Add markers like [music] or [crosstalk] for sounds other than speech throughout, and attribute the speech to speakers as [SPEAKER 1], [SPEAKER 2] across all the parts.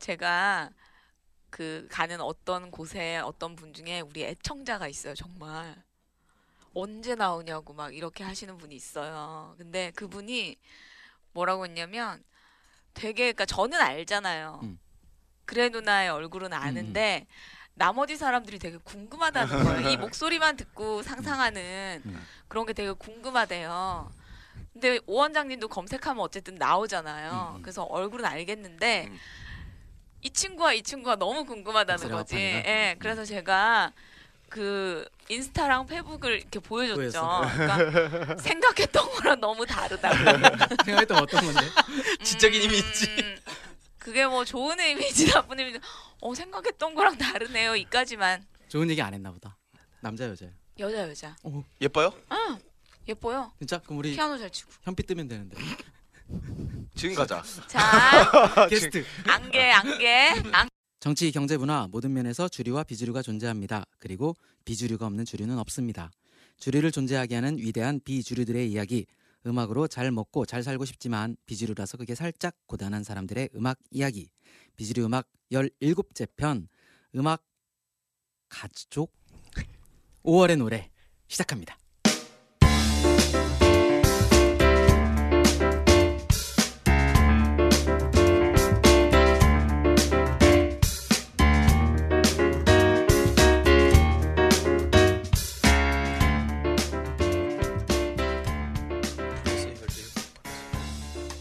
[SPEAKER 1] 제가 그 가는 어떤 곳에 어떤 분 중에 우리 애청자가 있어요, 정말. 언제 나오냐고 막 이렇게 하시는 분이 있어요. 근데 그분이 뭐라고 했냐면 되게, 그러니까 저는 알잖아요.
[SPEAKER 2] 음.
[SPEAKER 1] 그래 누나의 얼굴은 아는데 나머지 사람들이 되게 궁금하다는 거예요. 이 목소리만 듣고 상상하는
[SPEAKER 2] 음.
[SPEAKER 1] 그런 게 되게 궁금하대요. 근데 오 원장님도 검색하면 어쨌든 나오잖아요.
[SPEAKER 2] 음, 음.
[SPEAKER 1] 그래서 얼굴은 알겠는데
[SPEAKER 3] 음.
[SPEAKER 1] 이 친구와 이 친구가 너무 궁금하다는
[SPEAKER 2] 목소리가 음.
[SPEAKER 1] 거지.
[SPEAKER 2] 합판이다?
[SPEAKER 1] 예, 그래서 제가 그 인스타랑 페북을 이렇게 보여줬죠.
[SPEAKER 2] 보였어.
[SPEAKER 1] 그러니까
[SPEAKER 2] [laughs]
[SPEAKER 1] 생각했던 거랑 너무 다르다고.
[SPEAKER 2] 생각했던 어떤 건데?
[SPEAKER 3] [laughs] 지적인
[SPEAKER 1] 음,
[SPEAKER 3] 이미지.
[SPEAKER 1] 그게 뭐 좋은 의미인지 나쁜 의미인지 어 생각했던 거랑 다르네요. 이까지만
[SPEAKER 2] 좋은 얘기 안 했나 보다. 남자 여자야.
[SPEAKER 1] 여자 여자
[SPEAKER 3] 예뻐요?
[SPEAKER 1] 예뻐요.
[SPEAKER 2] 진짜? 그럼 우리
[SPEAKER 1] 피아노 잘
[SPEAKER 2] [laughs]
[SPEAKER 1] 치고.
[SPEAKER 2] 현빛 뜨면 되는데.
[SPEAKER 3] 지금 가자.
[SPEAKER 1] 자
[SPEAKER 3] 아,
[SPEAKER 2] 게스트.
[SPEAKER 1] 안개 안개 안.
[SPEAKER 2] 정치, 경제, 문화 모든 면에서 주류와 비주류가 존재합니다. 그리고 비주류가 없는 주류는 없습니다. 주류를 존재하게 하는 위대한 비주류들의 이야기. 음악으로 잘 먹고 잘 살고 싶지만 비주류라서 그게 살짝 고단한 사람들의 음악 이야기. 비주류 음악 17째 편 음악 가족 5월의 노래 시작합니다.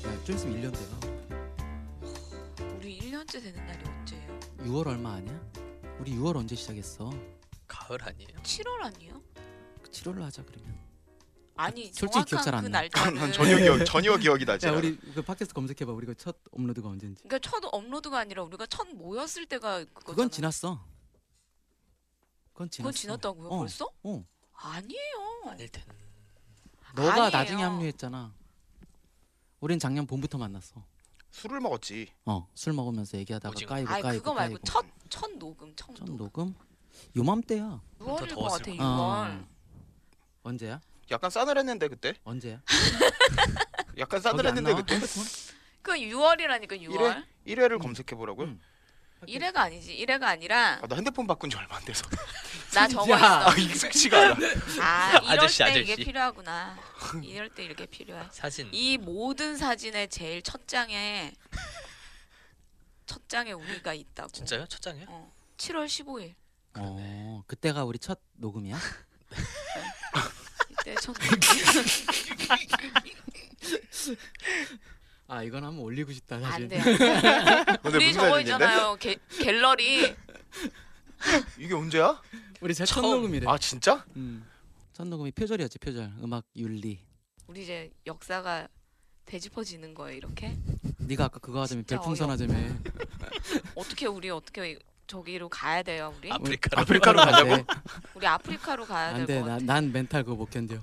[SPEAKER 2] 야, 좀 있으면 1년 돼요.
[SPEAKER 1] 우리 1년째 되는 날이 언제예요?
[SPEAKER 2] 6월 얼마 아니야? 우리 6월 언제 시작했어?
[SPEAKER 3] 가을 아니에요?
[SPEAKER 1] 7월 아니에요?
[SPEAKER 2] 7월로 하자 그러면.
[SPEAKER 1] 아니
[SPEAKER 2] 솔직히 기억 잘안
[SPEAKER 1] 정확한 그
[SPEAKER 2] 나.
[SPEAKER 1] 날짜는
[SPEAKER 2] [laughs]
[SPEAKER 4] 난 전혀 기억 전혀 기억이 나지
[SPEAKER 2] 네. 야
[SPEAKER 4] 않아.
[SPEAKER 2] 우리 그 팟캐스트 검색해봐. 우리 그 첫 업로드가 언제인지.
[SPEAKER 1] 그러니까 첫 업로드가 아니라 우리가 첫 모였을 때가 그거잖아.
[SPEAKER 2] 그건 지났어. 그건 지났어.
[SPEAKER 1] 그건 지났다고요?
[SPEAKER 2] 어,
[SPEAKER 1] 벌써?
[SPEAKER 2] 어.
[SPEAKER 1] 아니에요.
[SPEAKER 3] 아닐 텐데.
[SPEAKER 2] 너가
[SPEAKER 1] 아니에요.
[SPEAKER 2] 나중에 합류했잖아. 우린 작년 봄부터 만났어.
[SPEAKER 4] 술을 먹었지.
[SPEAKER 2] 어, 술 먹으면서 얘기하다가
[SPEAKER 3] 오징어.
[SPEAKER 2] 까이고
[SPEAKER 1] 아니
[SPEAKER 2] 까이고
[SPEAKER 1] 그거 말고
[SPEAKER 2] 까이고.
[SPEAKER 1] 첫 첫 녹음 첫
[SPEAKER 2] 첫
[SPEAKER 1] 녹음.
[SPEAKER 2] 녹음 요맘때야.
[SPEAKER 1] 6월일 것
[SPEAKER 3] 더웠을
[SPEAKER 1] 같아
[SPEAKER 3] 거야.
[SPEAKER 1] 6월.
[SPEAKER 2] 어. 언제야?
[SPEAKER 4] 약간 싸늘했는데 그때.
[SPEAKER 2] [laughs] 언제야?
[SPEAKER 4] 약간
[SPEAKER 2] 거기 안
[SPEAKER 4] 싸늘했는데
[SPEAKER 2] 나와?
[SPEAKER 4] 그때.
[SPEAKER 1] 그 6월이라니까 6월.
[SPEAKER 4] 1회를 검색해 보라고요.
[SPEAKER 2] 음.
[SPEAKER 1] 일회가 아니지. 일회가 아니라
[SPEAKER 4] 아, 나 핸드폰 바꾼 지 얼마 안 돼서.
[SPEAKER 1] 나 저거
[SPEAKER 2] 진짜.
[SPEAKER 1] 있어.
[SPEAKER 4] 아, 익숙치가 않아.
[SPEAKER 2] 네.
[SPEAKER 1] 아, 이럴
[SPEAKER 3] [laughs] 아저씨,
[SPEAKER 1] 때
[SPEAKER 3] 아저씨.
[SPEAKER 1] 이게 필요하구나. 이럴 때 이렇게 필요해.
[SPEAKER 3] 사진.
[SPEAKER 1] 이 모든 사진의 제일 첫 장에 첫 장에 우리가 있다고.
[SPEAKER 3] 진짜요? 첫 장이요?
[SPEAKER 1] 어. 7월 15일.
[SPEAKER 2] 어, 그때가 우리 첫 녹음이야?
[SPEAKER 1] 이때 첫
[SPEAKER 2] [laughs] 아, 이건 한번 올리고 싶다 사실.
[SPEAKER 1] 안돼. 안 돼.
[SPEAKER 4] 근데
[SPEAKER 1] 우리
[SPEAKER 4] 무슨
[SPEAKER 1] 저거
[SPEAKER 4] 사진인데?
[SPEAKER 1] 있잖아요. 게, 갤러리.
[SPEAKER 4] 이게 언제야?
[SPEAKER 2] [laughs] 우리 첫
[SPEAKER 3] 처음.
[SPEAKER 2] 녹음이래.
[SPEAKER 4] 아, 진짜?
[SPEAKER 2] 음. 첫 녹음이 표절이었지, 표절. 음악 윤리.
[SPEAKER 1] 우리 이제 역사가 되짚어지는 거예요. 이렇게.
[SPEAKER 2] 네가 아까 그거 하자며
[SPEAKER 1] 진짜
[SPEAKER 2] 별풍선 하자며.
[SPEAKER 1] 어떻게 우리 어떻게 저기로 가야 돼요, 우리?
[SPEAKER 3] 아프리카로.
[SPEAKER 4] 아프리카로 가자고?
[SPEAKER 1] 우리 아프리카로 가야 될 것 같아.
[SPEAKER 2] 안돼난 멘탈 그거 못
[SPEAKER 1] [laughs]
[SPEAKER 2] 견뎌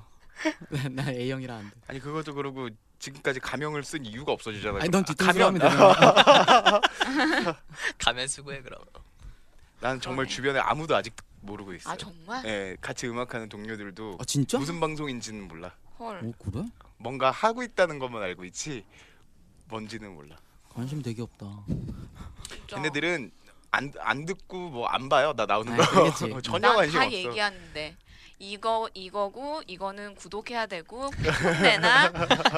[SPEAKER 2] 나- 나 A형이라 안돼
[SPEAKER 4] 아니, 그것도 그러고 지금까지 가명을 쓴 이유가 없어지잖아.
[SPEAKER 2] 아니
[SPEAKER 4] 그럼.
[SPEAKER 2] 넌
[SPEAKER 4] 아,
[SPEAKER 2] 뒤통수 하면
[SPEAKER 4] 가명. [laughs]
[SPEAKER 2] 되잖아
[SPEAKER 3] 가면 수고해 그럼.
[SPEAKER 4] 난
[SPEAKER 2] 어.
[SPEAKER 4] 정말
[SPEAKER 1] 그러네.
[SPEAKER 4] 주변에 아무도 아직 모르고 있어.
[SPEAKER 1] 아
[SPEAKER 4] 요
[SPEAKER 1] 정말?
[SPEAKER 4] 예, 같이 음악하는 동료들도
[SPEAKER 2] 아 진짜?
[SPEAKER 4] 무슨 방송인지는 몰라.
[SPEAKER 1] 헐.
[SPEAKER 2] 오 그래?
[SPEAKER 4] 뭔가 하고 있다는 것만 알고 있지. 뭔지는 몰라.
[SPEAKER 2] 관심 되게 없다
[SPEAKER 1] 진짜.
[SPEAKER 4] 걔네들은 안, 안 듣고 뭐 안 봐요. 나 나오는
[SPEAKER 2] 아이,
[SPEAKER 4] 거.
[SPEAKER 2] 그러겠지.
[SPEAKER 4] [laughs] 전혀 관심
[SPEAKER 1] 난다
[SPEAKER 4] 없어.
[SPEAKER 1] 얘기하는데 이거 이거고 이거는 구독해야 되고
[SPEAKER 2] [laughs]
[SPEAKER 1] 폰내나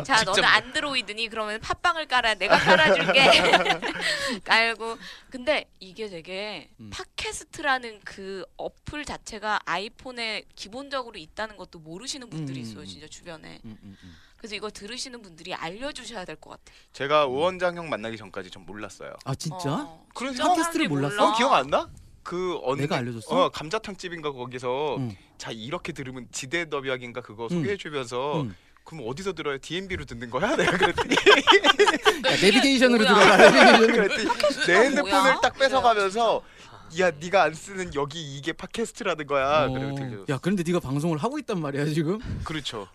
[SPEAKER 1] 자
[SPEAKER 3] 직접.
[SPEAKER 1] 너는 안드로이드니 그러면 팟빵을 깔아 내가 깔아줄게
[SPEAKER 2] [laughs]
[SPEAKER 1] 깔고 근데 이게 되게
[SPEAKER 2] 음.
[SPEAKER 1] 팟캐스트라는 그 어플 자체가 아이폰에 기본적으로 있다는 것도 모르시는 분들이
[SPEAKER 2] 음, 음,
[SPEAKER 1] 있어요
[SPEAKER 2] 음.
[SPEAKER 1] 진짜 주변에
[SPEAKER 2] 음, 음, 음.
[SPEAKER 1] 그래서 이거 들으시는 분들이 알려주셔야 될 것 같아
[SPEAKER 4] 제가 오원장 형 만나기 전까지 좀 몰랐어요.
[SPEAKER 2] 아 진짜?
[SPEAKER 1] 어,
[SPEAKER 4] 그런
[SPEAKER 1] 진짜 사람들이
[SPEAKER 2] 팟캐스트를 몰랐어?
[SPEAKER 4] 어, 기억 안 나? 그 언니
[SPEAKER 2] 내가 알려줬어?
[SPEAKER 4] 어 감자탕 집인가 거기서
[SPEAKER 2] 응.
[SPEAKER 4] 자 이렇게 들으면 지대 더비학인가 그거
[SPEAKER 2] 응.
[SPEAKER 4] 소개해주면서
[SPEAKER 2] 응.
[SPEAKER 4] 그럼 어디서 들어요? DMB로 듣는 거야? [laughs] 내가 그랬더니
[SPEAKER 2] 야,
[SPEAKER 1] [laughs]
[SPEAKER 2] 내비게이션으로
[SPEAKER 1] 뭐야?
[SPEAKER 2] 들어가 내비게이션으로
[SPEAKER 4] [laughs] 그랬더니
[SPEAKER 1] 팟캐스트가
[SPEAKER 4] 내 핸드폰을
[SPEAKER 1] 뭐야?
[SPEAKER 4] 딱 뺏어가면서
[SPEAKER 3] 아,
[SPEAKER 4] 야 네가 안 쓰는 여기 이게 팟캐스트라는 거야. 아, 그리고
[SPEAKER 2] 어.
[SPEAKER 4] 들려.
[SPEAKER 2] 야 그런데 네가 방송을 하고 있단 말이야 지금
[SPEAKER 4] 그렇죠.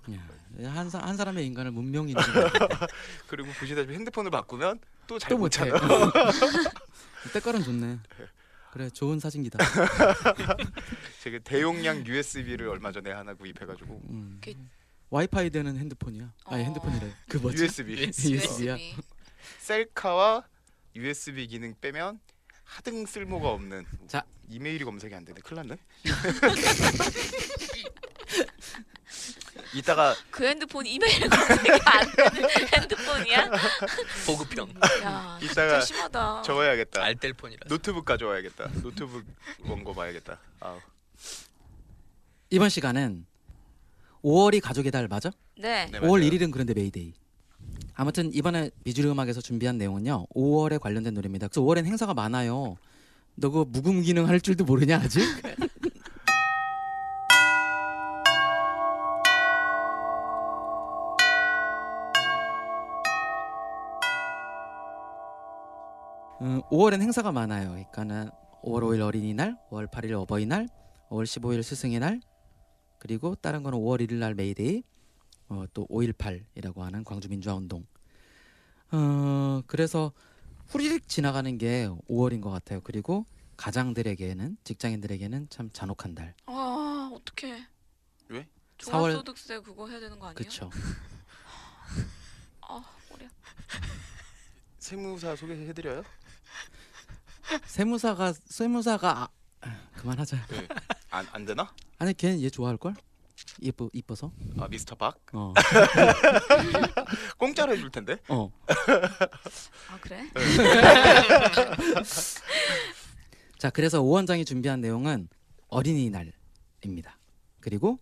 [SPEAKER 2] 야, 한, 사, 한 사람의 인간을 문명인
[SPEAKER 4] 그리고 보시다시피 핸드폰을 바꾸면 또 [laughs] 잘
[SPEAKER 2] 또 못해
[SPEAKER 4] 못찾아.
[SPEAKER 2] [laughs] 때깔은 좋네 그래 좋은 사진기다
[SPEAKER 4] 제가 대용량 USB를 얼마 전에 하나 구입해가지고
[SPEAKER 2] 음.
[SPEAKER 1] 그-
[SPEAKER 2] 와이파이 되는 핸드폰이야 아니
[SPEAKER 1] 어.
[SPEAKER 2] 핸드폰이래 그 뭐지?
[SPEAKER 4] USB
[SPEAKER 2] USB야
[SPEAKER 1] USB.
[SPEAKER 4] 셀카와 USB 기능 빼면 하등 쓸모가 없는
[SPEAKER 2] 자.
[SPEAKER 4] 이메일이 검색이 안 되네 큰일 났네
[SPEAKER 3] 이따가
[SPEAKER 1] 그 핸드폰 이메일 검색이 안 되는 [laughs] 핸드폰이야?
[SPEAKER 3] 보급형
[SPEAKER 1] 음. 야, 진짜
[SPEAKER 4] 이따가
[SPEAKER 1] 심하다.
[SPEAKER 4] 적어야겠다
[SPEAKER 3] 알뜰폰이라.
[SPEAKER 4] 노트북 가져와야겠다 노트북 원고 봐야겠다 아우.
[SPEAKER 2] 이번 시간은 5월이 가족의 달 맞아?
[SPEAKER 1] 네.
[SPEAKER 4] 네,
[SPEAKER 2] 5월
[SPEAKER 4] 맞아요.
[SPEAKER 2] 1일은 그런데 메이데이. 아무튼 이번에 비주류 음악에서 준비한 내용은요. 5월에 관련된 노래입니다. 그래서 5월엔 행사가 많아요. 너 그거 무궁기능 할 줄도 모르냐 아직? [laughs] 음, 5월엔 행사가 많아요. 그러니까는 5월 5일 어린이날, 5월 8일 어버이날, 5월 15일 스승의 날, 그리고 다른 거는 5월 1일 날 메이데이, 어, 또 5.18이라고 하는 광주민주화운동. 어, 그래서 후리릭 지나가는 게 5월인 것 같아요. 그리고 가장들에게는 직장인들에게는 참 잔혹한 달.
[SPEAKER 1] 아, 어떡해.
[SPEAKER 4] 왜?
[SPEAKER 1] 종합소득세 그거 해야 되는 거 아니에요? [laughs]
[SPEAKER 2] 그렇죠.
[SPEAKER 1] 아, 머리 아파.
[SPEAKER 4] 세무사 소개해드려요?
[SPEAKER 2] 세무사가 세무사가 아, 아, 그만하자.
[SPEAKER 4] 안, 안 되나?
[SPEAKER 2] 아니 걔는 얘 좋아할 걸? 예뻐 이뻐서.
[SPEAKER 4] 아 미스터 [laughs] 박
[SPEAKER 2] 어.
[SPEAKER 4] 공짜로 해줄 텐데
[SPEAKER 2] 어.
[SPEAKER 1] 아, 그래?
[SPEAKER 2] 자 그래서 오 원장이 준비한 내용은 어린이날입니다. 그리고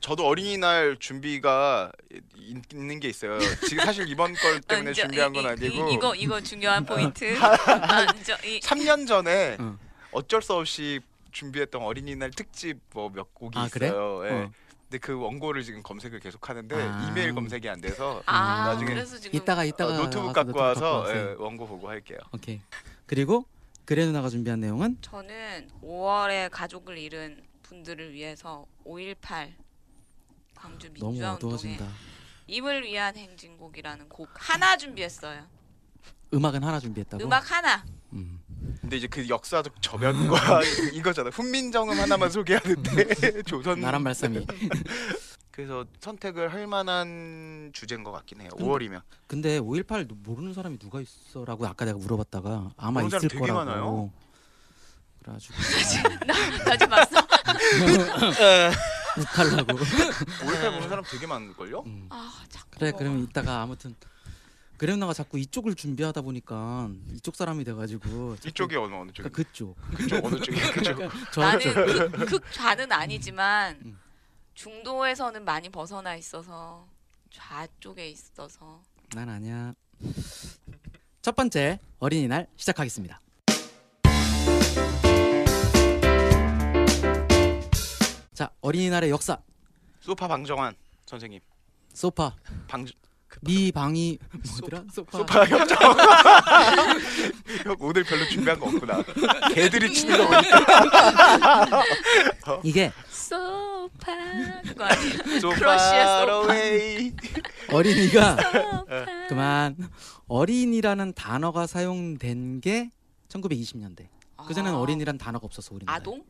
[SPEAKER 4] 저도 어린이날 준비가 있- 있는 게 있어요 지금 사실 이번 걸 때문에
[SPEAKER 1] 얹어-
[SPEAKER 4] 준비한 건
[SPEAKER 1] 아, 이- 이-
[SPEAKER 4] 아니고 음,
[SPEAKER 1] 이, 거 이거
[SPEAKER 4] [laughs]
[SPEAKER 1] 중요한 포인트. 얹어, 이,
[SPEAKER 2] [laughs]
[SPEAKER 4] 3년 전에
[SPEAKER 2] 어.
[SPEAKER 4] 어쩔 수 없이 준비했던 어린이날 특집 뭐 몇 곡이
[SPEAKER 2] 아, 그래?
[SPEAKER 4] 있어요. 예.
[SPEAKER 1] 네.
[SPEAKER 2] 어.
[SPEAKER 4] 근데 그 원고를 지금 검색을 계속 하는데
[SPEAKER 2] 아.
[SPEAKER 4] 이메일 검색이 안 돼서
[SPEAKER 1] 아,
[SPEAKER 4] 음, 나중에
[SPEAKER 1] 그래서 지금
[SPEAKER 2] 이따가
[SPEAKER 4] 어,
[SPEAKER 2] 이따가
[SPEAKER 4] 노트북
[SPEAKER 2] 와서
[SPEAKER 4] 갖고 와서
[SPEAKER 2] 갖고
[SPEAKER 4] 예,
[SPEAKER 2] 와서. 네.
[SPEAKER 4] 원고 보고 할게요.
[SPEAKER 2] 오케이. 그리고 그래 누나가 준비한 내용은
[SPEAKER 1] 저는 5월에 가족을 잃은 분들을 위해서 5.18 광주
[SPEAKER 2] 아, 너무
[SPEAKER 1] 민주화운동의
[SPEAKER 2] 어두워진다.
[SPEAKER 1] 임을 위한 행진곡이라는 곡 하나 준비했어요.
[SPEAKER 2] 음악은 하나 준비했다고.
[SPEAKER 1] 음악 하나. [laughs]
[SPEAKER 2] 음.
[SPEAKER 4] 근데 이제 그 역사적 저변과 [laughs] 이거잖아. 훈민정음 하나만 소개하는데 [laughs] 조선
[SPEAKER 2] 음. 나란 말씀이.
[SPEAKER 4] 그래서 선택을 할 만한 주제인 것 같긴 해요.
[SPEAKER 2] 근데
[SPEAKER 4] 5월이면
[SPEAKER 2] 근데 518 모르는 사람이 누가 있어라고 아까 내가 물어봤다가 아마
[SPEAKER 4] 모르는
[SPEAKER 2] 있을
[SPEAKER 4] 사람 되게
[SPEAKER 2] 거라고.
[SPEAKER 4] 많아요.
[SPEAKER 2] 그래가지고 [laughs]
[SPEAKER 1] 나지 마어
[SPEAKER 2] 욱하려고. 네.
[SPEAKER 4] 5월달 보는 사람 되게 많을 걸요.
[SPEAKER 2] 음.
[SPEAKER 1] 아, 자꾸.
[SPEAKER 2] 그래 그럼 이따가 아무튼 그래 누나가 자꾸 이쪽을 준비하다 보니까 이쪽 사람이 돼가지고 자꾸
[SPEAKER 4] 이쪽이 어느 어느 쪽,
[SPEAKER 2] 그러니까 그쪽. 그러니까
[SPEAKER 4] 그쪽 어느 쪽이 [laughs] 그쪽.
[SPEAKER 2] 저
[SPEAKER 1] 나는 그
[SPEAKER 2] [laughs]
[SPEAKER 1] 극, 극좌는 아니지만
[SPEAKER 2] 음.
[SPEAKER 1] 중도에서는 많이 벗어나 있어서 좌쪽에 있어서
[SPEAKER 2] 난 아니야. 첫 번째 어린이날 시작하겠습니다. 자 어린이날의 역사
[SPEAKER 4] 소파 방정환 선생님
[SPEAKER 2] 소파
[SPEAKER 4] 방
[SPEAKER 2] 미 방이 뭐더라 소파,
[SPEAKER 4] 소파 협정. 형 오늘 별로 준비한 거 없구나. [laughs] 개들이 치는 거 [laughs]
[SPEAKER 1] [laughs]
[SPEAKER 4] 보니까
[SPEAKER 2] 이게
[SPEAKER 1] 소파 그거 아니야?
[SPEAKER 4] so
[SPEAKER 1] 크러쉬의
[SPEAKER 4] far
[SPEAKER 1] 소파.
[SPEAKER 4] away.
[SPEAKER 2] 어린이가
[SPEAKER 1] 소파.
[SPEAKER 2] 그만 어린이라는 단어가 사용된 게 1920년대 그전에는
[SPEAKER 1] 아,
[SPEAKER 2] 어린이란 단어가 없었어 우리나라
[SPEAKER 1] 아동?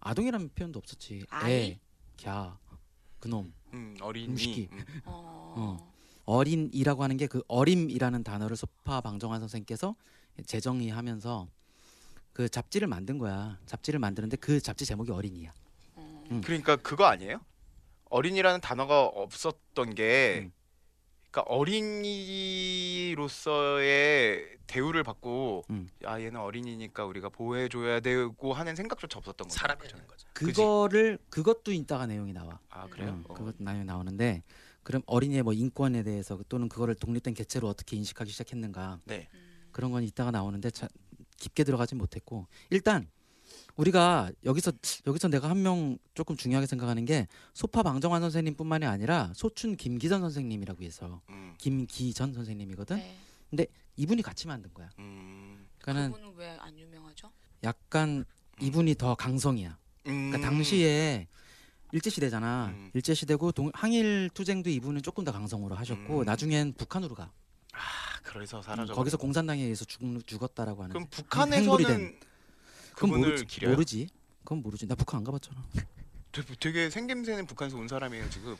[SPEAKER 2] 아동이라는 표현도 없었지
[SPEAKER 1] 아이?
[SPEAKER 2] 애, 갸, 그놈
[SPEAKER 4] 음, 어린이.
[SPEAKER 2] 음식이.
[SPEAKER 4] 음.
[SPEAKER 1] 어.
[SPEAKER 2] 어린이라고 하는 게 그 어림이라는 단어를 소파 방정환 선생께서 재정의하면서 그 잡지를 만든 거야 잡지를 만드는데 그 잡지 제목이 어린이야
[SPEAKER 1] 어.
[SPEAKER 4] 그러니까 그거 아니에요? 어린이라는 단어가 없었던 게
[SPEAKER 2] 음.
[SPEAKER 4] 그러니까 어린이로서의 대우를 받고
[SPEAKER 2] 음.
[SPEAKER 4] 아 얘는 어린이니까 우리가 보호해 줘야 되고 하는 생각조차 없었던 거죠.
[SPEAKER 3] 사람이 아닌 거죠.
[SPEAKER 4] 그지?
[SPEAKER 2] 그거를 그것도 이따가 내용이 나와
[SPEAKER 4] 아 그래요?
[SPEAKER 2] 음,
[SPEAKER 4] 어.
[SPEAKER 2] 그것도 나중에 나오는데 그럼 어린이의 뭐 인권에 대해서 또는 그거를 독립된 개체로 어떻게 인식하기 시작했는가
[SPEAKER 4] 네.
[SPEAKER 1] 음.
[SPEAKER 2] 그런 건 이따가 나오는데 자, 깊게 들어가진 못했고 일단 우리가 여기서 여기서 내가 한 명 조금 중요하게 생각하는 게 소파 방정환 선생님뿐만이 아니라 소춘 김기전 선생님이라고 해서
[SPEAKER 4] 음.
[SPEAKER 2] 김기전 선생님이거든
[SPEAKER 1] 네.
[SPEAKER 2] 이분이 같이 만든 거야
[SPEAKER 4] 음.
[SPEAKER 2] 그러니까는
[SPEAKER 1] 그분은 왜 안 유명하죠?
[SPEAKER 2] 약간 이분이 더 강성이야
[SPEAKER 4] 음.
[SPEAKER 2] 그러니까 당시에 일제 시대잖아.
[SPEAKER 4] 음.
[SPEAKER 2] 일제 시대고 동, 항일 투쟁도 이분은 조금 더 강성으로 하셨고
[SPEAKER 4] 음.
[SPEAKER 2] 나중엔 북한으로 가.
[SPEAKER 4] 아, 그래서 사라져.
[SPEAKER 2] 거기서 공산당에 의해서 죽, 죽었다라고 하는.
[SPEAKER 4] 그럼
[SPEAKER 2] 행불이
[SPEAKER 4] 북한에서는
[SPEAKER 2] 된. 그건
[SPEAKER 4] 그분을
[SPEAKER 2] 모르지.
[SPEAKER 4] 기려요?
[SPEAKER 1] [laughs]
[SPEAKER 2] 모르지. 그건 모르지. 나 북한 안 가봤잖아.
[SPEAKER 4] 되게, 되게 생김새는 북한에서 온 사람이에요 지금.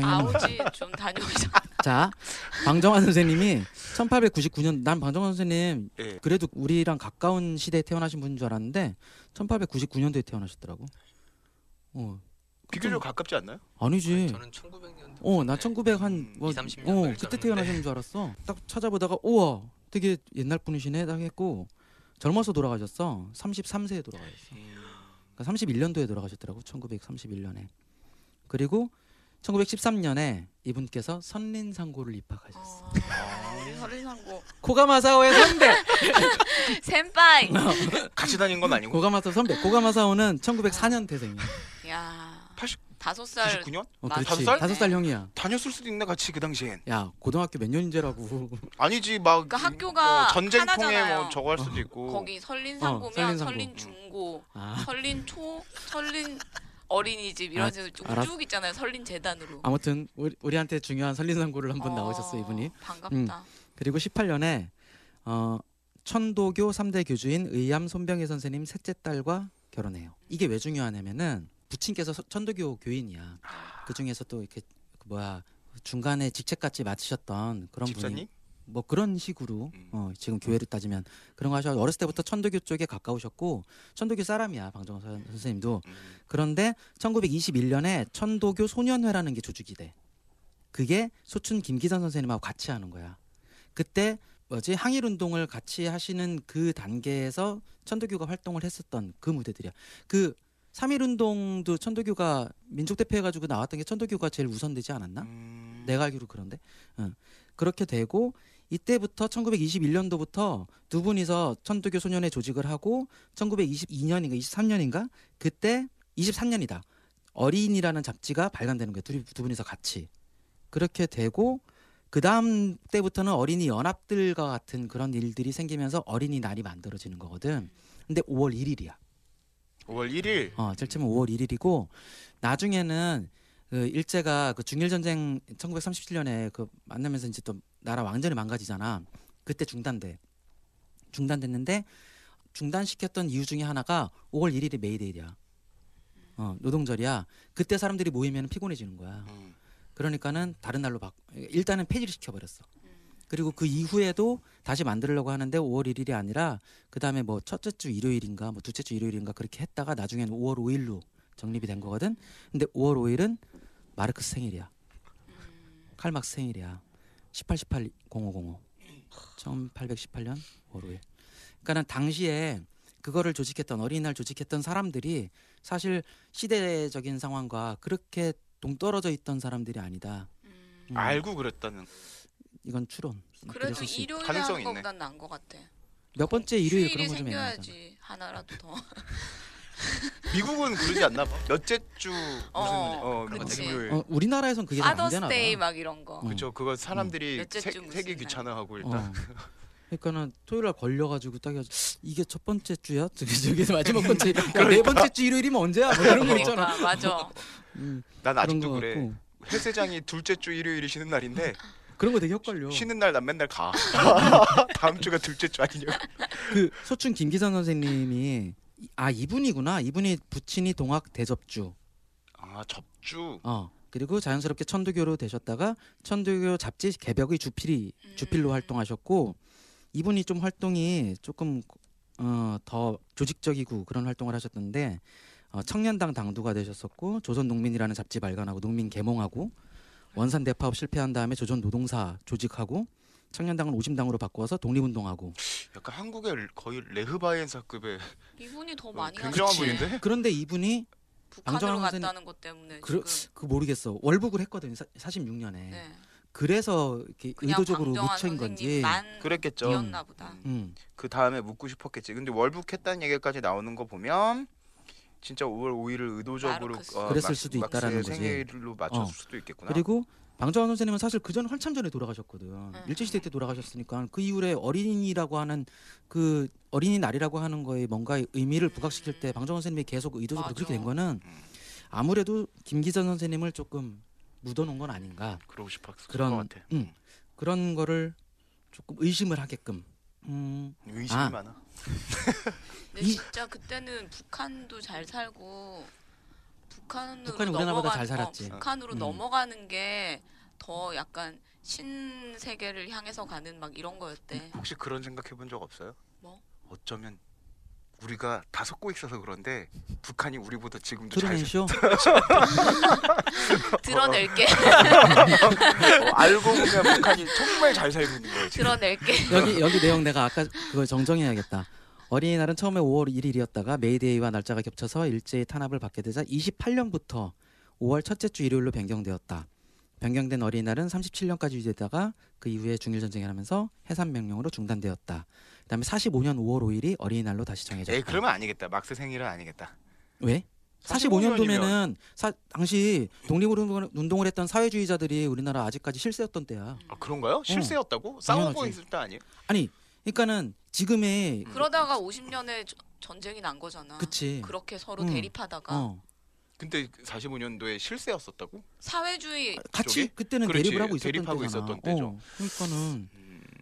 [SPEAKER 2] 음.
[SPEAKER 1] 아우지 좀 다녀오자.
[SPEAKER 2] 자, 방정환 선생님이 1899년 난 방정환 선생님
[SPEAKER 4] 예.
[SPEAKER 2] 그래도 우리랑 가까운 시대에 태어나신 분인 줄 알았는데 1899년도에 태어나셨더라고. 어,
[SPEAKER 4] 비교적 가깝지 않나요?
[SPEAKER 2] 아니지.
[SPEAKER 3] 저는 1900년대.
[SPEAKER 2] 어, 나 1900 한,
[SPEAKER 4] 음,
[SPEAKER 2] 뭐,
[SPEAKER 3] 20, 30년
[SPEAKER 2] 어,
[SPEAKER 3] 전에 네.
[SPEAKER 2] 그때
[SPEAKER 3] 젊은데.
[SPEAKER 2] 태어나신 줄 알았어. 딱 찾아보다가, 우와, 되게 옛날 분이시네, 딱 했고, 젊어서 돌아가셨어. 33세에 돌아가셨어. 그러니까 31년도에 돌아가셨더라고, 1931년에. 그리고 1913년에 이분께서 선린상고를 입학하셨어.
[SPEAKER 1] 어, 우리 [laughs] 서른상고
[SPEAKER 2] 고가마사오의 선배!
[SPEAKER 1] 센파이.
[SPEAKER 2] 어.
[SPEAKER 4] 같이 다닌 건 아니고
[SPEAKER 2] 고가마사오 선배. 고가마사오는 1904년 태생이야.
[SPEAKER 1] 야.
[SPEAKER 4] 80,
[SPEAKER 1] 다섯 살.
[SPEAKER 4] 99년?
[SPEAKER 2] 어,
[SPEAKER 1] 맞아.
[SPEAKER 2] 그렇지.
[SPEAKER 4] 다섯 살?
[SPEAKER 2] 다섯 살 형이야.
[SPEAKER 4] 다녔을 수도 있네 같이 그 당시엔.
[SPEAKER 2] 야, 고등학교 몇 년인제라고.
[SPEAKER 4] 아니지 막 어,
[SPEAKER 1] 그 학교가
[SPEAKER 4] 전쟁통에
[SPEAKER 1] 하나잖아요.
[SPEAKER 4] 뭐 저거 할 수도 있고.
[SPEAKER 1] 거기
[SPEAKER 2] 어, 설린
[SPEAKER 1] 설린상고면
[SPEAKER 2] 상고.
[SPEAKER 1] 설린 중고,
[SPEAKER 2] 아,
[SPEAKER 1] 설린 초, 설린 어린이집 이런
[SPEAKER 2] 아,
[SPEAKER 1] 데서 쭉
[SPEAKER 2] 알았-
[SPEAKER 1] 있잖아요. 설린 재단으로.
[SPEAKER 2] 아무튼 우리, 우리한테 중요한 선린상고를 한번
[SPEAKER 1] 어,
[SPEAKER 2] 나오셨어, 이분이.
[SPEAKER 1] 반갑다.
[SPEAKER 2] 그리고 18년에 어, 천도교 3대 교주인 의암 손병희 선생님 셋째 딸과 결혼해요. 이게 왜 중요하냐면은 부친께서 서- 천도교 교인이야.
[SPEAKER 4] 아.
[SPEAKER 2] 그 중에서 또 이렇게 그 뭐야 중간에 직책같이 맡으셨던 그런 분이
[SPEAKER 4] 집사님?
[SPEAKER 2] 뭐 그런 식으로
[SPEAKER 4] 음.
[SPEAKER 2] 어, 지금 교회를 따지면 그런 거 하셔. 어렸을 때부터 천도교 쪽에 가까우셨고 천도교 사람이야 방정환 선- 선생님도.
[SPEAKER 4] 음.
[SPEAKER 2] 그런데 1921년에 천도교 소년회라는 게 조직이 돼. 그게 소춘 김기선 선생님하고 같이 하는 거야. 그때 뭐지 항일 운동을 같이 하시는 그 단계에서 천도교가 활동을 했었던 그 무대들이야. 그 삼일 운동도 천도교가 민족 대표해 가지고 나왔던 게 천도교가 제일 우선되지 않았나?
[SPEAKER 4] 음.
[SPEAKER 2] 내가 알기로 그런데 응. 그렇게 되고 이때부터 1921년도부터 두 분이서 천도교 소년회 조직을 하고 1922년인가 23년인가 그때 23년이다 어린이라는 잡지가 발간되는 거예요 둘이 두 분이서 같이 그렇게 되고 그 다음 때부터는 어린이 연합들과 같은 그런 일들이 생기면서 어린이 날이 만들어지는 거거든 근데 5월 1일이야
[SPEAKER 4] 5월 1일.
[SPEAKER 2] 어, 절 처음 5월 1일이고 나중에는 그 일제가 그 중일 전쟁 1937년에 그 만나면서 이제 또 나라 완전히 망가지잖아. 그때 중단돼. 중단됐는데 중단시켰던 이유 중에 하나가 5월 1일이 메이데이야. 어, 노동절이야. 그때 사람들이 모이면 피곤해지는 거야.
[SPEAKER 4] 음.
[SPEAKER 2] 그러니까는 다른 날로 바 일단은 폐지를 시켜버렸어. 그리고 그 이후에도 다시 만들려고 하는데 5월 1일이 아니라 그 다음에 뭐 첫째 주 일요일인가 뭐 둘째 주 일요일인가 그렇게 했다가 나중에는 5월 5일로 정립이 된 거거든. 근데 5월 5일은 마르크스 생일이야. 칼막스 생일이야. 18 18 0505 1818년 5월 5일. 그러니까는 당시에 그거를 조직했던 어린이날 조직했던 사람들이 사실 시대적인 상황과 그렇게 동떨어져 있던 사람들이 아니다. 음,
[SPEAKER 4] 알고 그랬다는.
[SPEAKER 2] 이건 추론.
[SPEAKER 1] 그래도
[SPEAKER 2] 그랬을 수 있-
[SPEAKER 1] 일요일에
[SPEAKER 4] 가능성이
[SPEAKER 1] 하는
[SPEAKER 4] 있네.
[SPEAKER 1] 거보단 나은 것 같아.
[SPEAKER 2] 몇 번째 네, 일요일
[SPEAKER 1] 휴일이
[SPEAKER 2] 그런 거좀 애매하잖아.
[SPEAKER 1] 생겨야지 하나라도 더.
[SPEAKER 4] 미국은 그러지 않나 봐. 몇째 주 무슨
[SPEAKER 1] 어,
[SPEAKER 4] 어,
[SPEAKER 1] 그런
[SPEAKER 4] 뭐
[SPEAKER 1] 거지.
[SPEAKER 4] 금요일.
[SPEAKER 2] 어, 우리나라에선 그게 잘안 되나 봐.
[SPEAKER 1] 파더스데이 막 이런 거.
[SPEAKER 2] 음.
[SPEAKER 4] 그렇죠. 그거 사람들이
[SPEAKER 1] 몇째
[SPEAKER 4] 세-
[SPEAKER 1] 주 무슨
[SPEAKER 4] 세기
[SPEAKER 1] 날.
[SPEAKER 4] 귀찮아하고 일단.
[SPEAKER 2] 어. 그러니까는 토요일 날 걸려가지고 딱 해가지고 이게 첫 번째 주야? [laughs] 저기 저기 마지막 번째 야,
[SPEAKER 4] 그러니까.
[SPEAKER 2] 네 번째 주 일요일이면 언제야? 뭐 이런 거
[SPEAKER 4] [laughs]
[SPEAKER 2] 있잖아.
[SPEAKER 1] 그러니까,
[SPEAKER 2] [laughs]
[SPEAKER 1] 맞아.
[SPEAKER 2] 음, 그런
[SPEAKER 4] 난
[SPEAKER 2] 거
[SPEAKER 4] 아직도 그래.
[SPEAKER 2] 같고
[SPEAKER 4] 회사장이 둘째 주 일요일이 쉬는 날인데
[SPEAKER 2] 그런 거 되게 헷갈려.
[SPEAKER 4] 쉬는 날 난 맨날 [laughs] 가. 다음 주가 둘째 주 아니냐고.
[SPEAKER 2] 그 소춘 김기선 선생님이 이- 아 이분이구나 이분이 부친이 동학 대접주
[SPEAKER 4] 아 접주.
[SPEAKER 2] 어 그리고 자연스럽게 천도교로 되셨다가 천도교 잡지 개벽의 주필이 주필로
[SPEAKER 1] 음.
[SPEAKER 2] 활동하셨고 이분이 좀 활동이 조금 어, 더 조직적이고 그런 활동을 하셨는데 어, 청년당 당두가 되셨었고 조선농민이라는 잡지 발간하고 농민 개몽하고 원산 대파업 실패한 다음에 조선 노동사 조직하고 청년당은 오심당으로 바꿔서 독립운동하고
[SPEAKER 4] 약간 한국의 거의 레흐바이엔사급의
[SPEAKER 1] 이분이 더
[SPEAKER 4] 어,
[SPEAKER 1] 많이
[SPEAKER 4] 굉장한
[SPEAKER 1] 하셨지.
[SPEAKER 4] 분인데.
[SPEAKER 2] 그런데 이분이
[SPEAKER 1] 북한으로
[SPEAKER 2] 양정환 선생님-
[SPEAKER 1] 갔다는 것 때문에
[SPEAKER 2] 그러-
[SPEAKER 1] 지금.
[SPEAKER 2] 그 모르겠어 월북을 했거든 사, 46년에
[SPEAKER 1] 네.
[SPEAKER 2] 그래서 이렇게
[SPEAKER 1] 그냥
[SPEAKER 2] 의도적으로
[SPEAKER 1] 방정환
[SPEAKER 2] 묻힌 건지
[SPEAKER 1] 선생님만
[SPEAKER 4] 그랬겠죠.
[SPEAKER 1] 이었나 보다.
[SPEAKER 4] 음.
[SPEAKER 2] 음.
[SPEAKER 4] 그 다음에 묻고 싶었겠지. 근데 월북했다는 얘기까지 나오는 거 보면 진짜 5월 5일을 의도적으로 어,
[SPEAKER 1] 마르크스.
[SPEAKER 2] 그랬을 수도
[SPEAKER 4] 막스-
[SPEAKER 2] 있다라는
[SPEAKER 4] 막스의
[SPEAKER 2] 거지.
[SPEAKER 4] 생일로 맞췄을
[SPEAKER 2] 어.
[SPEAKER 4] 수도 있겠구나.
[SPEAKER 2] 그리고 방정환 선생님은 사실 그전 한참 전에 돌아가셨거든. 일제 시대 때 돌아가셨으니까 그 이후에 어린이라고 하는 그 어린이 날이라고 하는 거에 뭔가 의미를 부각시킬 때 방정환 선생님이 계속 의도적으로
[SPEAKER 1] 맞아.
[SPEAKER 2] 그렇게 된 거는
[SPEAKER 4] 음.
[SPEAKER 2] 아무래도 김기전 선생님을 조금 묻어놓은 건 아닌가
[SPEAKER 4] 그러고 싶었을
[SPEAKER 2] 그런-
[SPEAKER 4] 것 같아.
[SPEAKER 2] 음. 그런 거를 조금 의심을 하게끔. 음,
[SPEAKER 4] 의심이
[SPEAKER 2] 아.
[SPEAKER 4] 많아.
[SPEAKER 1] 근데
[SPEAKER 2] 이-
[SPEAKER 1] 진짜 그때는 북한도 잘 살고 북한으로
[SPEAKER 2] 북한이 우리나라보다 잘
[SPEAKER 1] 넘어가는-
[SPEAKER 2] 살았지.
[SPEAKER 1] 어, 북한으로
[SPEAKER 2] 음.
[SPEAKER 1] 넘어가는 게 더 약간 신세계를 향해서 가는 막 이런
[SPEAKER 4] [laughs]
[SPEAKER 1] 거였대.
[SPEAKER 4] 혹시 그런 생각 해본 적 없어요?
[SPEAKER 1] 뭐?
[SPEAKER 4] 어쩌면 우리가 다 속고 있어서 그런데 북한이 우리보다 지금도 잘
[SPEAKER 2] 드러낸쇼
[SPEAKER 1] 드러낼게,
[SPEAKER 4] [laughs] 살고 알고 보면 북한이 정말 잘 살고 있는 거예요. 지금.
[SPEAKER 1] 드러낼게.
[SPEAKER 2] 여기 여기 내용 내가 아까 그걸 정정해야겠다. 어린이날은 처음에 5월 1일이었다가 메이데이와 날짜가 겹쳐서 일제히 탄압을 받게 되자 28년부터 5월 첫째 주 일요일로 변경되었다. 변경된 어린이날은 37년까지 유지되다가 그 이후에 중일 전쟁을 하면서 해산 명령으로 중단되었다. 그다음에 45년 5월 5일이 어린이날로 다시 정해졌다.
[SPEAKER 4] 에이 그러면 아니겠다. 막스 생일은 아니겠다.
[SPEAKER 2] 왜? 45년도면은 사, 당시 독립운동을 했던 사회주의자들이 우리나라 아직까지 실세였던 때야.
[SPEAKER 4] 아, 그런가요? 실세였다고? 싸우고
[SPEAKER 2] 어, 당연하지.
[SPEAKER 4] 있을 때 아니에요?
[SPEAKER 2] 아니, 그러니까는 지금의
[SPEAKER 1] 음.
[SPEAKER 4] 음.
[SPEAKER 1] 그러다가 50년에 전쟁이 난 거잖아.
[SPEAKER 2] 그치.
[SPEAKER 1] 렇게 서로
[SPEAKER 2] 응.
[SPEAKER 1] 대립하다가
[SPEAKER 2] 어.
[SPEAKER 4] 근데 45년도에 실세였었다고?
[SPEAKER 1] 사회주의
[SPEAKER 2] 같이
[SPEAKER 4] 그쪽이?
[SPEAKER 2] 그때는
[SPEAKER 4] 그렇지,
[SPEAKER 2] 대립을 하고 있었던
[SPEAKER 4] 대립하고
[SPEAKER 2] 때잖아.
[SPEAKER 4] 있었던 때죠.
[SPEAKER 2] 어,
[SPEAKER 4] 음.
[SPEAKER 2] 그러니까는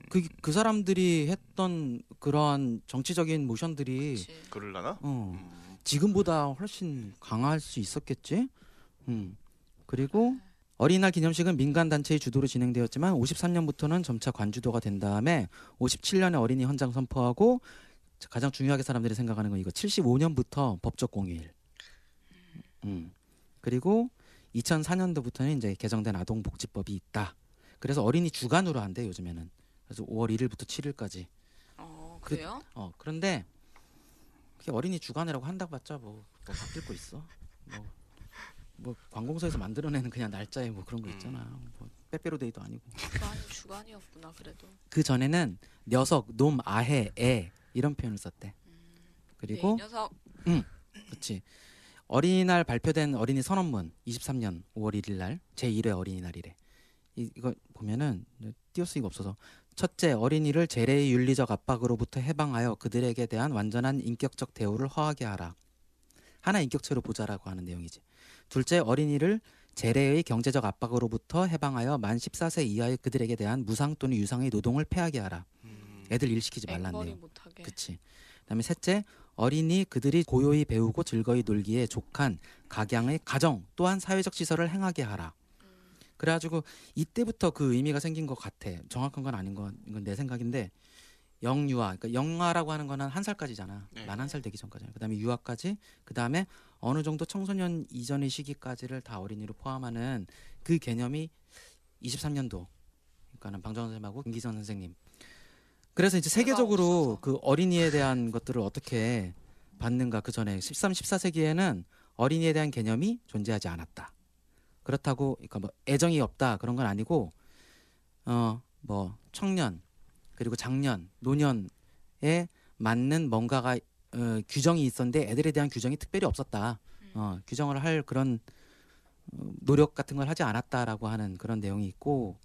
[SPEAKER 2] 그, 그 사람들이 했던 그러한 정치적인 모션들이
[SPEAKER 1] 그치.
[SPEAKER 4] 그럴라나?
[SPEAKER 2] 어,
[SPEAKER 4] 음.
[SPEAKER 2] 지금보다 훨씬 강할 수 있었겠지. 음. 그리고 어린이날 기념식은 민간 단체의 주도로 진행되었지만 53년부터는 점차 관주도가 된 다음에 57년에 어린이 헌장 선포하고 가장 중요하게 사람들이 생각하는 건 이거 75년부터 법적 공휴일. 음. 그리고 2004년도부터는 이제 개정된 아동복지법이 있다. 그래서 어린이 주간으로 한대 요즘에는. 그래서 5월 1일부터 7일까지.
[SPEAKER 1] 어,
[SPEAKER 2] 그-
[SPEAKER 1] 그래요?
[SPEAKER 2] 어 그런데 그게 어린이 주간이라고 한다고 봤자 뭐, 뭐 바뀔 거 있어? 뭐, 뭐 관공서에서 만들어내는 그냥 날짜에 뭐 그런 거 있잖아. 뭐 빼빼로데이도 아니고.
[SPEAKER 1] 주간, 주간이었구나 그래도.
[SPEAKER 2] 그 전에는 녀석, 놈, 아해, 애 이런 표현을 썼대.
[SPEAKER 1] 네, 이
[SPEAKER 2] 그리고
[SPEAKER 1] 녀석
[SPEAKER 2] 그렇지. 어린이날 발표된 어린이 선언문 23년 5월 1일 날 제1회 어린이날이래. 이, 이거 보면은 띄어쓰기가 없어서 첫째 어린이를 재래의 윤리적 압박으로부터 해방하여 그들에게 대한 완전한 인격적 대우를 허하게 하라. 하나 인격체로 보자라고 하는 내용이지. 둘째 어린이를 재래의 경제적 압박으로부터 해방하여 만 14세 이하의 그들에게 대한 무상 또는 유상의 노동을 폐하게 하라.
[SPEAKER 4] 음.
[SPEAKER 2] 애들 일 시키지 말란
[SPEAKER 1] 앵벌이
[SPEAKER 2] 내용.
[SPEAKER 1] 못하게.
[SPEAKER 2] 그치. 그다음에 셋째 어린이 그들이 고요히 배우고 즐거이 놀기에 족한 각양의 가정 또한 사회적 시설을 행하게 하라. 그래가지고 이때부터 그 의미가 생긴 것 같아. 정확한 건 아닌 건 이건 내 생각인데 영유아, 그러니까 영아라고 하는 거는 한 살까지잖아.
[SPEAKER 4] 네.
[SPEAKER 2] 만 한 살 되기 전까지. 그다음에 유아까지. 그다음에 어느 정도 청소년 이전의 시기까지를 다 어린이로 포함하는 그 개념이 23년도. 그러니까는 방정원 선생님하고 김기선 선생님. 그래서 이제 세계적으로
[SPEAKER 1] 없어서.
[SPEAKER 2] 그 어린이에 대한 것들을 어떻게 받는가 그 전에 13, 14세기에는 어린이에 대한 개념이 존재하지 않았다. 그렇다고 그러니까 뭐 애정이 없다 그런 건 아니고 어 뭐 청년 그리고 장년 노년에 맞는 뭔가가 어, 규정이 있었는데 애들에 대한 규정이 특별히 없었다. 어, 규정을 할 그런 어, 노력 같은 걸 하지 않았다라고 하는 그런 내용이 있고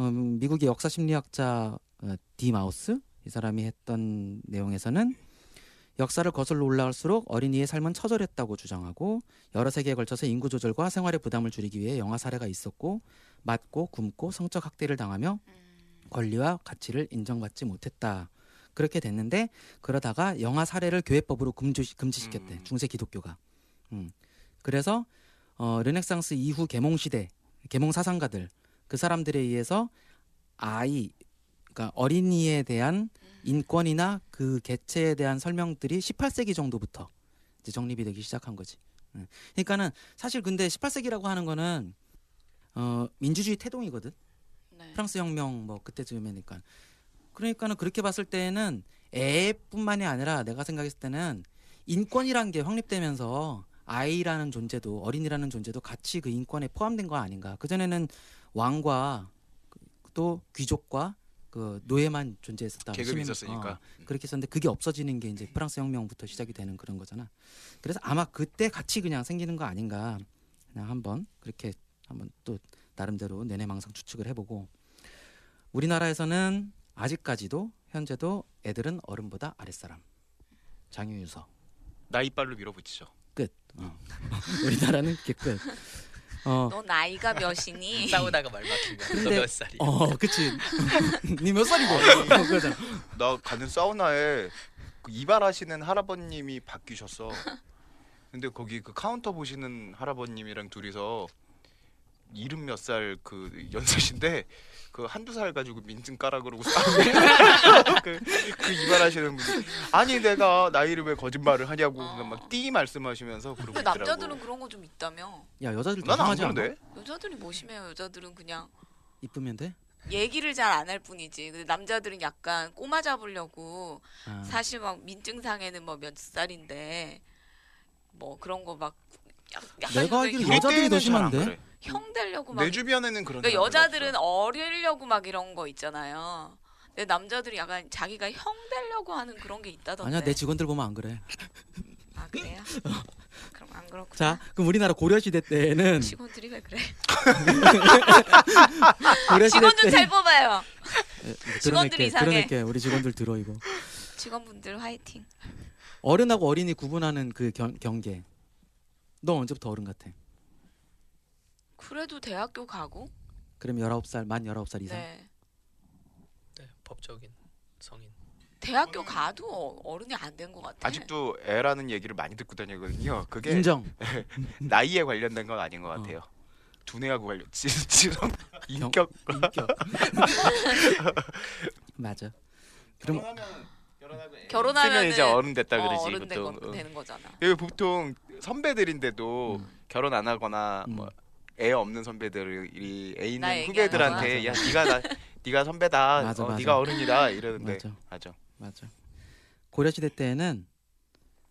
[SPEAKER 2] 음, 미국의 역사 심리학자 어, 디 마우스 이 사람이 했던 내용에서는 역사를 거슬러 올라갈수록 어린이의 삶은 처절했다고 주장하고 여러 세기에 걸쳐서 인구 조절과 생활의 부담을 줄이기 위해 영화 사례가 있었고 맞고 굶고 성적 학대를 당하며 권리와 가치를 인정받지 못했다. 그렇게 됐는데 그러다가 영아 살해를 교회법으로 금지, 금지시켰대
[SPEAKER 4] 음.
[SPEAKER 2] 중세 기독교가. 음. 그래서 어, 르네상스 이후 계몽 시대 계몽 사상가들 그 사람들에 의해서 아이 그러니까 어린이에 대한 인권이나 그 개체에 대한 설명들이 18세기 정도부터 이제 정립이 되기 시작한 거지. 음. 그러니까는 사실 근데 18세기라고 하는 거는 어, 민주주의 태동이거든.
[SPEAKER 1] 네.
[SPEAKER 2] 프랑스 혁명 뭐 그때쯤이니까 그러니까는 그렇게 봤을 때는 애뿐만이 아니라 내가 생각했을 때는 인권이란 게 확립되면서 아이라는 존재도 어린이라는 존재도 같이 그 인권에 포함된 거 아닌가 그전에는 왕과 그- 또 귀족과 그 노예만 존재했었다
[SPEAKER 4] 계급이
[SPEAKER 2] 시민-
[SPEAKER 4] 있었으니까.
[SPEAKER 2] 어, 그렇게 했었는데 그게 없어지는 게 이제 프랑스 혁명부터 시작이 되는 그런 거잖아 그래서 아마 그때 같이 그냥 생기는 거 아닌가 그냥 한번 그렇게 한번 또 나름대로 뇌내망상 추측을 해보고 우리나라에서는 아직까지도 현재도 애들은 어른보다 아랫사람 장유유서
[SPEAKER 4] 나이빨로 밀어붙이죠.
[SPEAKER 2] 끝 어. [laughs] 우리나라는 이렇게 끝 어,
[SPEAKER 1] 너 나이가
[SPEAKER 4] [laughs]
[SPEAKER 1] 몇이니?
[SPEAKER 3] 싸우다가 말 막히면
[SPEAKER 2] 근데-
[SPEAKER 3] 너몇 살이야?
[SPEAKER 2] 어 그치 [laughs] 니 몇 살이고 어, 그거잖아.
[SPEAKER 4] 나 가는 사우나에 그 이발하시는 할아버님이 바뀌셨어. 근데 거기 그 카운터 보시는 할아버님이랑 둘이서 이름 몇 살 그 연세신데 그 한두 살 가지고 민증 까라 그러고 싸우고 그, 그 이발하시는 분이 아니 내가 나이를 왜 거짓말을 하냐고 막 띠 말씀하시면서 그러고
[SPEAKER 1] 근데
[SPEAKER 4] 있더라고.
[SPEAKER 1] 남자들은 그런 거 좀 있다며.
[SPEAKER 2] 야 여자들 더
[SPEAKER 4] 난안
[SPEAKER 2] 심하지 않아?
[SPEAKER 4] 그런데.
[SPEAKER 1] 여자들이 뭐 심해요. 여자들은 그냥
[SPEAKER 2] 이쁘면 돼?
[SPEAKER 1] 얘기를 잘 안 할 뿐이지. 근데 남자들은 약간 꼬마 잡으려고
[SPEAKER 2] 아.
[SPEAKER 1] 사실 막 민증상에는 뭐 몇 살인데 뭐 그런 거 막 약간
[SPEAKER 2] 내가
[SPEAKER 1] 이런
[SPEAKER 2] 알기로
[SPEAKER 1] 거
[SPEAKER 4] 우리
[SPEAKER 2] 여자들이
[SPEAKER 4] 때에는
[SPEAKER 2] 더
[SPEAKER 4] 잘안
[SPEAKER 2] 심한데?
[SPEAKER 4] 그래.
[SPEAKER 1] 형 되려고 막
[SPEAKER 4] 내 주변에는 그런
[SPEAKER 1] 그러니까
[SPEAKER 4] 사람들
[SPEAKER 1] 여자들은
[SPEAKER 4] 없어.
[SPEAKER 1] 어리려고 막 이런 거 있잖아요. 근데 남자들은 약간 자기가 형 되려고 하는 그런 게 있다던데.
[SPEAKER 2] 아니야 내 직원들 보면 안 그래.
[SPEAKER 1] 아 그래요? 그럼 안 그렇구나.
[SPEAKER 2] 자 그럼 우리나라 고려 시대 때는
[SPEAKER 1] 직원들이 왜 그래?
[SPEAKER 2] [laughs] 고려 시대
[SPEAKER 1] 직원
[SPEAKER 2] 때
[SPEAKER 1] 좀 잘 뽑아요. 직원들이
[SPEAKER 2] 드러낼게
[SPEAKER 1] 이상해.
[SPEAKER 2] 드러낼게 우리 직원들 들어 이거
[SPEAKER 1] 직원분들 화이팅.
[SPEAKER 2] 어른하고 어린이 구분하는 그 견, 경계. 너 언제부터 어른 같아?
[SPEAKER 1] 그래도 대학교 가고.
[SPEAKER 2] 그럼 19살 만 19살 이상.
[SPEAKER 1] 네.
[SPEAKER 3] 네, 법적인 성인.
[SPEAKER 1] 대학교 가도 어- 어른이 안 된 것 같아.
[SPEAKER 4] 아직도 애라는 얘기를 많이 듣고 다니거든요. 그게
[SPEAKER 2] 인정.
[SPEAKER 4] 나이에 관련된 건 아닌
[SPEAKER 2] 어.
[SPEAKER 4] 것 같아요. 두뇌하고 관련 [laughs] 지- 지성 인격
[SPEAKER 2] 인격. 맞아. 그럼
[SPEAKER 1] 결혼하면
[SPEAKER 4] 쓰면 이제 어른 됐다
[SPEAKER 1] 어,
[SPEAKER 4] 그러지
[SPEAKER 1] 어른 된
[SPEAKER 4] 보통.
[SPEAKER 1] 거,
[SPEAKER 4] 응.
[SPEAKER 1] 되는 거잖아.
[SPEAKER 4] 예, 보통 선배들인데도 결혼 안 하거나
[SPEAKER 2] 음.
[SPEAKER 4] 뭐 애 없는 선배들이 애
[SPEAKER 1] 나
[SPEAKER 4] 있는
[SPEAKER 1] 얘기하는
[SPEAKER 4] 후배들한테
[SPEAKER 2] 거야?
[SPEAKER 4] 야 네가 나 네가
[SPEAKER 2] [laughs]
[SPEAKER 4] 선배다
[SPEAKER 2] 맞아,
[SPEAKER 4] 어,
[SPEAKER 2] 맞아.
[SPEAKER 4] 네가 어른이다 이러는데
[SPEAKER 2] 맞아.
[SPEAKER 4] 맞아
[SPEAKER 2] 맞아. 고려 시대 때에는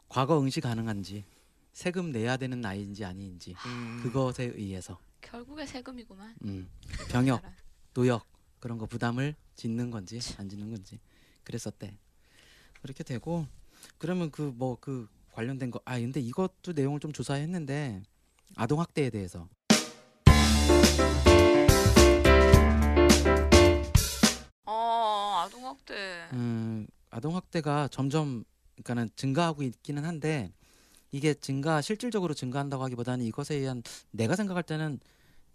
[SPEAKER 2] 과거 응시 가능한지 세금 내야 되는 나이인지 아닌지
[SPEAKER 4] 음,
[SPEAKER 2] 그것에 의해서
[SPEAKER 1] 결국에 세금이구만.
[SPEAKER 2] 음, 병역, 노역 그런 거 부담을 짓는 건지 안 짓는 건지 그랬었대. 그렇게 되고 그러면 그 뭐 그 관련된 거 아 근데 이것도 내용을 좀 조사했는데 아동 학대에 대해서
[SPEAKER 1] 어 아동학대.
[SPEAKER 2] 음, 아동 학대가 점점 그러니까는 증가하고 있기는 한데 이게 증가 실질적으로 증가한다고 하기보다는 이것에 의한 내가 생각할 때는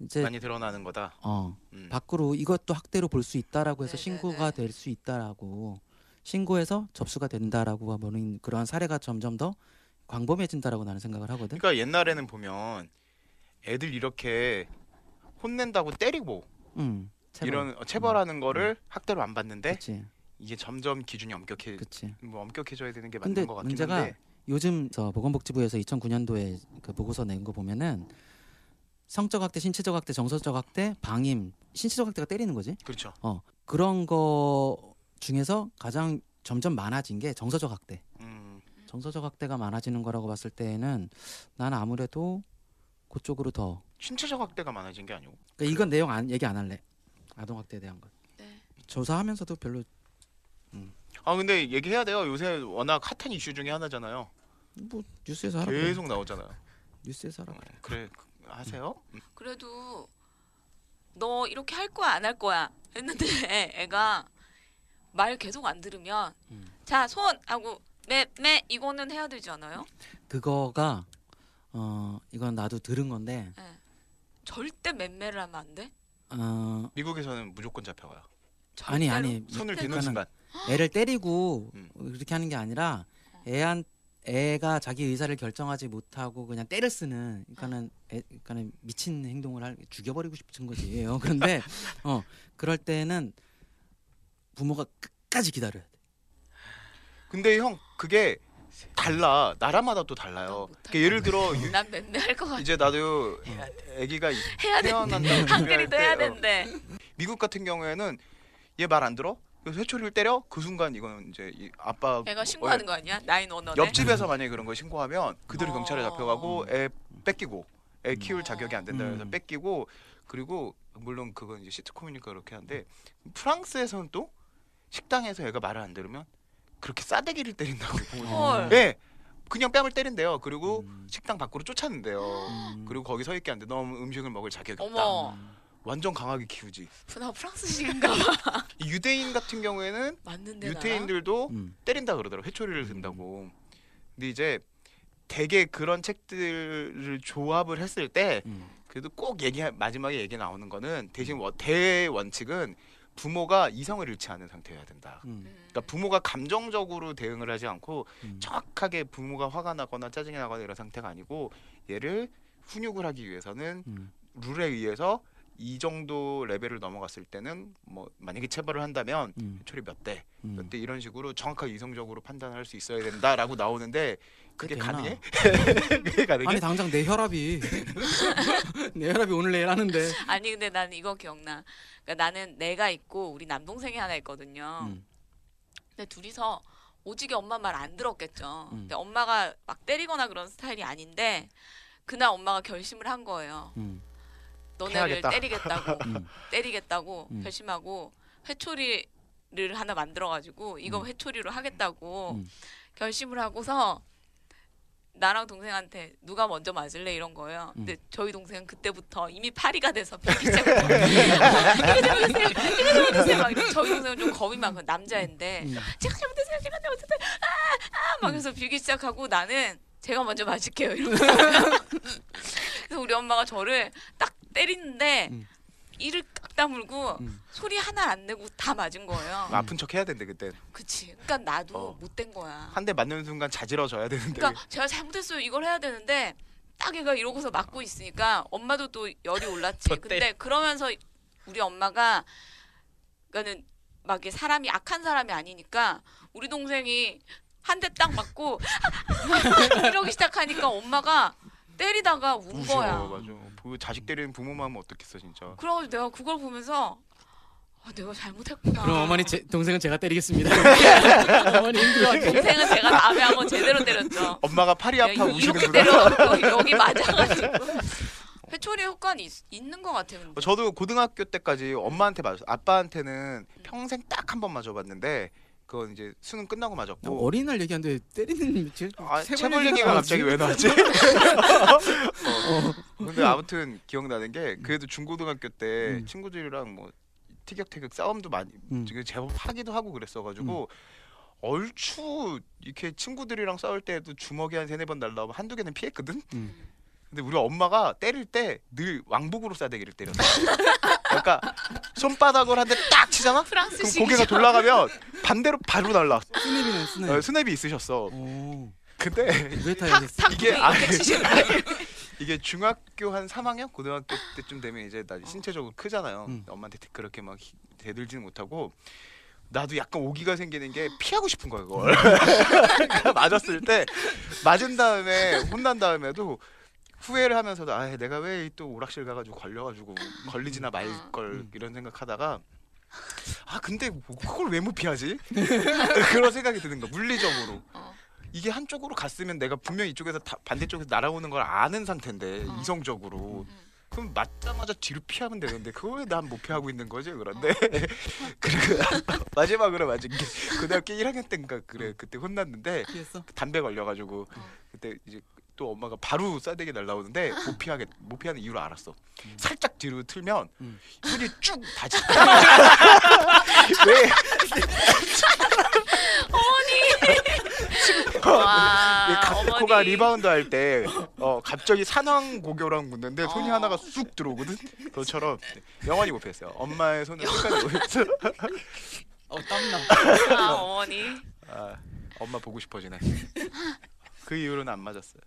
[SPEAKER 2] 이제
[SPEAKER 4] 많이 드러나는 거다
[SPEAKER 2] 어
[SPEAKER 4] 음.
[SPEAKER 2] 밖으로 이것도 학대로 볼 수 있다라고 해서
[SPEAKER 1] 네네네.
[SPEAKER 2] 신고가 될 수 있다라고 신고해서 접수가 된다라고 하는 그러한 사례가 점점 더 광범해진다라고 나는 생각을 하거든.
[SPEAKER 4] 그러니까 옛날에는 보면 애들 이렇게 혼낸다고 때리고
[SPEAKER 2] 음, 체벌. 음.
[SPEAKER 4] 이런 어, 체벌하는 거를 학대로 안 봤는데
[SPEAKER 2] 그치,
[SPEAKER 4] 이게 점점 기준이 엄격해
[SPEAKER 2] 그치.
[SPEAKER 4] 뭐 엄격해져야 되는 게 맞는
[SPEAKER 2] 근데
[SPEAKER 4] 것 같긴
[SPEAKER 2] 문제가
[SPEAKER 4] 한데
[SPEAKER 2] 요즘 저 보건복지부에서 2009년도에 그 보고서 낸 거 보면은 성적 학대, 신체적 학대, 정서적 학대, 방임, 신체적 학대가 때리는 거지.
[SPEAKER 4] 그렇죠
[SPEAKER 2] 어 그런 거 중에서 가장 점점 많아진 게 정서적 학대.
[SPEAKER 4] 음,
[SPEAKER 2] 정서적 학대가 많아지는 거라고 봤을 때에는 나는 아무래도 그쪽으로 더
[SPEAKER 4] 신체적 학대가 많아진 게 아니고
[SPEAKER 2] 그러니까 이건 내용 안, 얘기 안 할래 아동 학대에 대한 건
[SPEAKER 1] 네.
[SPEAKER 2] 조사하면서도 별로
[SPEAKER 4] 아 근데 얘기해야 돼요 요새 워낙 핫한 이슈 중에 하나잖아요
[SPEAKER 2] 뭐 뉴스에서 하라 그래.
[SPEAKER 4] 계속 나오잖아요
[SPEAKER 2] 뉴스에서 하라 그래.
[SPEAKER 4] 네, 그래 그- 하세요
[SPEAKER 1] 그래도 너 이렇게 할 거야 안 할 거야 했는데 [laughs] 애가 말 계속 안 들으면
[SPEAKER 4] 음.
[SPEAKER 1] 자 손 하고 매매 이거는 해야 되지 않아요?
[SPEAKER 2] 그거가 어 이건 나도 들은 건데
[SPEAKER 1] 절대 맴매를 하면 안 돼.
[SPEAKER 2] 어
[SPEAKER 4] 미국에서는 무조건 잡혀가요
[SPEAKER 2] 아니
[SPEAKER 1] 절대로.
[SPEAKER 2] 아니
[SPEAKER 4] 손을
[SPEAKER 1] 그때는-
[SPEAKER 4] 드는 순간
[SPEAKER 2] 애를 때리고
[SPEAKER 4] 음.
[SPEAKER 2] 그렇게 하는 게 아니라 애한 애가 자기 의사를 결정하지 못하고 그냥 때를 쓰는 그러니까는 애, 그러니까는 미친 행동을 할 죽여버리고 싶은 거지요. 그런데
[SPEAKER 4] [laughs]
[SPEAKER 2] 어 그럴 때는 부모가 끝까지 기다려야 돼.
[SPEAKER 4] 근데 형 그게 달라 나라마다 또
[SPEAKER 1] 난
[SPEAKER 4] 달라요
[SPEAKER 1] 아, 못할
[SPEAKER 4] 그러니까 예를 들어 유-
[SPEAKER 1] 난 맴매 할것 [laughs] 같아.
[SPEAKER 4] 이제 나도 아기가
[SPEAKER 1] [laughs] 해야
[SPEAKER 4] [laughs] 태어난다고
[SPEAKER 1] 되는데
[SPEAKER 4] 준비할
[SPEAKER 1] 한글이도
[SPEAKER 4] 때,
[SPEAKER 1] 해야
[SPEAKER 4] 어.
[SPEAKER 1] 되는데
[SPEAKER 4] 미국 같은 경우에는 얘 말 안 들어 그래서 회초리를 때려 그 순간 이거는 이제 이 아빠
[SPEAKER 1] 애가 신고하는 거 아니야? 네. 나인 원원에.
[SPEAKER 4] 어, 옆집에서 만약에 그런 거 신고하면 그대로
[SPEAKER 1] 어.
[SPEAKER 4] 경찰에 잡혀가고 애 뺏기고 애 키울
[SPEAKER 1] 음.
[SPEAKER 4] 자격이 안 된다 그래서
[SPEAKER 2] 음.
[SPEAKER 4] 뺏기고 그리고 물론 그건 이제 시트콤이니까 그렇게 한데 프랑스에서는 또 식당에서 애가 말을 안 들으면 그렇게 싸대기를 때린다고
[SPEAKER 1] 헐.
[SPEAKER 4] 예 그냥 뺨을 때린대요 그리고
[SPEAKER 2] 음.
[SPEAKER 4] 식당 밖으로 쫓았는데요
[SPEAKER 2] 음.
[SPEAKER 4] 그리고 거기 서 있게 안 돼 너무 음식을 먹을 자격이 없다
[SPEAKER 1] 어머,
[SPEAKER 4] 완전 강하게 키우지
[SPEAKER 1] 나 프랑스식인가 봐. [laughs]
[SPEAKER 4] 이 유대인 같은 경우에는
[SPEAKER 1] 맞는데 네, 나랑?
[SPEAKER 4] 유태인들도
[SPEAKER 2] 음.
[SPEAKER 4] 때린다 그러더라고 회초리를 든다고 근데 이제 되게 그런 책들을 조합을 했을 때
[SPEAKER 2] 음.
[SPEAKER 4] 그래도 꼭 얘기 마지막에 얘기 나오는 거는 대신 워- 대원칙은 부모가 이성을 잃지 않은 상태여야 된다.
[SPEAKER 2] 음,
[SPEAKER 4] 그러니까 부모가 감정적으로 대응을 하지 않고
[SPEAKER 2] 음.
[SPEAKER 4] 정확하게 부모가 화가 나거나 짜증이 나거나 이런 상태가 아니고 얘를 훈육을 하기 위해서는
[SPEAKER 2] 음,
[SPEAKER 4] 룰에 의해서 이 정도 레벨을 넘어갔을 때는 뭐 만약에 체벌을 한다면
[SPEAKER 2] 음,
[SPEAKER 4] 초리 몇 대,
[SPEAKER 2] 음.
[SPEAKER 4] 몇 대 이런 식으로 정확하게 이성적으로 판단할 수 있어야 된다라고 나오는데 그게
[SPEAKER 2] 되나?
[SPEAKER 4] 가능해? [laughs] 그게 가능해?
[SPEAKER 2] 아니 당장 내
[SPEAKER 4] [laughs]
[SPEAKER 2] 혈압이 내 혈압이 오늘 내일 하는데
[SPEAKER 1] 아니 근데 난 이거 기억나. 그러니까 나는 내가 있고 우리 남동생이 하나
[SPEAKER 4] 어.
[SPEAKER 1] 있거든요.
[SPEAKER 2] 음,
[SPEAKER 1] 근데 둘이서 오지게 엄마 말 안 들었겠죠.
[SPEAKER 2] 음.
[SPEAKER 1] 근데 엄마가 막 때리거나 그런 스타일이 아닌데 그날 엄마가 결심을 한 거예요.
[SPEAKER 2] 음,
[SPEAKER 1] 너네를
[SPEAKER 4] 해야겠다.
[SPEAKER 1] 때리겠다고
[SPEAKER 2] 음.
[SPEAKER 1] 때리겠다고
[SPEAKER 2] 음.
[SPEAKER 1] 결심하고 회초리를 하나 만들어가지고 이거
[SPEAKER 2] 음.
[SPEAKER 1] 회초리로 하겠다고
[SPEAKER 2] 음.
[SPEAKER 1] 결심을 하고서 나랑 동생한테 누가 먼저 맞을래 이런 거예요. 근데 저희 동생은 그때부터 이미 파리가 돼서 [laughs] 비키자고 이거 잘못했어요. 이거 잘못했어요. 막 이러고 저희 동생은 좀 겁이 많고 남자인데
[SPEAKER 2] 음.
[SPEAKER 1] 제가 잘못했어요. 제가 잘못했어요. 아, 아, 막 그래서 빌기 시작하고 나는 제가 먼저 맞을게요. 이러고.
[SPEAKER 2] 음.
[SPEAKER 1] 그래서 우리 엄마가 저를 딱 때리는데
[SPEAKER 2] 음.
[SPEAKER 1] 이를 깍 다물고
[SPEAKER 2] 음.
[SPEAKER 1] 소리 하나 안 내고 다 맞은 거예요.
[SPEAKER 4] 아픈 척 해야 된대 그때
[SPEAKER 1] 그치. 그러니까 나도
[SPEAKER 4] 어.
[SPEAKER 1] 못 된 거야.
[SPEAKER 4] 한 대 맞는 순간 자지러져야 되는데
[SPEAKER 1] 그러니까 제가 잘못했어요. 이걸 해야 되는데 딱 얘가 이러고서 맞고 있으니까 엄마도 또 열이 올랐지.
[SPEAKER 3] 더
[SPEAKER 1] 근데 그러면서 우리 엄마가 그러니까는 막 이게 사람이 악한 사람이 아니니까 우리 동생이 한 대 딱 맞고 [laughs] 이러기 시작하니까 엄마가 때리다가 운 거야.
[SPEAKER 4] 어, 맞아.
[SPEAKER 2] 음.
[SPEAKER 4] 그 자식 때리는 부모 마음 어떻겠어 진짜.
[SPEAKER 1] 그래가지고 내가 그걸 보면서 아, 내가 잘못했구나.
[SPEAKER 2] 그럼 어머니 제, 동생은 제가
[SPEAKER 4] [laughs]
[SPEAKER 2] 때리겠습니다 어머니
[SPEAKER 1] 그럼 동생은 제가 남의 한번 제대로 때렸죠.
[SPEAKER 4] 엄마가 팔이
[SPEAKER 1] 야,
[SPEAKER 4] 아파
[SPEAKER 1] 이거 이렇게
[SPEAKER 4] 우시는구나.
[SPEAKER 1] 때려갖고 [laughs] 여기 맞아가지고 회초리 효과는 있, 있는 것 같아요. 근데.
[SPEAKER 4] 저도 고등학교 때까지 엄마한테 맞았어. 아빠한테는 평생 딱 한 번 맞아봤는데 그건 이제 수능 끝나고 맞았고.
[SPEAKER 2] 어린 날 얘기하는데 때리는 [laughs] 제,
[SPEAKER 4] 아,
[SPEAKER 2] 세번
[SPEAKER 4] 체벌
[SPEAKER 2] 뭐 얘기가
[SPEAKER 4] 얘기가
[SPEAKER 2] 나왔지?
[SPEAKER 4] 갑자기 왜 나왔지? 어. 근데 아무튼 기억나는 게 그래도 중고등학교 때
[SPEAKER 2] 음.
[SPEAKER 4] 친구들이랑 뭐 티격태격 싸움도 많이
[SPEAKER 2] 음.
[SPEAKER 4] 지금 제법 하기도 하고 그랬어가지고 얼추 이렇게 친구들이랑 싸울 때도 주먹이 한 세네 번 날라오면 한두 개는 피했거든.
[SPEAKER 2] 음.
[SPEAKER 4] 근데 우리 엄마가 때릴 때 늘 왕복으로 싸대기를 때렸어. [laughs] 그러니까 손바닥을 한 대 딱 치잖아. 그럼
[SPEAKER 1] 프랑스식
[SPEAKER 4] 고개가 돌아가면 반대로 바로 날라.
[SPEAKER 2] 스냅이네 스냅
[SPEAKER 4] 어, 스냅이 있으셨어.
[SPEAKER 2] 오
[SPEAKER 4] 근데
[SPEAKER 2] 무에타이
[SPEAKER 1] 탁, 탁, 그
[SPEAKER 4] 이게
[SPEAKER 1] 이게
[SPEAKER 4] 아-
[SPEAKER 1] 이렇게 치시는 거예요.
[SPEAKER 4] 이게 중학교 한 3학년 고등학교 때쯤 되면 이제 나 이제 신체적으로 크잖아요.
[SPEAKER 2] 음.
[SPEAKER 4] 엄마한테 그렇게 막 히- 대들지는 못하고 나도 약간 오기가 생기는 게 피하고 싶은 거야 그걸.
[SPEAKER 2] 음.
[SPEAKER 4] [laughs] 그러니까 맞았을 때 맞은 다음에 혼난 다음에도 후회를 하면서도 아 내가 왜 또 오락실 가가지고 걸려가지고 걸리지나 말 걸
[SPEAKER 2] 음.
[SPEAKER 4] 이런 생각하다가 아 근데 뭐 그걸 왜 못 피하지? [laughs] 그런 생각이 드는 거야 물리적으로.
[SPEAKER 1] 어.
[SPEAKER 4] 이게 한쪽으로 갔으면 내가 분명 이쪽에서 다- 반대쪽에서 날아오는 걸 아는 상태인데
[SPEAKER 1] 어.
[SPEAKER 4] 이성적으로
[SPEAKER 1] 음.
[SPEAKER 4] 그럼 맞자마자 뒤로 피하면 되는데 그걸 왜 난 못 피하고 있는 거지
[SPEAKER 1] 어.
[SPEAKER 4] 그런데 [laughs] 그리고 [laughs] 마지막으로 맞은 게 고등학교 1학년 때인가
[SPEAKER 1] 음.
[SPEAKER 4] 그래 그때 혼났는데
[SPEAKER 2] 피했어
[SPEAKER 4] 담배 걸려가지고
[SPEAKER 1] 어.
[SPEAKER 4] 그때 이제 또 엄마가 바로 싸대기 날라오는데 못 피하게 못 피하는 이유를 알았어. 살짝 뒤로 틀면
[SPEAKER 2] 음.
[SPEAKER 4] 손이 쭉 다지. [laughs] 왜 왜
[SPEAKER 1] 아, 와,
[SPEAKER 4] 카세코가
[SPEAKER 1] 어머니.
[SPEAKER 4] 리바운드 할 때 어, 갑자기 산왕 고교랑 붙는데 손이
[SPEAKER 1] 어.
[SPEAKER 4] 하나가 쑥 들어오거든. 그처럼 영원히 못 폈어요. 엄마의 손을 끝까지 못 폈어.
[SPEAKER 2] 어 땀나
[SPEAKER 1] 아, 어머니.
[SPEAKER 4] 아, 엄마 보고 싶어지네. 그 이후로는 안 맞았어요.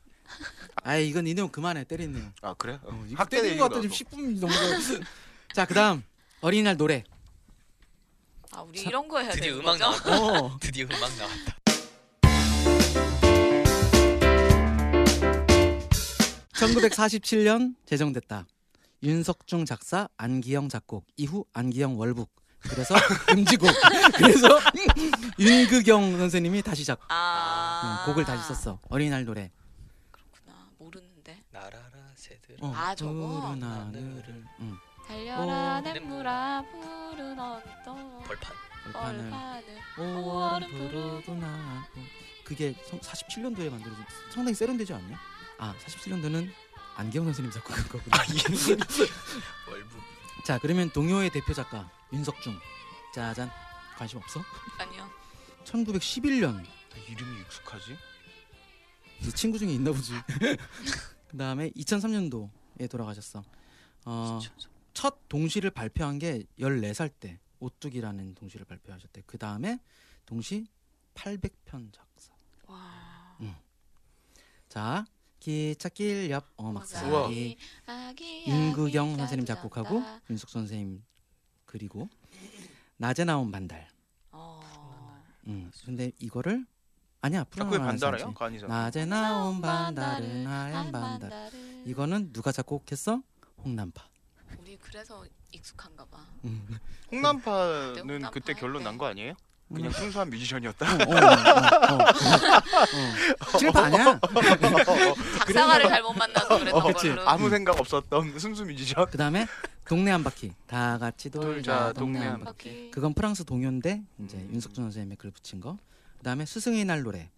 [SPEAKER 2] 아 이건 니네형 그만해 때리네요
[SPEAKER 4] 아 그래? 어,
[SPEAKER 2] 어, 이거
[SPEAKER 4] 학대
[SPEAKER 2] 때리는 것 같다 지금 10분 넘어자 그다음 어린이날 노래
[SPEAKER 1] 아, 우리 이런 거 해야 되
[SPEAKER 3] 드디어
[SPEAKER 1] 는
[SPEAKER 3] 음악
[SPEAKER 1] 거죠?
[SPEAKER 3] 나왔다. [laughs]
[SPEAKER 2] 어
[SPEAKER 3] 드디어 음악 나왔다.
[SPEAKER 2] (1947년) 제정됐다 윤석중 작사 안기영 작곡 이후 안기영 월북 그래서 [laughs] 음지곡 [laughs] 그래서 윤극영 선생님이 다시 작
[SPEAKER 1] 아,
[SPEAKER 2] 음, 곡을 다시 썼어 어린이날 노래
[SPEAKER 1] 그렇구나. 모르는데.
[SPEAKER 3] 나라라 새들.
[SPEAKER 2] 어,
[SPEAKER 1] 아, 네, 저거?
[SPEAKER 2] 하늘을 음,
[SPEAKER 1] 달려라
[SPEAKER 2] 어.
[SPEAKER 1] 냇물아 푸른 언덕
[SPEAKER 3] 벌판.
[SPEAKER 2] 벌판을
[SPEAKER 1] 어, 얼판을
[SPEAKER 2] 오월은 부르구나 그게 성- 47년도에 만들어진 상당히 세련되지 않냐? 아 47년도는 안기영 선생님 작곡한 거구나
[SPEAKER 1] 아, 예.
[SPEAKER 3] 월북.
[SPEAKER 2] [laughs] 자 그러면 동요의 대표 작가 윤석중 짜잔 관심 없어?
[SPEAKER 1] 아니요.
[SPEAKER 2] 1911년
[SPEAKER 4] 아, 이름이 익숙하지?
[SPEAKER 2] 이 친구 중에 있나 보지 [laughs] 그 다음에 어, 2003년도에 돌아가셨어 어, 첫 동시를 발표한 게 14살 때 오뚜기라는 동시를 발표하셨대. 그 다음에 동시 800편 작사.
[SPEAKER 1] 와.
[SPEAKER 2] 자, 기찻길 옆
[SPEAKER 4] 우와.
[SPEAKER 2] 어막사기 예,
[SPEAKER 1] 아기,
[SPEAKER 2] 임구경
[SPEAKER 1] 아기
[SPEAKER 2] 선생님
[SPEAKER 1] 자주
[SPEAKER 2] 작곡하고
[SPEAKER 1] 잔다.
[SPEAKER 2] 윤숙 선생님 그리고 낮에 나온 반달.
[SPEAKER 1] 어.
[SPEAKER 2] 음, 근데 이거를 아니야
[SPEAKER 4] 아, 그게
[SPEAKER 2] 프로그램
[SPEAKER 4] 반달아요? 그 아니잖아.
[SPEAKER 2] 낮에 나온 반달은 하얀 반달.
[SPEAKER 1] 반달은.
[SPEAKER 2] 이거는 누가 작곡했어? 홍남파.
[SPEAKER 1] 우리 그래서 익숙한가 봐.
[SPEAKER 2] 음.
[SPEAKER 4] 홍남파는
[SPEAKER 1] 홍남파
[SPEAKER 4] 그때
[SPEAKER 1] 할
[SPEAKER 4] 결론
[SPEAKER 1] 때.
[SPEAKER 4] 난 거 아니에요?
[SPEAKER 2] 음.
[SPEAKER 4] 그냥 순수한 뮤지션이었다.
[SPEAKER 2] 어, 어, 어, 어,
[SPEAKER 4] [laughs]
[SPEAKER 2] 어. 실패 아니야.
[SPEAKER 1] 작사가를 잘못 만나서 네, 그랬던
[SPEAKER 4] 어,
[SPEAKER 2] 그치.
[SPEAKER 1] 걸로.
[SPEAKER 4] 아무 생각 없었던 순수 뮤지션.
[SPEAKER 2] 그 다음에 동네 한 바퀴 다 같이 돌자
[SPEAKER 4] 돌자,
[SPEAKER 2] 동네 한 바퀴.
[SPEAKER 1] 바퀴.
[SPEAKER 2] 그건 프랑스 동요인데 이제
[SPEAKER 4] 음.
[SPEAKER 2] 윤석준 선생님의 글 붙인 거. 그 다음에 스승의 날 노래.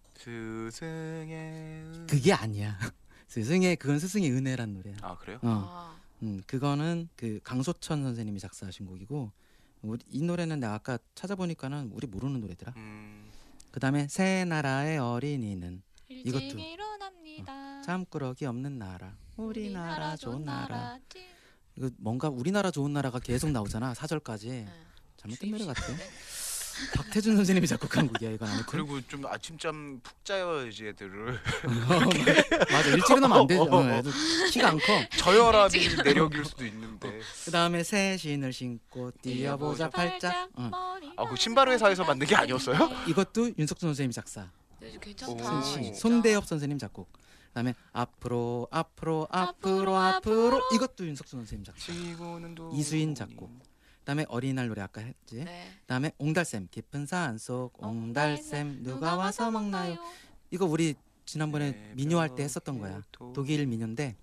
[SPEAKER 4] 스승의
[SPEAKER 2] 그게 아니야. [laughs] 스승의 그건 스승의 은혜란 노래야.
[SPEAKER 4] 아 그래요?
[SPEAKER 2] 어,
[SPEAKER 1] 아,
[SPEAKER 2] 음, 그거는 그 강소천 선생님이 작사하신 곡이고 우리, 이 노래는 내가 아까 찾아보니까는 우리 모르는 노래더라.
[SPEAKER 4] 음,
[SPEAKER 2] 그 다음에 새 나라의 어린이는 이것도.
[SPEAKER 1] 일찍 일어납니다. 네.
[SPEAKER 2] 참꾸러기 없는 나라. 우리나라 좋은 나라.
[SPEAKER 1] 찐.
[SPEAKER 2] 이거 뭔가 우리나라 좋은 나라가 계속 나오잖아 사절까지.
[SPEAKER 1] 네.
[SPEAKER 2] 잘못된 노래 같아. 박태준 선생님이 작곡한 곡이야 이건 아무튼.
[SPEAKER 4] 그리고 좀 아침잠 푹
[SPEAKER 2] [laughs]
[SPEAKER 4] 자야지 애들을 [laughs]
[SPEAKER 2] 맞아 일찍은 하면 안 되죠. 어, 애들 키가 안 커.
[SPEAKER 4] 저혈압이 내력일 수도 있는데
[SPEAKER 2] 그 다음에 새 신을 신고 뛰어보자 팔짝. 응.
[SPEAKER 4] 아, 그 신발 회사에서 만든 게 아니었어요?
[SPEAKER 2] 이것도 윤석준 선생님 작사.
[SPEAKER 1] 네,
[SPEAKER 4] 오,
[SPEAKER 1] 괜찮다.
[SPEAKER 2] 신-
[SPEAKER 1] 진짜.
[SPEAKER 2] 손대엽 선생님 작곡. 그다음에 앞으로 앞으로
[SPEAKER 1] 앞으로,
[SPEAKER 2] 앞으로 앞으로 이것도 윤석준 선생님 작사.
[SPEAKER 4] 지구는 도
[SPEAKER 2] 이수인 작곡. 그다음에 어린이날 노래 아까 했지.
[SPEAKER 1] 네.
[SPEAKER 2] 그다음에 옹달샘 깊은 산 속 어, 옹달샘 누가 와서 먹나요? 이거 우리 지난번에
[SPEAKER 1] 네,
[SPEAKER 2] 민요 할 때 했었던 거야. 독일 민요인데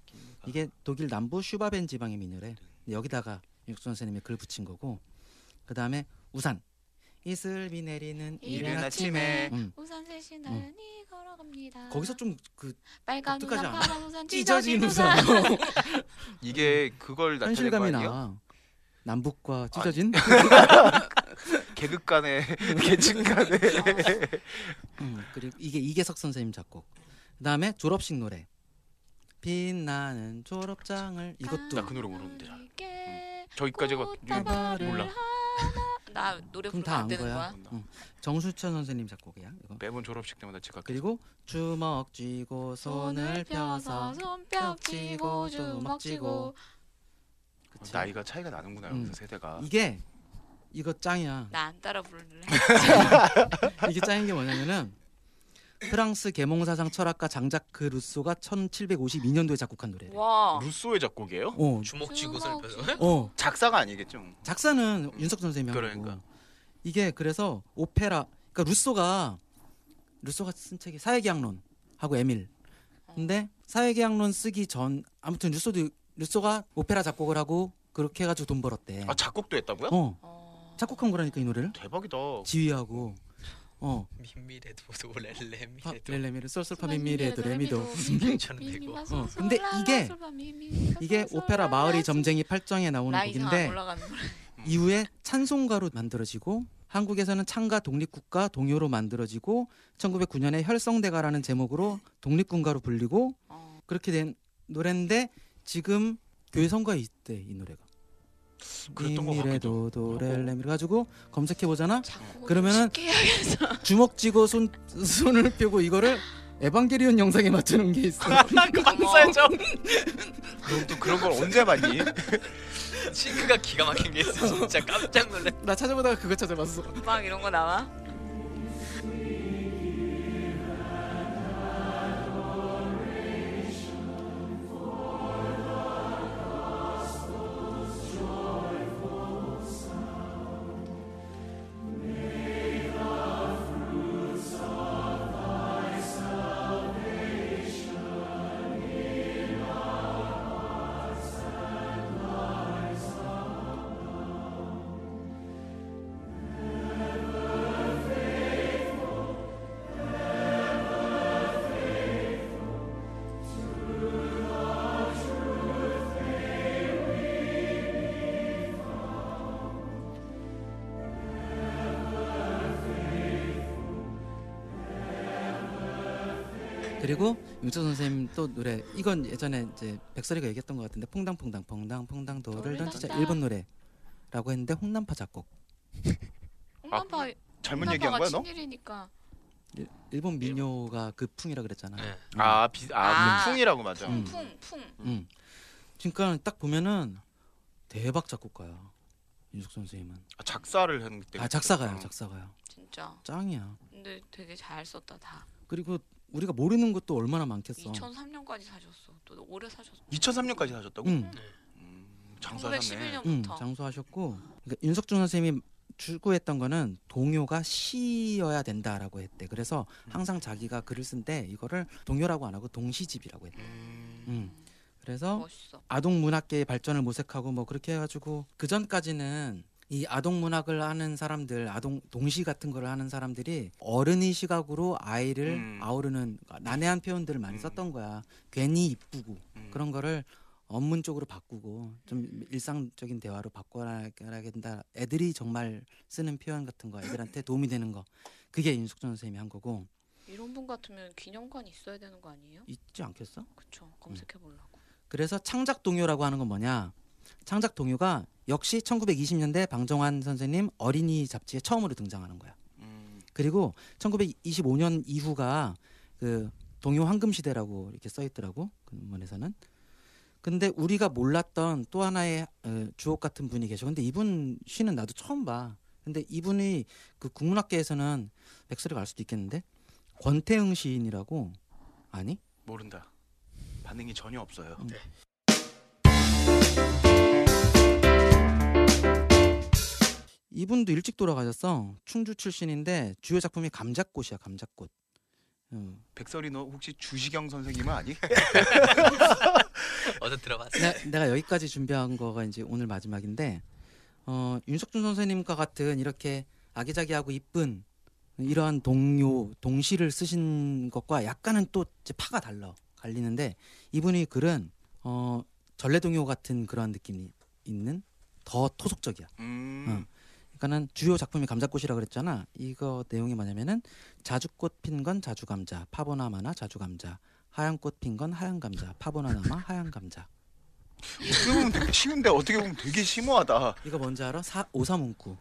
[SPEAKER 2] 이게 독일 남부 슈바벤 지방의 민요래. 근데
[SPEAKER 4] 네.
[SPEAKER 2] 여기다가 윤 선생님이 글 붙인 거고. 그 다음에 우산. 이슬비 내리는 이른
[SPEAKER 4] 이른
[SPEAKER 2] 아침.
[SPEAKER 4] 아침에
[SPEAKER 2] 음.
[SPEAKER 1] 우산 셋이 나란히 걸어갑니다.
[SPEAKER 2] 거기서 좀 그
[SPEAKER 1] 빨간 우산,
[SPEAKER 2] 독특하지 않아?
[SPEAKER 1] 파란 우산,
[SPEAKER 2] [laughs] 찢어진
[SPEAKER 1] 찢어진
[SPEAKER 2] 우산.
[SPEAKER 1] 우산.
[SPEAKER 4] 이게 그걸 나타낸
[SPEAKER 2] [laughs]
[SPEAKER 4] 거
[SPEAKER 2] 음. 현실감이
[SPEAKER 4] 아니에요? 아,
[SPEAKER 2] 나와. 남북과 찢어진.
[SPEAKER 4] 계급 간의 [laughs] 계층
[SPEAKER 2] [laughs]
[SPEAKER 4] 간의
[SPEAKER 2] [laughs] 음, 그리고 이게 이계석 선생님 작곡. 그 다음에 졸업식 노래. 빛나는
[SPEAKER 1] 아,
[SPEAKER 2] 졸업장을 이것도
[SPEAKER 4] 나 그 노래 모르는데 잘.
[SPEAKER 2] 음.
[SPEAKER 4] 저기까지가
[SPEAKER 1] 꽃다발을
[SPEAKER 4] 몰라.
[SPEAKER 1] 하나- 나 노래 부르면
[SPEAKER 2] 그럼 다
[SPEAKER 1] 안
[SPEAKER 2] 안
[SPEAKER 1] 되는
[SPEAKER 2] 거야.
[SPEAKER 1] 거야?
[SPEAKER 4] 거야?
[SPEAKER 2] 응. 정수천 선생님 작곡이야. 이거.
[SPEAKER 4] 매번 졸업식 때마다 지각.
[SPEAKER 2] 그리고 주먹 쥐고 손을 펴서
[SPEAKER 1] 손뼉 치고
[SPEAKER 2] 펴치고
[SPEAKER 1] 주먹 치고
[SPEAKER 2] 그치?
[SPEAKER 4] 나이가 차이가 나는구나
[SPEAKER 2] 음.
[SPEAKER 4] 여기서 세대가.
[SPEAKER 2] 이게 이거 짱이야.
[SPEAKER 1] 나 안 따라 부르래.
[SPEAKER 2] 이게 짱인 게 뭐냐면은 프랑스 계몽 사상 철학가 장자크 루소가 1752년도에 작곡한 노래래.
[SPEAKER 1] [laughs] 와.
[SPEAKER 2] 네.
[SPEAKER 4] 루소의 작곡이에요?
[SPEAKER 2] 어,
[SPEAKER 3] 주먹 쥐고
[SPEAKER 1] 주먹
[SPEAKER 3] 살펴서
[SPEAKER 1] 쥐고.
[SPEAKER 2] 어.
[SPEAKER 4] 어. 작사가 아니겠죠?
[SPEAKER 2] 작사는
[SPEAKER 4] 음,
[SPEAKER 2] 윤석 선생님이 한
[SPEAKER 4] 그러니까.
[SPEAKER 2] 거고. 이게 그래서 오페라 그러니까 루소가 루소가 쓴 책이 사회계약론 하고 에밀. 근데 사회계약론 쓰기 전 아무튼 루소도 루소가 오페라 작곡을 하고 그렇게 해 가지고 돈 벌었대.
[SPEAKER 4] 아 작곡도 했다고요?
[SPEAKER 2] 어.
[SPEAKER 1] 어.
[SPEAKER 2] 작곡한 거라니까 이 노래를
[SPEAKER 4] 대박이다.
[SPEAKER 2] 지휘하고 어,
[SPEAKER 3] [laughs] 민미레도
[SPEAKER 2] 파,
[SPEAKER 3] 렐레미레도
[SPEAKER 2] 아, 렐레미를 솔솔파 미미레도 레미도
[SPEAKER 3] 괜찮네 [laughs] 이거
[SPEAKER 2] 어, 근데 이게- [laughs] 이게 오페라 마을이 점쟁이 8정에 나오는
[SPEAKER 1] 라이
[SPEAKER 2] 곡인데
[SPEAKER 1] 상 올라가는 노래.
[SPEAKER 2] 이후에 찬송가로 만들어지고 한국에서는 창가 독립국가 동요로 만들어지고 1909년에 혈성대가라는 제목으로 독립군가로 불리고
[SPEAKER 1] 어.
[SPEAKER 2] 그렇게 된 노래인데 지금 교회 선거에 있대 이 노래가
[SPEAKER 4] 그랬던 것 같기도.
[SPEAKER 2] 미미레도 도렐레미 가지고 검색해 보잖아
[SPEAKER 1] 작곡을 좀
[SPEAKER 2] 그러면은-
[SPEAKER 1] 쉽게 해야겠어.
[SPEAKER 2] 주먹 쥐고 손 [laughs] 손을 펴고 이거를 에반게리온 영상에 맞추는 게 있어
[SPEAKER 1] 박사정.
[SPEAKER 4] 그럼 또 그런 걸 언제
[SPEAKER 2] [laughs]
[SPEAKER 4] 봤니?
[SPEAKER 3] 싱크가 기가 막힌 게 있어 진짜 깜짝 놀랐
[SPEAKER 2] 나 찾아보다가 그거 찾아봤어
[SPEAKER 1] [laughs] 막 이런 거 나와.
[SPEAKER 4] 아,
[SPEAKER 2] 그리고 윤철 선생님 또 노래 이건 예전에 이제 백설이가 얘기했던 것 같은데 퐁당퐁당 퐁당퐁당 도를 던지자
[SPEAKER 1] 던지자.
[SPEAKER 2] 일본 노래라고 했는데 홍남파 작곡
[SPEAKER 1] 홍남파
[SPEAKER 4] 잘못 얘기한 거야 너?
[SPEAKER 1] 친일이니까.
[SPEAKER 2] 일본 민요가 그 풍이라 그랬잖아.
[SPEAKER 3] 네.
[SPEAKER 2] 음.
[SPEAKER 4] 아, 비, 아,
[SPEAKER 1] 아.
[SPEAKER 4] 풍이라고 맞아.
[SPEAKER 2] 음.
[SPEAKER 1] 풍, 풍.
[SPEAKER 2] 음. 그러니까 딱 보면은 대박 작곡가야. 윤석 선생님은.
[SPEAKER 4] 아, 작사를 한 그때. 음.
[SPEAKER 2] 아 작사가요, 작사가요.
[SPEAKER 1] 진짜.
[SPEAKER 2] 짱이야.
[SPEAKER 1] 근데 되게 잘 썼다 다.
[SPEAKER 2] 그리고 우리가 모르는 것도 얼마나 많겠어.
[SPEAKER 1] 2003년까지 사셨어. 또 오래 사셨어.
[SPEAKER 4] 2003년까지 하셨다고?
[SPEAKER 2] 응,
[SPEAKER 4] 음, 장사하셨네.
[SPEAKER 1] 1911년부터.
[SPEAKER 2] 응, 장수하셨고 그러니까 윤석준 선생님이 추구했던 거는 동요가 시여야 된다라고 했대. 그래서
[SPEAKER 4] 음.
[SPEAKER 2] 항상 자기가 글을 쓴 때 이거를 동요라고 안 하고 동시집이라고 했대.
[SPEAKER 4] 음,
[SPEAKER 2] 음. 그래서
[SPEAKER 1] 멋있어.
[SPEAKER 2] 아동 문학계의 발전을 모색하고 뭐 그렇게 해가지고 그 전까지는 이 아동 문학을 하는 사람들, 아동 동시 같은 걸 하는 사람들이 어른이 시각으로 아이를
[SPEAKER 4] 음.
[SPEAKER 2] 아우르는 난해한 표현들을 많이
[SPEAKER 4] 음.
[SPEAKER 2] 썼던 거야. 괜히 이쁘고
[SPEAKER 4] 음.
[SPEAKER 2] 그런 거를 언문 쪽으로 바꾸고 좀 일상적인 대화로 바꿔야 된다. 애들이 정말 쓰는 표현 같은 거, 애들한테 도움이 되는 거. 그게 윤숙준 선생님이 한 거고
[SPEAKER 1] 이런 분 같으면 기념관 있어야 되는 거 아니에요?
[SPEAKER 2] 있지 않겠어?
[SPEAKER 1] 그쵸. 검색해 보려고.
[SPEAKER 2] 그래서 창작 동요라고 하는 건 뭐냐? 창작 동요가 역시 1920년대 방정환 선생님 어린이 잡지에 처음으로 등장하는 거야.
[SPEAKER 4] 음,
[SPEAKER 2] 그리고 1925년 이후가 그 동요 황금 시대라고 이렇게 써 있더라고 그 근문에서는. 근데 우리가 몰랐던 또 하나의 어, 주옥 같은 분이 계셔. 근데 이분 시는 나도 처음 봐. 근데 이분이 그 국문학계에서는 백설이 갈 수도 있겠는데 권태응 시인이라고 아니?
[SPEAKER 4] 모른다. 반응이 전혀 없어요.
[SPEAKER 2] 음. 이분도 일찍 돌아가셨어. 충주 출신인데 주요 작품이 감자꽃이야, 감자꽃. 음.
[SPEAKER 4] 백설이 너 혹시 주시경 선생님은
[SPEAKER 2] [laughs]
[SPEAKER 4] 아니?
[SPEAKER 3] 어제 들어봤어.
[SPEAKER 1] 네.
[SPEAKER 2] 네, 내, 내가 여기까지 준비한 거가 이제 오늘 마지막인데 어, 윤석준 선생님과 같은 이렇게 아기자기하고 이쁜 이러한 동요 동시를 쓰신 것과 약간은 또 이제 파가 달라 갈리는데 이분의 글은 어, 전래동요 같은 그런 느낌이 있는 더 토속적이야.
[SPEAKER 4] 음,
[SPEAKER 2] 어. 그러니까는 주요 작품이 감자꽃이라 그랬잖아. 이거 내용이 뭐냐면은 자주꽃 핀 건 자주감자, 파보나마나 자주감자, 하얀 꽃 핀 건 하얀 감자, 파보나나마 하얀 감자.
[SPEAKER 4] 어떻게 보면 되게 쉬운데 어떻게 보면 되게 심오하다.
[SPEAKER 2] 이거 뭔지 알아? 사, 오사문구.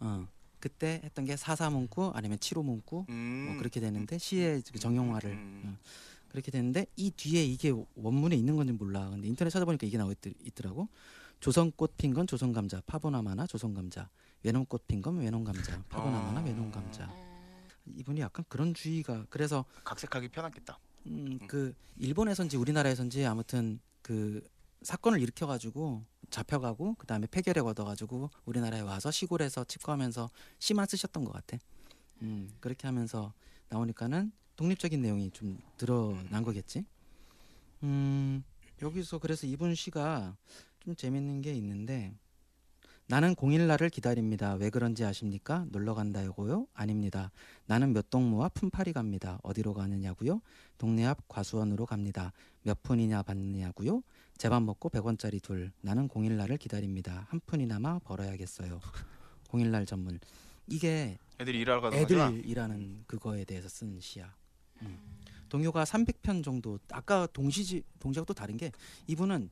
[SPEAKER 2] 어. 그때 했던 게 사사문구 아니면 칠오문구
[SPEAKER 4] 음,
[SPEAKER 2] 뭐 그렇게 되는데 시의 그 정형화를
[SPEAKER 4] 음.
[SPEAKER 2] 어, 그렇게 되는데 이 뒤에 이게 원문에 있는 건지 몰라. 근데 인터넷 찾아보니까 이게 나와 있, 있더라고. 조선꽃 핀 건 조선감자, 파보나마나 조선감자. 외놈꽃 핀 건 외놈감자, 파보나마나
[SPEAKER 4] 아.
[SPEAKER 2] 외놈감자.
[SPEAKER 1] 음,
[SPEAKER 2] 이분이 약간 그런 주의가 그래서
[SPEAKER 4] 각색하기 편하겠다.
[SPEAKER 2] 음, 그 일본에선지 우리나라에선지 아무튼 그 사건을 일으켜가지고 잡혀가고 그 다음에 폐결핵 얻어가지고 우리나라에 와서 시골에서 치과하면서 시만 쓰셨던 것 같아. 음, 그렇게 하면서 나오니까는 독립적인 내용이 좀 드러난 거겠지. 음, 여기서 그래서 이분 시가 좀 재밌는 게 있는데 나는 공일날을 기다립니다. 왜 그런지 아십니까? 놀러 간다고요? 아닙니다. 나는 몇 동 모아 품팔이 갑니다. 어디로 가느냐고요? 동네 앞 과수원으로 갑니다. 몇 푼이냐 받느냐고요? 제 밥 먹고 100원짜리 둘. 나는 공일날을 기다립니다. 한 푼이나마 벌어야겠어요. 공일날 전문. 이게
[SPEAKER 4] 애들이 일하러 가서 가잖아.
[SPEAKER 2] 애들이라는 그거에 대해서 쓴 시야. 음. 동요가 300편 정도. 아까 동시지 동시하고 또 다른 게 이분은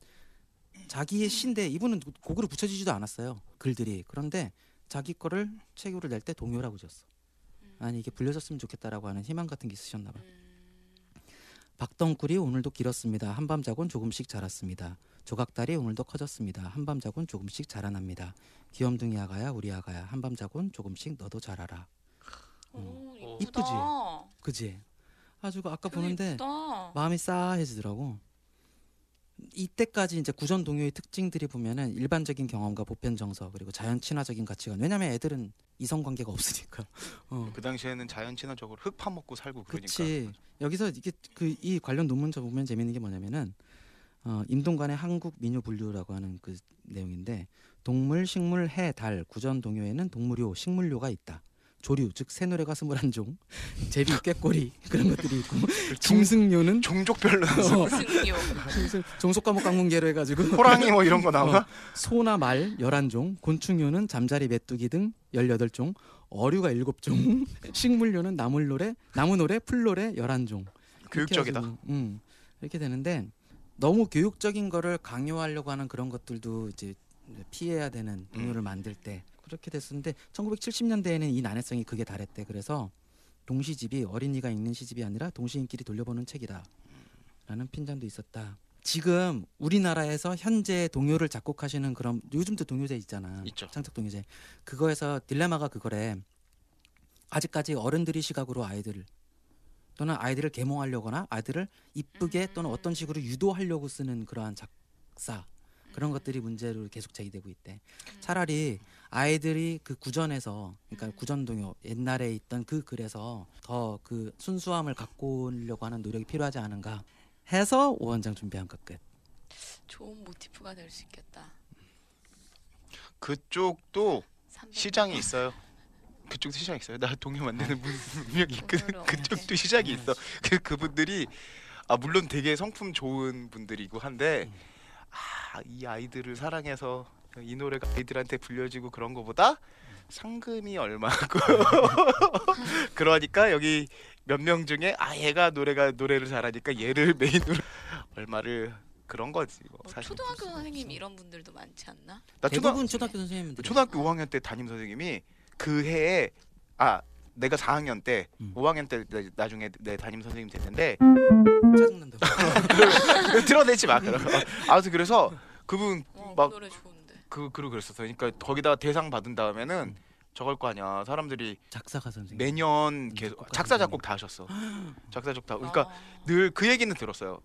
[SPEAKER 2] 자기의 시인데 이분은 곡으로 붙여지지도 않았어요. 글들이. 그런데 자기 거를 책으로 낼 때 동요라고 지었어. 아니 이게 불려졌으면 좋겠다라고 하는 희망 같은 게 있으셨나 봐. 요 박덩굴이 오늘도 길었습니다. 한밤자곤 조금씩 자랐습니다. 조각다리 오늘도 커졌습니다. 한밤자곤 조금씩 자라납니다. 귀염둥이 아가야 우리 아가야 한밤자곤 조금씩 너도 자라라.
[SPEAKER 1] 오,
[SPEAKER 3] 오.
[SPEAKER 1] 어, 이쁘다.
[SPEAKER 2] 이쁘지? 그지? 아주 그 아까
[SPEAKER 1] 표현
[SPEAKER 2] 보는데
[SPEAKER 1] 이쁘다.
[SPEAKER 2] 마음이 싸해지더라고. 이때까지 이제 구전 동요의 특징들이 보면은 일반적인 경험과 보편 정서 그리고 자연 친화적인 가치관. 왜냐면 애들은 이성 관계가 없으니까. [laughs] 어.
[SPEAKER 4] 그 당시에는 자연 친화적으로 흙 파먹고 살고 그러니까.
[SPEAKER 2] 그치 여기서 이게 그 이 관련 논문서 보면 재밌는 게 뭐냐면은 어, 임동관의 한국 민요 분류라고 하는 그 내용인데 동물, 식물, 해, 달, 구전 동요에는 동물요, 식물요가 있다. 조류 즉 새노래가 스물한 종, [laughs] 제비, 꾀꼬리 그런 것들이 있고
[SPEAKER 4] 그 종,
[SPEAKER 2] 중승요는 [laughs]
[SPEAKER 4] 종족별로
[SPEAKER 2] 어,
[SPEAKER 4] [laughs]
[SPEAKER 1] 승요.
[SPEAKER 2] 중승 종속과목 강문계로 해가지고
[SPEAKER 4] 호랑이 뭐 이런 거 나오나?
[SPEAKER 2] [laughs] 어, 소나 말 11종, 곤충류는 잠자리 메뚜기 등 18종, 어류가 7종, [laughs] 식물류는 나물노래, 나무노래, 풀노래 11종. 이렇게
[SPEAKER 4] 교육적이다.
[SPEAKER 2] 해가지고, 음. 이렇게 되는데 너무
[SPEAKER 4] 음.
[SPEAKER 2] 교육적인 거를 강요하려고 하는 그런 것들도 이제 피해야 되는 동요를 만들 때 그렇게 됐었는데 1970년대에는 이 난해성이 극에 달했대. 그래서 동시집이 어린이가 읽는 시집이 아니라 동시인끼리 돌려보는 책이다. 라는 핀잔도 있었다. 지금 우리나라에서 현재 동요를 작곡하시는 그런 요즘도 동요제 있잖아.
[SPEAKER 3] 있죠.
[SPEAKER 2] 창작 동요제. 그거에서 딜레마가 그거래. 아직까지 어른들이 시각으로 아이들을 또는 아이들을 계몽하려거나 아이들을 이쁘게 또는 어떤 식으로 유도하려고 쓰는 그러한 작사 그런 것들이 문제로 계속 제기되고 있대. 차라리 아이들이 그 구전에서 그러니까 구전 동요 옛날에 있던 그 글에서 더 그 순수함을 갖고 오려고 하는 노력이 필요하지 않은가 해서 오 원장 준비한 것 끝.
[SPEAKER 1] 좋은 모티프가 될 수 있겠다.
[SPEAKER 4] 그쪽도
[SPEAKER 1] 300.
[SPEAKER 4] 시장이 있어요. 그쪽도 시장이 있어요. 나 동요 만드는 분- 분명히 있거든.
[SPEAKER 1] 오늘은
[SPEAKER 4] 그쪽도 시장이 있어. 그 그분들이 아 물론 되게 성품 좋은 분들이고 한데 아 이 아이들을 사랑해서 이 노래가 아이들한테 불려지고 그런 거보다 상금이 얼마고 [laughs] 그러니까 여기 몇 명 중에 아 얘가 노래가 노래를 잘하니까 얘를 메인으로 [laughs] 얼마를 그런 거지 뭐
[SPEAKER 1] 뭐
[SPEAKER 4] 사실
[SPEAKER 1] 초등학교 선생님 이런 분들도 많지 않나?
[SPEAKER 4] 나 초등
[SPEAKER 2] 대부분 초등학교 선생님들.
[SPEAKER 4] 초등학교 5학년 때 담임 선생님이 그 해에 아 내가 4학년 때
[SPEAKER 2] 음.
[SPEAKER 4] 5학년 때 내- 나중에 내 담임 선생님 됐는데 [laughs]
[SPEAKER 2] 짜증난다.
[SPEAKER 4] 드러내지 마 그럼 아무튼 그래서 그분
[SPEAKER 1] 어,
[SPEAKER 4] 막-
[SPEAKER 1] 그 노래 좋은데.
[SPEAKER 4] 그 그러 그랬었어 그러니까 거기다 대상 받은 다음에는 저걸 거 아니야 사람들이
[SPEAKER 2] 작사가 선생님. 뭐.
[SPEAKER 4] 매년 계속
[SPEAKER 2] 작곡가
[SPEAKER 4] 작사
[SPEAKER 2] 선생님.
[SPEAKER 4] 작곡 다 하셨어 작사 작곡 다 그러니까
[SPEAKER 1] 아,
[SPEAKER 4] 늘 그 얘기는 들었어요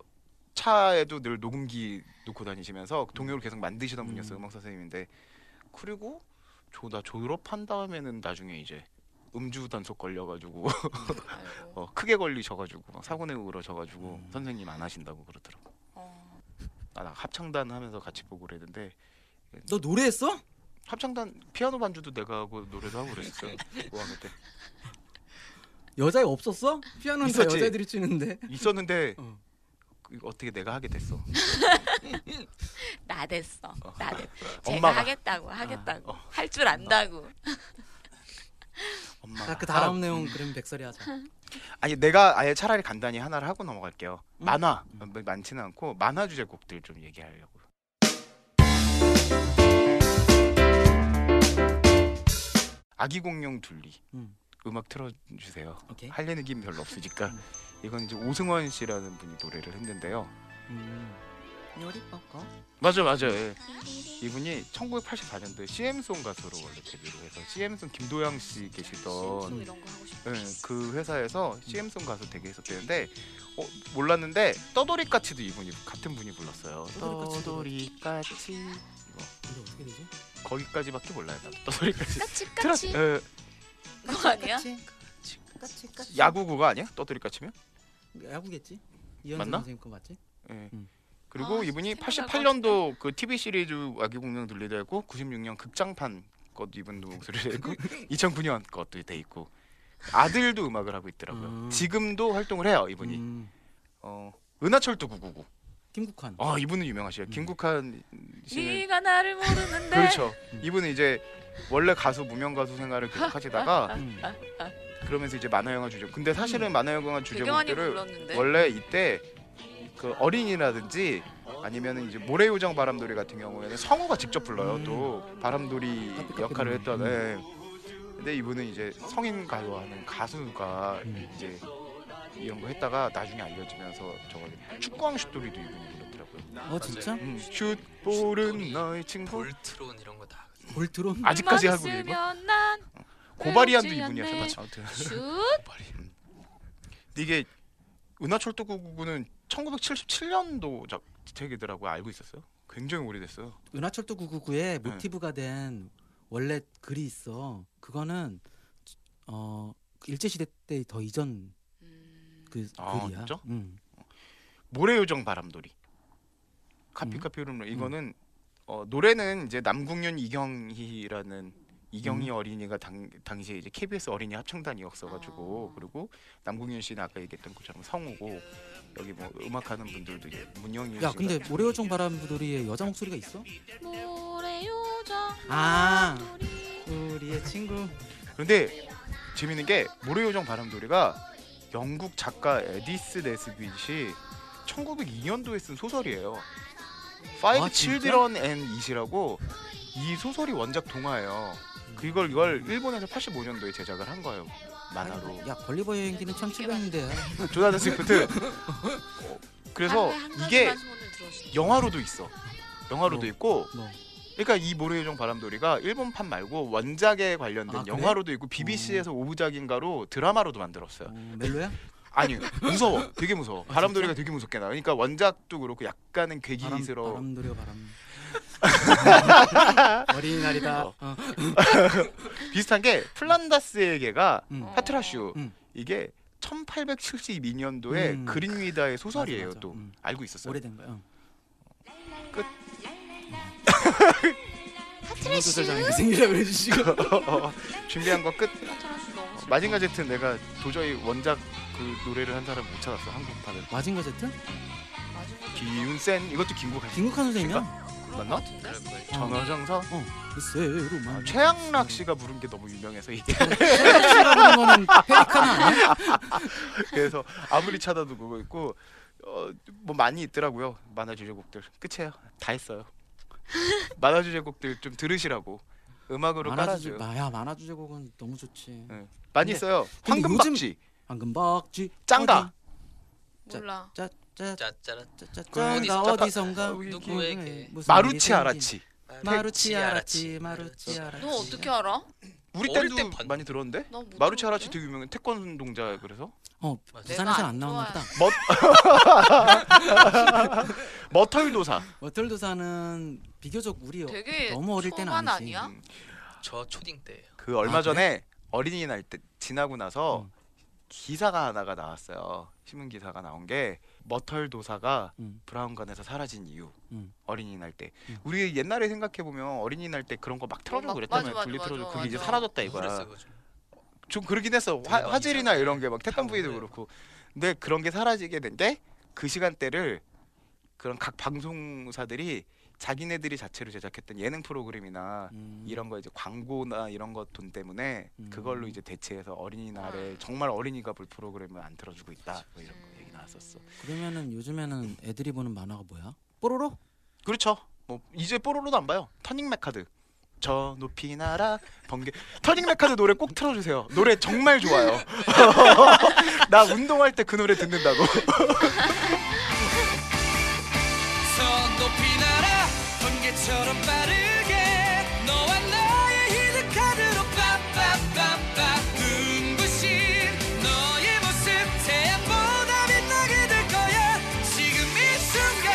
[SPEAKER 4] 차에도 늘 녹음기 놓고 다니시면서 그 동요를 계속 만드시던
[SPEAKER 2] 음.
[SPEAKER 4] 분이었어요 음악 선생님인데 그리고 저나 졸업한 다음에는 나중에 이제 음주 단속 걸려가지고 [laughs]
[SPEAKER 1] 아이고.
[SPEAKER 4] 어, 크게 걸리셔가지고 막 사고 내고 그러셔가지고
[SPEAKER 2] 음.
[SPEAKER 4] 선생님 안 하신다고 그러더라고.
[SPEAKER 1] 어.
[SPEAKER 4] 아, 나 합창단 하면서 같이 보고 그랬는데
[SPEAKER 2] 너 노래했어?
[SPEAKER 4] 합창단 피아노 반주도 내가 하고 노래도 하고 그랬었죠.
[SPEAKER 2] [laughs]
[SPEAKER 4] 5학년 때
[SPEAKER 2] 여자애 없었어? 피아노는 다
[SPEAKER 4] 있었지.
[SPEAKER 2] 여자애들이 치는데.
[SPEAKER 4] 있었는데
[SPEAKER 2] 어.
[SPEAKER 4] 그 어떻게 내가 하게 됐어.
[SPEAKER 1] 나 됐어. 나
[SPEAKER 4] [laughs]
[SPEAKER 1] 됐. 제가
[SPEAKER 4] 엄마가 아, 어.
[SPEAKER 1] 하겠다고 하겠다고 할 줄 안다고.
[SPEAKER 4] 엄마. 아,
[SPEAKER 2] 자, 그 다음 내용 그럼 백설이
[SPEAKER 4] [laughs]
[SPEAKER 2] 하자.
[SPEAKER 4] 아니 내가 아예 차라리 간단히 하나를 하고 넘어갈게요.
[SPEAKER 2] 음.
[SPEAKER 4] 만화 뭐 많지는 않고 만화 주제곡들 좀 얘기하려고. 아기 공룡 둘리
[SPEAKER 2] 음.
[SPEAKER 4] 음악 틀어주세요.
[SPEAKER 2] 오케이.
[SPEAKER 4] 할려는 김이 별로 [laughs] 없으니까
[SPEAKER 2] 음.
[SPEAKER 4] 이건 이제 오승원 씨라는 분이 노래를 했는데요.
[SPEAKER 2] 음. 요리 꺾어.
[SPEAKER 4] 맞아 맞아. 예. 이분이 1984년도에 CM송 가수로 원래 데뷔를 해서 CM송 김도영 씨 계시던
[SPEAKER 1] 또 이런 거 하고 싶어.
[SPEAKER 4] 예, 그 회사에서 CM송 가수 되게 했었대는데 어, 몰랐는데 떠돌이까치도 이분이 같은 분이 불렀어요.
[SPEAKER 2] 떠돌이까치.
[SPEAKER 4] 떠돌이까치 이거
[SPEAKER 2] 근데 어떻게 되지?
[SPEAKER 4] 거기까지밖에 몰라요. 나도 떠돌이까치.
[SPEAKER 1] 까치까치
[SPEAKER 4] 예,
[SPEAKER 1] 그거 아니야?
[SPEAKER 2] 까치 까치.
[SPEAKER 4] 야구구가 아니야? 떠돌이까치면?
[SPEAKER 2] 야구겠지? 이현수
[SPEAKER 4] 맞나?
[SPEAKER 2] 선생님 거 맞지?
[SPEAKER 4] 예.
[SPEAKER 2] 음.
[SPEAKER 4] 그리고
[SPEAKER 1] 아,
[SPEAKER 4] 이분이
[SPEAKER 1] 생각날
[SPEAKER 4] 88년도 그 TV 시리즈 아기 공룡 들리도 했고 96년 극장판 것도 이분
[SPEAKER 2] [laughs]
[SPEAKER 4] 목소리를
[SPEAKER 2] 그
[SPEAKER 4] 했고 2009년 것도 돼 있고 아들도 음악을 하고 있더라고요.
[SPEAKER 2] 음.
[SPEAKER 4] 지금도 활동을 해요 이분이.
[SPEAKER 2] 음.
[SPEAKER 4] 어, 은하철도 999.
[SPEAKER 2] 김국환.
[SPEAKER 4] 아 이분은 유명하시죠.
[SPEAKER 2] 음.
[SPEAKER 4] 김국한 씨는
[SPEAKER 1] 네가 나를 모르는데.
[SPEAKER 4] 그렇죠.
[SPEAKER 2] 음.
[SPEAKER 4] 이분은 이제 원래 가수 무명 가수 생활을 계속
[SPEAKER 1] [laughs]
[SPEAKER 4] 하시다가
[SPEAKER 2] 음.
[SPEAKER 4] 그러면서 이제 만화 영화 주제. 근데 사실은 만화 영화
[SPEAKER 1] 되게 많이
[SPEAKER 4] 주제곡들을
[SPEAKER 1] 음. 불렀는데.
[SPEAKER 4] 원래 이때 그 어린이라든지 아니면은 이제 모래요정 바람돌이 같은 경우에는 성우가 직접 불러요 또 바람돌이
[SPEAKER 2] 음. 카피카피
[SPEAKER 4] 역할을
[SPEAKER 2] 음.
[SPEAKER 4] 했던 예. 근데 이분은 이제 성인 가요하는 가수가
[SPEAKER 2] 음.
[SPEAKER 4] 이제 이런 거 했다가 나중에 알려지면서 저거 축구왕 슛돌이도 이분이 불렀더라고요
[SPEAKER 2] 어 진짜?
[SPEAKER 4] 음, 슛볼은 너의 친구
[SPEAKER 3] 볼트론 이런 거 다
[SPEAKER 2] 볼트론.
[SPEAKER 4] 아직까지 하고
[SPEAKER 1] 있는
[SPEAKER 4] 있는 거?
[SPEAKER 1] 거? 난
[SPEAKER 4] 고바리안도
[SPEAKER 1] 외롭지 않네.
[SPEAKER 4] 이분이었어요 아무튼 [laughs] 음.
[SPEAKER 1] 슛.
[SPEAKER 4] 근데 이게 은하철도 999는 1977년도 작 책이더라고 요 알고 있었어요. 굉장히 오래됐어요.
[SPEAKER 2] 은하철도
[SPEAKER 4] 네.
[SPEAKER 2] 999의 모티브가 된 원래 글이 있어. 그거는 어 일제 시대 때 더 이전
[SPEAKER 1] 음,
[SPEAKER 2] 그
[SPEAKER 4] 아,
[SPEAKER 2] 글이야.
[SPEAKER 4] 진짜?
[SPEAKER 2] 음.
[SPEAKER 4] 모래요정 바람돌이.
[SPEAKER 2] 음.
[SPEAKER 4] 카피카피룸 이거는 어, 노래는 이제 남궁윤 이경희라는
[SPEAKER 2] 음.
[SPEAKER 4] 이경희 어린이가 당, 당시에 이제 KBS 어린이 합창단이었어가지고
[SPEAKER 1] 아.
[SPEAKER 4] 그리고 남궁윤 씨는 아까 얘기했던 것처럼 성우고 여기 뭐 음악하는 분들도 이제 문영윤
[SPEAKER 2] 야
[SPEAKER 4] 씨가
[SPEAKER 2] 근데 모래오종 바람부돌이의 여자 목소리가 있어?
[SPEAKER 1] 모래 요정.
[SPEAKER 2] 아.
[SPEAKER 1] 남돌이.
[SPEAKER 2] 우리의 친구.
[SPEAKER 4] 그런데 재밌는 게 모래요정 바람돌이가 영국 작가 에디스 네스빗이 1902년도에 쓴 소설이에요. Five
[SPEAKER 2] 아, 진짜?
[SPEAKER 4] Children and It이라고 이 소설이 원작 동화예요. 그걸 이걸 일본에서 85년도에 제작을 한 거예요. 만화로.
[SPEAKER 2] 아니, 야 걸리버 여행기는 1700년대야.
[SPEAKER 4] 조나단 스위프트. 어,
[SPEAKER 1] 아,
[SPEAKER 4] 그래서 이게 영화로도 있어. 영화로도
[SPEAKER 2] 어.
[SPEAKER 4] 있고
[SPEAKER 2] 뭐.
[SPEAKER 4] 그러니까 이 모래의 종 바람돌이가 일본판 말고 원작에 관련된
[SPEAKER 2] 아, 그래? 음.
[SPEAKER 4] 영화로도 있고 BBC에서 오부작인가로 드라마로도 만들었어요.
[SPEAKER 2] 어, 멜로야?
[SPEAKER 4] 아니
[SPEAKER 2] [laughs]
[SPEAKER 4] 무서워, 되게 무서워. 바람돌이가 되게 무섭게 나. 그러니까 원작도 그렇고 약간은
[SPEAKER 2] 아, 바람
[SPEAKER 4] 괴기스러워.
[SPEAKER 2] 바람 돌려
[SPEAKER 4] [laughs]
[SPEAKER 2] 바람. [laughs] 어린이날이다.
[SPEAKER 4] 어.
[SPEAKER 2] 어.
[SPEAKER 4] 비슷한 게 플란다스의 개가
[SPEAKER 2] 음.
[SPEAKER 1] 어.
[SPEAKER 4] 파트라슈
[SPEAKER 2] 음.
[SPEAKER 4] 이게 1872년도에
[SPEAKER 2] 음.
[SPEAKER 4] 그린위다의 소설이에요.
[SPEAKER 2] 맞아, 맞아.
[SPEAKER 4] 또
[SPEAKER 2] 음.
[SPEAKER 4] 알고 있었어요.
[SPEAKER 2] 오래된 거야. 응.
[SPEAKER 1] [laughs] 파트리슈
[SPEAKER 2] 생일이라고 해주시고.
[SPEAKER 4] [laughs] 준비한 거 끝.
[SPEAKER 1] 파트라슈 너무 슬퍼.
[SPEAKER 4] 마징가 제트 는 내가 도저히 원작 그 노래를 한 사람 못 찾았어 한국판을.
[SPEAKER 2] 마징가 제트?
[SPEAKER 1] 마지막으로
[SPEAKER 4] 기윤센 이것도 긴곡 했어.
[SPEAKER 2] 김국환 선생님이야?
[SPEAKER 1] 그런
[SPEAKER 4] 맞나?
[SPEAKER 1] 것 같은데?
[SPEAKER 2] 그러니까.
[SPEAKER 4] 전화정서
[SPEAKER 2] 세로만.
[SPEAKER 4] 아, 어. 최양락 씨가 부른 게 너무 유명해서 이게
[SPEAKER 2] 최악이라는 거는 페리카나 아니야?
[SPEAKER 4] 그래서 아무리 찾아도 그거 있고 어, 뭐 많이 있더라고요 만화 주제곡들 끝이에요 다 했어요 만화 주제곡들 좀 들으시라고 음악으로
[SPEAKER 2] 만화 주제
[SPEAKER 4] 깔아줘요
[SPEAKER 2] 마야 만화 주제곡은 너무 좋지.
[SPEAKER 4] 네.
[SPEAKER 2] 근데-
[SPEAKER 4] 많이 있어요
[SPEAKER 2] 근데
[SPEAKER 4] 황금박쥐
[SPEAKER 2] 황금박쥐
[SPEAKER 4] 짱가.
[SPEAKER 2] 어디?
[SPEAKER 1] 몰라.
[SPEAKER 2] 짜짜
[SPEAKER 3] 짜짜라
[SPEAKER 2] 짜짜
[SPEAKER 3] 그건
[SPEAKER 2] 짱가
[SPEAKER 3] 어디서
[SPEAKER 2] 어디선가
[SPEAKER 4] 어,
[SPEAKER 3] 누구에게.
[SPEAKER 2] 무슨 일이
[SPEAKER 4] 마루치
[SPEAKER 2] 생긴-
[SPEAKER 4] 아라치
[SPEAKER 2] 마루치 아라치 마루치 아라치.
[SPEAKER 1] 너 어떻게 알아? 뭐
[SPEAKER 4] 우리
[SPEAKER 3] 어릴
[SPEAKER 4] 때도
[SPEAKER 3] 때 봤-
[SPEAKER 4] 많이 들었는데
[SPEAKER 1] 나 못.
[SPEAKER 4] 마루치
[SPEAKER 1] 들었는데?
[SPEAKER 4] 아라치 되게 유명해 태권동자 그래서
[SPEAKER 2] 어
[SPEAKER 3] 맞아.
[SPEAKER 2] 부산에서
[SPEAKER 1] 내가
[SPEAKER 2] 안
[SPEAKER 1] 안
[SPEAKER 2] 나오나 보다.
[SPEAKER 1] 좋아해.
[SPEAKER 4] 머털도사
[SPEAKER 2] 머털도사는 비교적 우리 어-
[SPEAKER 1] 되게
[SPEAKER 2] 너무 어릴 때는
[SPEAKER 1] 초반
[SPEAKER 2] 아니지.
[SPEAKER 1] 아니야?
[SPEAKER 3] 저 초딩 때예요.
[SPEAKER 4] 그 얼마
[SPEAKER 2] 아, 그래?
[SPEAKER 4] 전에 어린이날 때 지나고 나서
[SPEAKER 2] 음.
[SPEAKER 4] 기사가 하나가 나왔어요. 신문 기사가 나온 게 머털 도사가
[SPEAKER 2] 음.
[SPEAKER 4] 브라운관에서 사라진 이유.
[SPEAKER 2] 음.
[SPEAKER 4] 어린이날 때
[SPEAKER 2] 음.
[SPEAKER 4] 우리 옛날에 생각해 보면 어린이날 때 그런 거 막 틀어주고
[SPEAKER 1] 막-
[SPEAKER 4] 그랬다면
[SPEAKER 1] 맞아, 맞아,
[SPEAKER 4] 분리 틀어주고
[SPEAKER 1] 맞아,
[SPEAKER 4] 그게 이제
[SPEAKER 1] 맞아.
[SPEAKER 4] 사라졌다
[SPEAKER 3] 우울했어요,
[SPEAKER 4] 이거야.
[SPEAKER 3] 그거 좀.
[SPEAKER 4] 좀 그러긴 했어. 화,
[SPEAKER 3] 대박이다.
[SPEAKER 4] 화질이나 이런 게 막 태권
[SPEAKER 3] 다
[SPEAKER 4] 부위도
[SPEAKER 3] 오래.
[SPEAKER 4] 그렇고. 근데 그런 게 사라지게 된 게 그 시간대를 그런 각 방송사들이 자기네들이 자체로 제작했던 예능 프로그램이나
[SPEAKER 2] 음.
[SPEAKER 4] 이런 거 이제 광고나 이런 것 돈 때문에
[SPEAKER 2] 음.
[SPEAKER 4] 그걸로 이제 대체해서 어린이날에 정말 어린이가 볼 프로그램을 안 틀어주고 있다 뭐 이런
[SPEAKER 1] 음.
[SPEAKER 4] 거 얘기 나왔었어.
[SPEAKER 2] 그러면은 요즘에는 애들이 보는 만화가 뭐야? 뽀로로?
[SPEAKER 4] 그렇죠. 뭐 이제 뽀로로도 안 봐요. 터닝 메카드. 저 높이 날아 번개 터닝 메카드 노래 꼭 틀어주세요. 노래 정말 좋아요. [laughs] 나 운동할 때 그 노래 듣는다고.
[SPEAKER 5] 저 높이 날아 번개처럼 빠르게 너와 나의 히든카드로 빰빰빰빰 눈부신 너의 모습 태양보다 빛나게 될 거야 지금 이 순간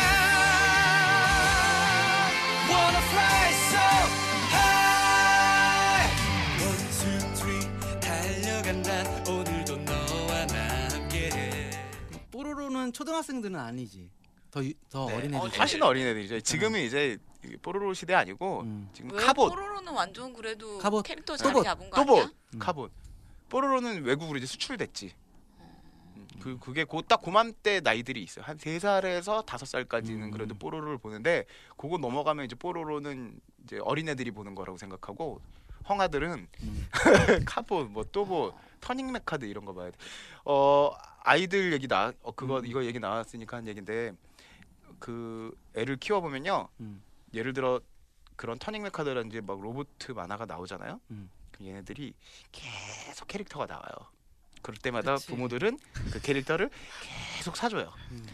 [SPEAKER 5] Wanna fly so high One, two, three 달려간다 오늘도 너와 나 함께해
[SPEAKER 2] 뽀로로는 초등학생들은 아니지. 더 더
[SPEAKER 3] 네.
[SPEAKER 2] 어린애들.
[SPEAKER 3] 어,
[SPEAKER 2] 좋아.
[SPEAKER 4] [laughs] 훨씬 어린애들이죠. 지금은 이제 이 뽀로로 시대 아니고
[SPEAKER 2] 음.
[SPEAKER 4] 지금
[SPEAKER 1] 왜
[SPEAKER 4] 카봇
[SPEAKER 1] 뽀로로는 완전 그래도
[SPEAKER 2] 카봇.
[SPEAKER 1] 캐릭터
[SPEAKER 2] 또봇.
[SPEAKER 1] 자리 잡은 거 아니야?
[SPEAKER 4] 또봇 뭐?
[SPEAKER 2] 음.
[SPEAKER 4] 카본 뽀로로는 외국으로 이제 수출됐지. 음, 그 그게 곧딱 고맘때 나이들이 있어요. 한 세 살에서 다섯 살까지는
[SPEAKER 2] 음.
[SPEAKER 4] 그래도 뽀로로를 보는데 그거 넘어가면 이제 뽀로로는 이제 어린애들이 보는 거라고 생각하고 헝아들은
[SPEAKER 2] 음.
[SPEAKER 4] [laughs] 카본 뭐또뭐 터닝 메카드 이런 거 봐야 돼. 어 아이들 얘기 나 어, 그거
[SPEAKER 2] 음.
[SPEAKER 4] 이거 얘기 나왔으니까 한 얘긴데 그 애를 키워 보면요.
[SPEAKER 2] 음.
[SPEAKER 4] 예를 들어 그런 터닝 메카드라든지 막 로봇 만화가 나오잖아요.
[SPEAKER 2] 음.
[SPEAKER 4] 그럼 얘네들이 계속 캐릭터가 나와요. 그럴 때마다
[SPEAKER 2] 그치.
[SPEAKER 4] 부모들은 그 캐릭터를 계속 사줘요.
[SPEAKER 2] 음.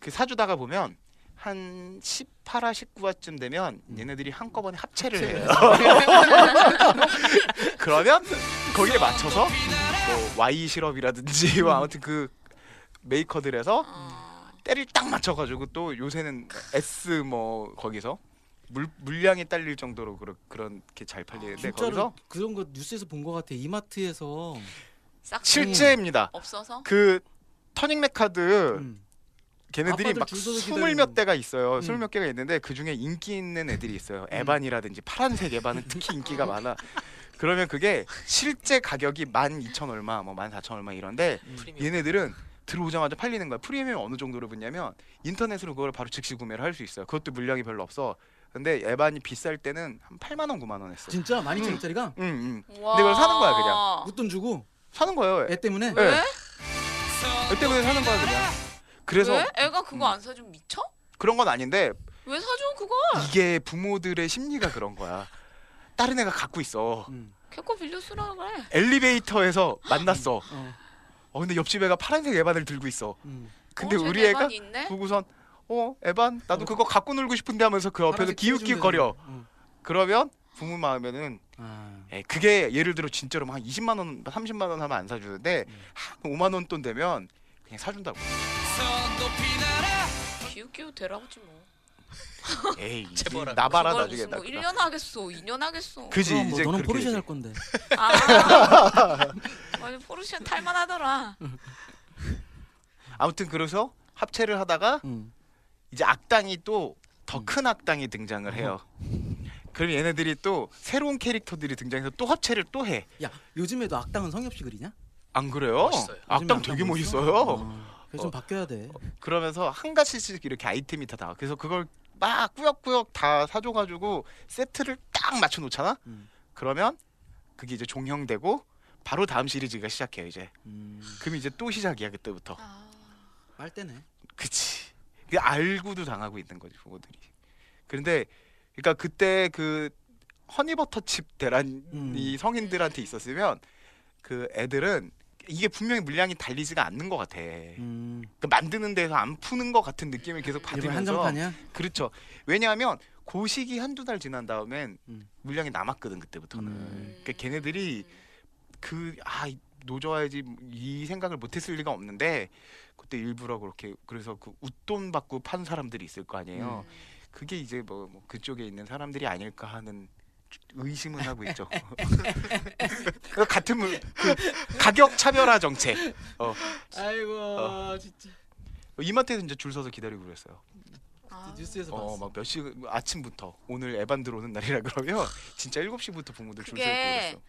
[SPEAKER 4] 그 사주다가 보면 한 18화, 19화쯤 되면
[SPEAKER 2] 음.
[SPEAKER 4] 얘네들이 한꺼번에 합체를 해요. 그러면 거기에 맞춰서 뭐 Y 시럽이라든지 뭐 아무튼 그 메이커들에서
[SPEAKER 1] 어.
[SPEAKER 4] 때를 딱 맞춰가지고 또 요새는 S 뭐 거기서 물 물량이 딸릴 정도로 그러, 그렇게 잘 팔리는데
[SPEAKER 2] 진짜로
[SPEAKER 4] 네,
[SPEAKER 2] 음.
[SPEAKER 4] 거기서
[SPEAKER 2] 그런 거 뉴스에서 본 거 같아. 이마트에서. 음.
[SPEAKER 1] 싹
[SPEAKER 4] 실제입니다.
[SPEAKER 1] 없어서
[SPEAKER 4] 그 터닝 메카드
[SPEAKER 2] 음.
[SPEAKER 4] 걔네들이
[SPEAKER 2] 아빠들
[SPEAKER 4] 막
[SPEAKER 2] 줄 서서
[SPEAKER 4] 스물
[SPEAKER 2] 기다리는
[SPEAKER 4] 몇 대가 있어요.
[SPEAKER 2] 음.
[SPEAKER 4] 스물 몇 개가 있는데 그 중에 인기 있는 애들이 있어요. 에반이라든지 파란색 에반은 특히 인기가 많아. 그러면 그게 실제 가격이 만 이천 얼마, 뭐만 사천 얼마 이런데
[SPEAKER 3] 프리미엄.
[SPEAKER 4] 얘네들은 들어오자마자 팔리는 거야. 프리미엄이 어느 정도로 붙냐면 인터넷으로 그걸 바로 즉시 구매를 할 수 있어요. 그것도 물량이 별로 없어. 근데 에반이 비쌀 때는 한 8만 원, 9만 원 했어.
[SPEAKER 2] 진짜 많이
[SPEAKER 4] 음.
[SPEAKER 2] 짜리짜리가
[SPEAKER 4] 응, 응.
[SPEAKER 1] 와.
[SPEAKER 4] 그걸 사는 거야, 그냥.
[SPEAKER 2] 웃돈 주고
[SPEAKER 4] 사는 거예요.
[SPEAKER 2] 애 때문에
[SPEAKER 1] 왜?
[SPEAKER 4] 네. 애 때문에 사는 거야, 그냥. 그래서
[SPEAKER 1] 왜? 애가 그거
[SPEAKER 4] 음.
[SPEAKER 1] 안 사주면 미쳐?
[SPEAKER 4] 그런 건 아닌데
[SPEAKER 2] 어.
[SPEAKER 1] 왜 사줘 그거?
[SPEAKER 4] 이게 부모들의 심리가 그런 거야. 다른 애가 갖고 있어.
[SPEAKER 2] 음.
[SPEAKER 1] 걔거 빌려 쓰라 그래.
[SPEAKER 4] 엘리베이터에서 만났어.
[SPEAKER 2] 어.
[SPEAKER 4] 어 근데 옆집 애가 파란색 에반을 들고 있어.
[SPEAKER 2] 음.
[SPEAKER 4] 근데
[SPEAKER 1] 어, 쟤
[SPEAKER 4] 우리 애가
[SPEAKER 1] 내반이 있네?
[SPEAKER 4] 보고선 어 에반 나도
[SPEAKER 2] 어.
[SPEAKER 4] 그거 갖고 놀고 싶은데 하면서 그 옆에서
[SPEAKER 2] 파란색 띄워주면
[SPEAKER 4] 기웃기웃거려.
[SPEAKER 2] 되잖아. 어.
[SPEAKER 4] 그러면 부모 마음에는
[SPEAKER 2] 아.
[SPEAKER 4] 에, 그게 예를 들어 진짜로 한 20만 원, 30만 원 하면 안 사주는데 한 5만 원 돈 되면 그냥 사준다고.
[SPEAKER 5] 선 높이 날아
[SPEAKER 1] 기웃기웃 되라고지 뭐.
[SPEAKER 4] 에이 이
[SPEAKER 3] 재벌하고.
[SPEAKER 4] 나바라
[SPEAKER 1] 그걸
[SPEAKER 4] 나중에
[SPEAKER 1] 무슨
[SPEAKER 4] 나.
[SPEAKER 1] 뭐 1년 하겠어, 2년 하겠어.
[SPEAKER 4] 그지
[SPEAKER 2] 그럼 뭐
[SPEAKER 4] 이제
[SPEAKER 2] 너는
[SPEAKER 4] 그렇게
[SPEAKER 2] 포르쉐
[SPEAKER 4] 되지.
[SPEAKER 2] 살 건데.
[SPEAKER 4] [laughs]
[SPEAKER 1] 아, [laughs] 아니 포르쉐 탈만하더라.
[SPEAKER 4] 아무튼 그래서 합체를 하다가
[SPEAKER 2] 음.
[SPEAKER 4] 이제 악당이 또 더 큰 악당이 등장을 해요. 그럼 얘네들이 또 새로운 캐릭터들이 등장해서 또 합체를 또 해.
[SPEAKER 2] 야 요즘에도 악당은 성엽 씨 그리냐?
[SPEAKER 4] 안 그래요?
[SPEAKER 3] 멋있어요.
[SPEAKER 2] 요즘에
[SPEAKER 4] 악당
[SPEAKER 2] 뭐
[SPEAKER 4] 되게
[SPEAKER 2] 멋있어?
[SPEAKER 4] 멋있어요.
[SPEAKER 2] 어. 그래 좀
[SPEAKER 4] 어.
[SPEAKER 2] 바뀌어야 돼.
[SPEAKER 4] 그러면서 한 가지씩 이렇게 아이템이 다 나와. 그래서 그걸 막 꾸역꾸역 다 사줘가지고 세트를 딱 맞춰 놓잖아.
[SPEAKER 2] 음.
[SPEAKER 4] 그러면 그게 이제 종영되고 바로 다음 시리즈가 시작해요 이제.
[SPEAKER 2] 음.
[SPEAKER 4] 그럼 이제 또 시작이야 그때부터.
[SPEAKER 2] 빨대네.
[SPEAKER 4] 그치. 그 알고도 당하고 있는 거지 부모들이. 그런데 그러니까 그때 그 허니버터칩 대란이
[SPEAKER 2] 음.
[SPEAKER 4] 성인들한테 있었으면 그 애들은 이게 분명히 물량이 달리지가 않는 것 같아.
[SPEAKER 2] 음.
[SPEAKER 4] 그 만드는 데서 안 푸는 것 같은 느낌을 계속
[SPEAKER 2] 일본
[SPEAKER 4] 받으면서
[SPEAKER 2] 한정판이야.
[SPEAKER 4] 그렇죠. 왜냐하면 그 시기 한두 달 지난 다음엔
[SPEAKER 2] 음.
[SPEAKER 4] 물량이 남았거든 그때부터는.
[SPEAKER 2] 음.
[SPEAKER 4] 그러니까 걔네들이 그 아 노져야지 이 생각을 못했을 리가 없는데 그때 일부러 그렇게 그래서 그 웃돈 받고 판 사람들이 있을 거
[SPEAKER 1] 음.
[SPEAKER 4] 아니에요. 그게 이제 뭐, 뭐 그쪽에 있는 사람들이 아닐까 하는 의심은 하고 있죠. [laughs] 같은 물, 그 가격 차별화 정책. 어,
[SPEAKER 2] 아이고
[SPEAKER 4] 어.
[SPEAKER 2] 진짜
[SPEAKER 4] 이마트에서 이제 줄 서서 기다리고 그랬어요.
[SPEAKER 1] 아,
[SPEAKER 2] 뉴스에서
[SPEAKER 4] 어, 막 몇 시 아침부터 오늘 에반 들어오는 날이라 그러면 [laughs] 진짜 7시부터 부모들 줄 서 있고
[SPEAKER 1] 그게
[SPEAKER 4] 그랬어.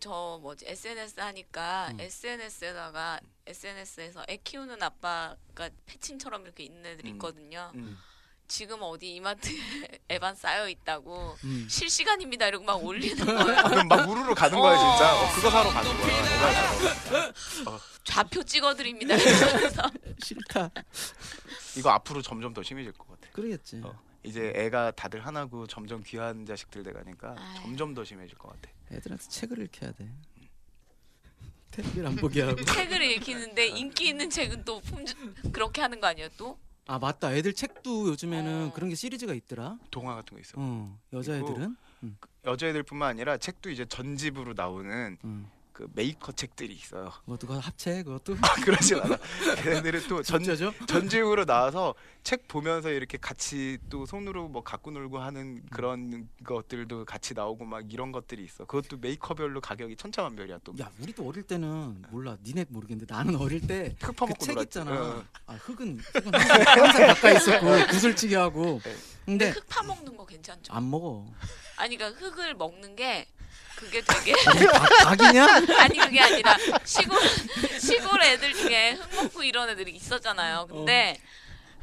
[SPEAKER 1] 저 뭐지 SNS 하니까
[SPEAKER 2] 음.
[SPEAKER 1] SNS에다가 SNS에서 애 키우는 아빠가 패친처럼 이렇게 있는 애들이
[SPEAKER 4] 음.
[SPEAKER 1] 있거든요.
[SPEAKER 4] 음.
[SPEAKER 1] 지금 어디 이마트에 [laughs] 애반 쌓여 있다고
[SPEAKER 2] 음.
[SPEAKER 1] 실시간입니다 이러고 막 올리는
[SPEAKER 4] [laughs]
[SPEAKER 1] 거예요.
[SPEAKER 4] 아, 그럼 막 우르르 가는 거야 진짜.
[SPEAKER 1] 어.
[SPEAKER 4] 어, 그거 사러 가는 뭐 거야. 에반 사러.
[SPEAKER 1] 좌표 찍어드립니다. 이러면서 [laughs]
[SPEAKER 2] 싫다.
[SPEAKER 4] 이거 앞으로 점점 더 심해질 것 같아.
[SPEAKER 2] 그러겠지.
[SPEAKER 4] 어. 이제 애가 다들 하나고 점점 귀한 자식들 돼가니까
[SPEAKER 1] 아유.
[SPEAKER 4] 점점 더 심해질 것 같아.
[SPEAKER 2] 애들한테 책을 읽혀야 돼. [laughs] 책을 안 보게 하고.
[SPEAKER 1] 책을 읽히는데 인기 있는 책은 또 품절 그렇게 하는 거 아니에요 또?
[SPEAKER 2] 아 맞다. 애들 책도 요즘에는
[SPEAKER 1] 어.
[SPEAKER 2] 그런 게 시리즈가 있더라.
[SPEAKER 4] 동화 같은 거 있어.
[SPEAKER 2] 어 여자애들은.
[SPEAKER 4] 여자애들뿐만 아니라 책도 이제 전집으로 나오는
[SPEAKER 2] 음.
[SPEAKER 4] 그 메이커 책들이 있어요. [laughs]
[SPEAKER 2] 그것도 그거 뭐 합체 그것도 [laughs]
[SPEAKER 4] 아, 그러진 않아. 걔네들은 또 전,
[SPEAKER 2] 진짜죠?
[SPEAKER 4] 전집으로 나와서 책 보면서 이렇게 같이 또 손으로 뭐 갖고 놀고 하는 그런 것들도 같이 나오고 막 이런 것들이 있어. 그것도 메이커별로 가격이 천차만별이야 또.
[SPEAKER 2] 야 우리도 어릴 때는 몰라 니네 모르겠는데 나는 어릴 때
[SPEAKER 4] 흙
[SPEAKER 2] 그
[SPEAKER 4] 퍼먹고
[SPEAKER 2] 책
[SPEAKER 4] 놀았지.
[SPEAKER 2] 있잖아.
[SPEAKER 4] 어.
[SPEAKER 2] 아 흙은, 흙은 항상, 항상 가까이 있었고 구슬치기 하고.
[SPEAKER 4] 네.
[SPEAKER 1] 근데
[SPEAKER 2] 근데 아.
[SPEAKER 1] 흙 파먹는 거 괜찮죠?
[SPEAKER 2] 안 먹어.
[SPEAKER 1] 아니 그러니까 흙을 먹는 게 그게 되게 [laughs]
[SPEAKER 2] 아, 닭이냐?
[SPEAKER 1] 아니 그게 아니라 시골 시골 애들 중에 흙 먹고 이런 애들이 있었잖아요. 근데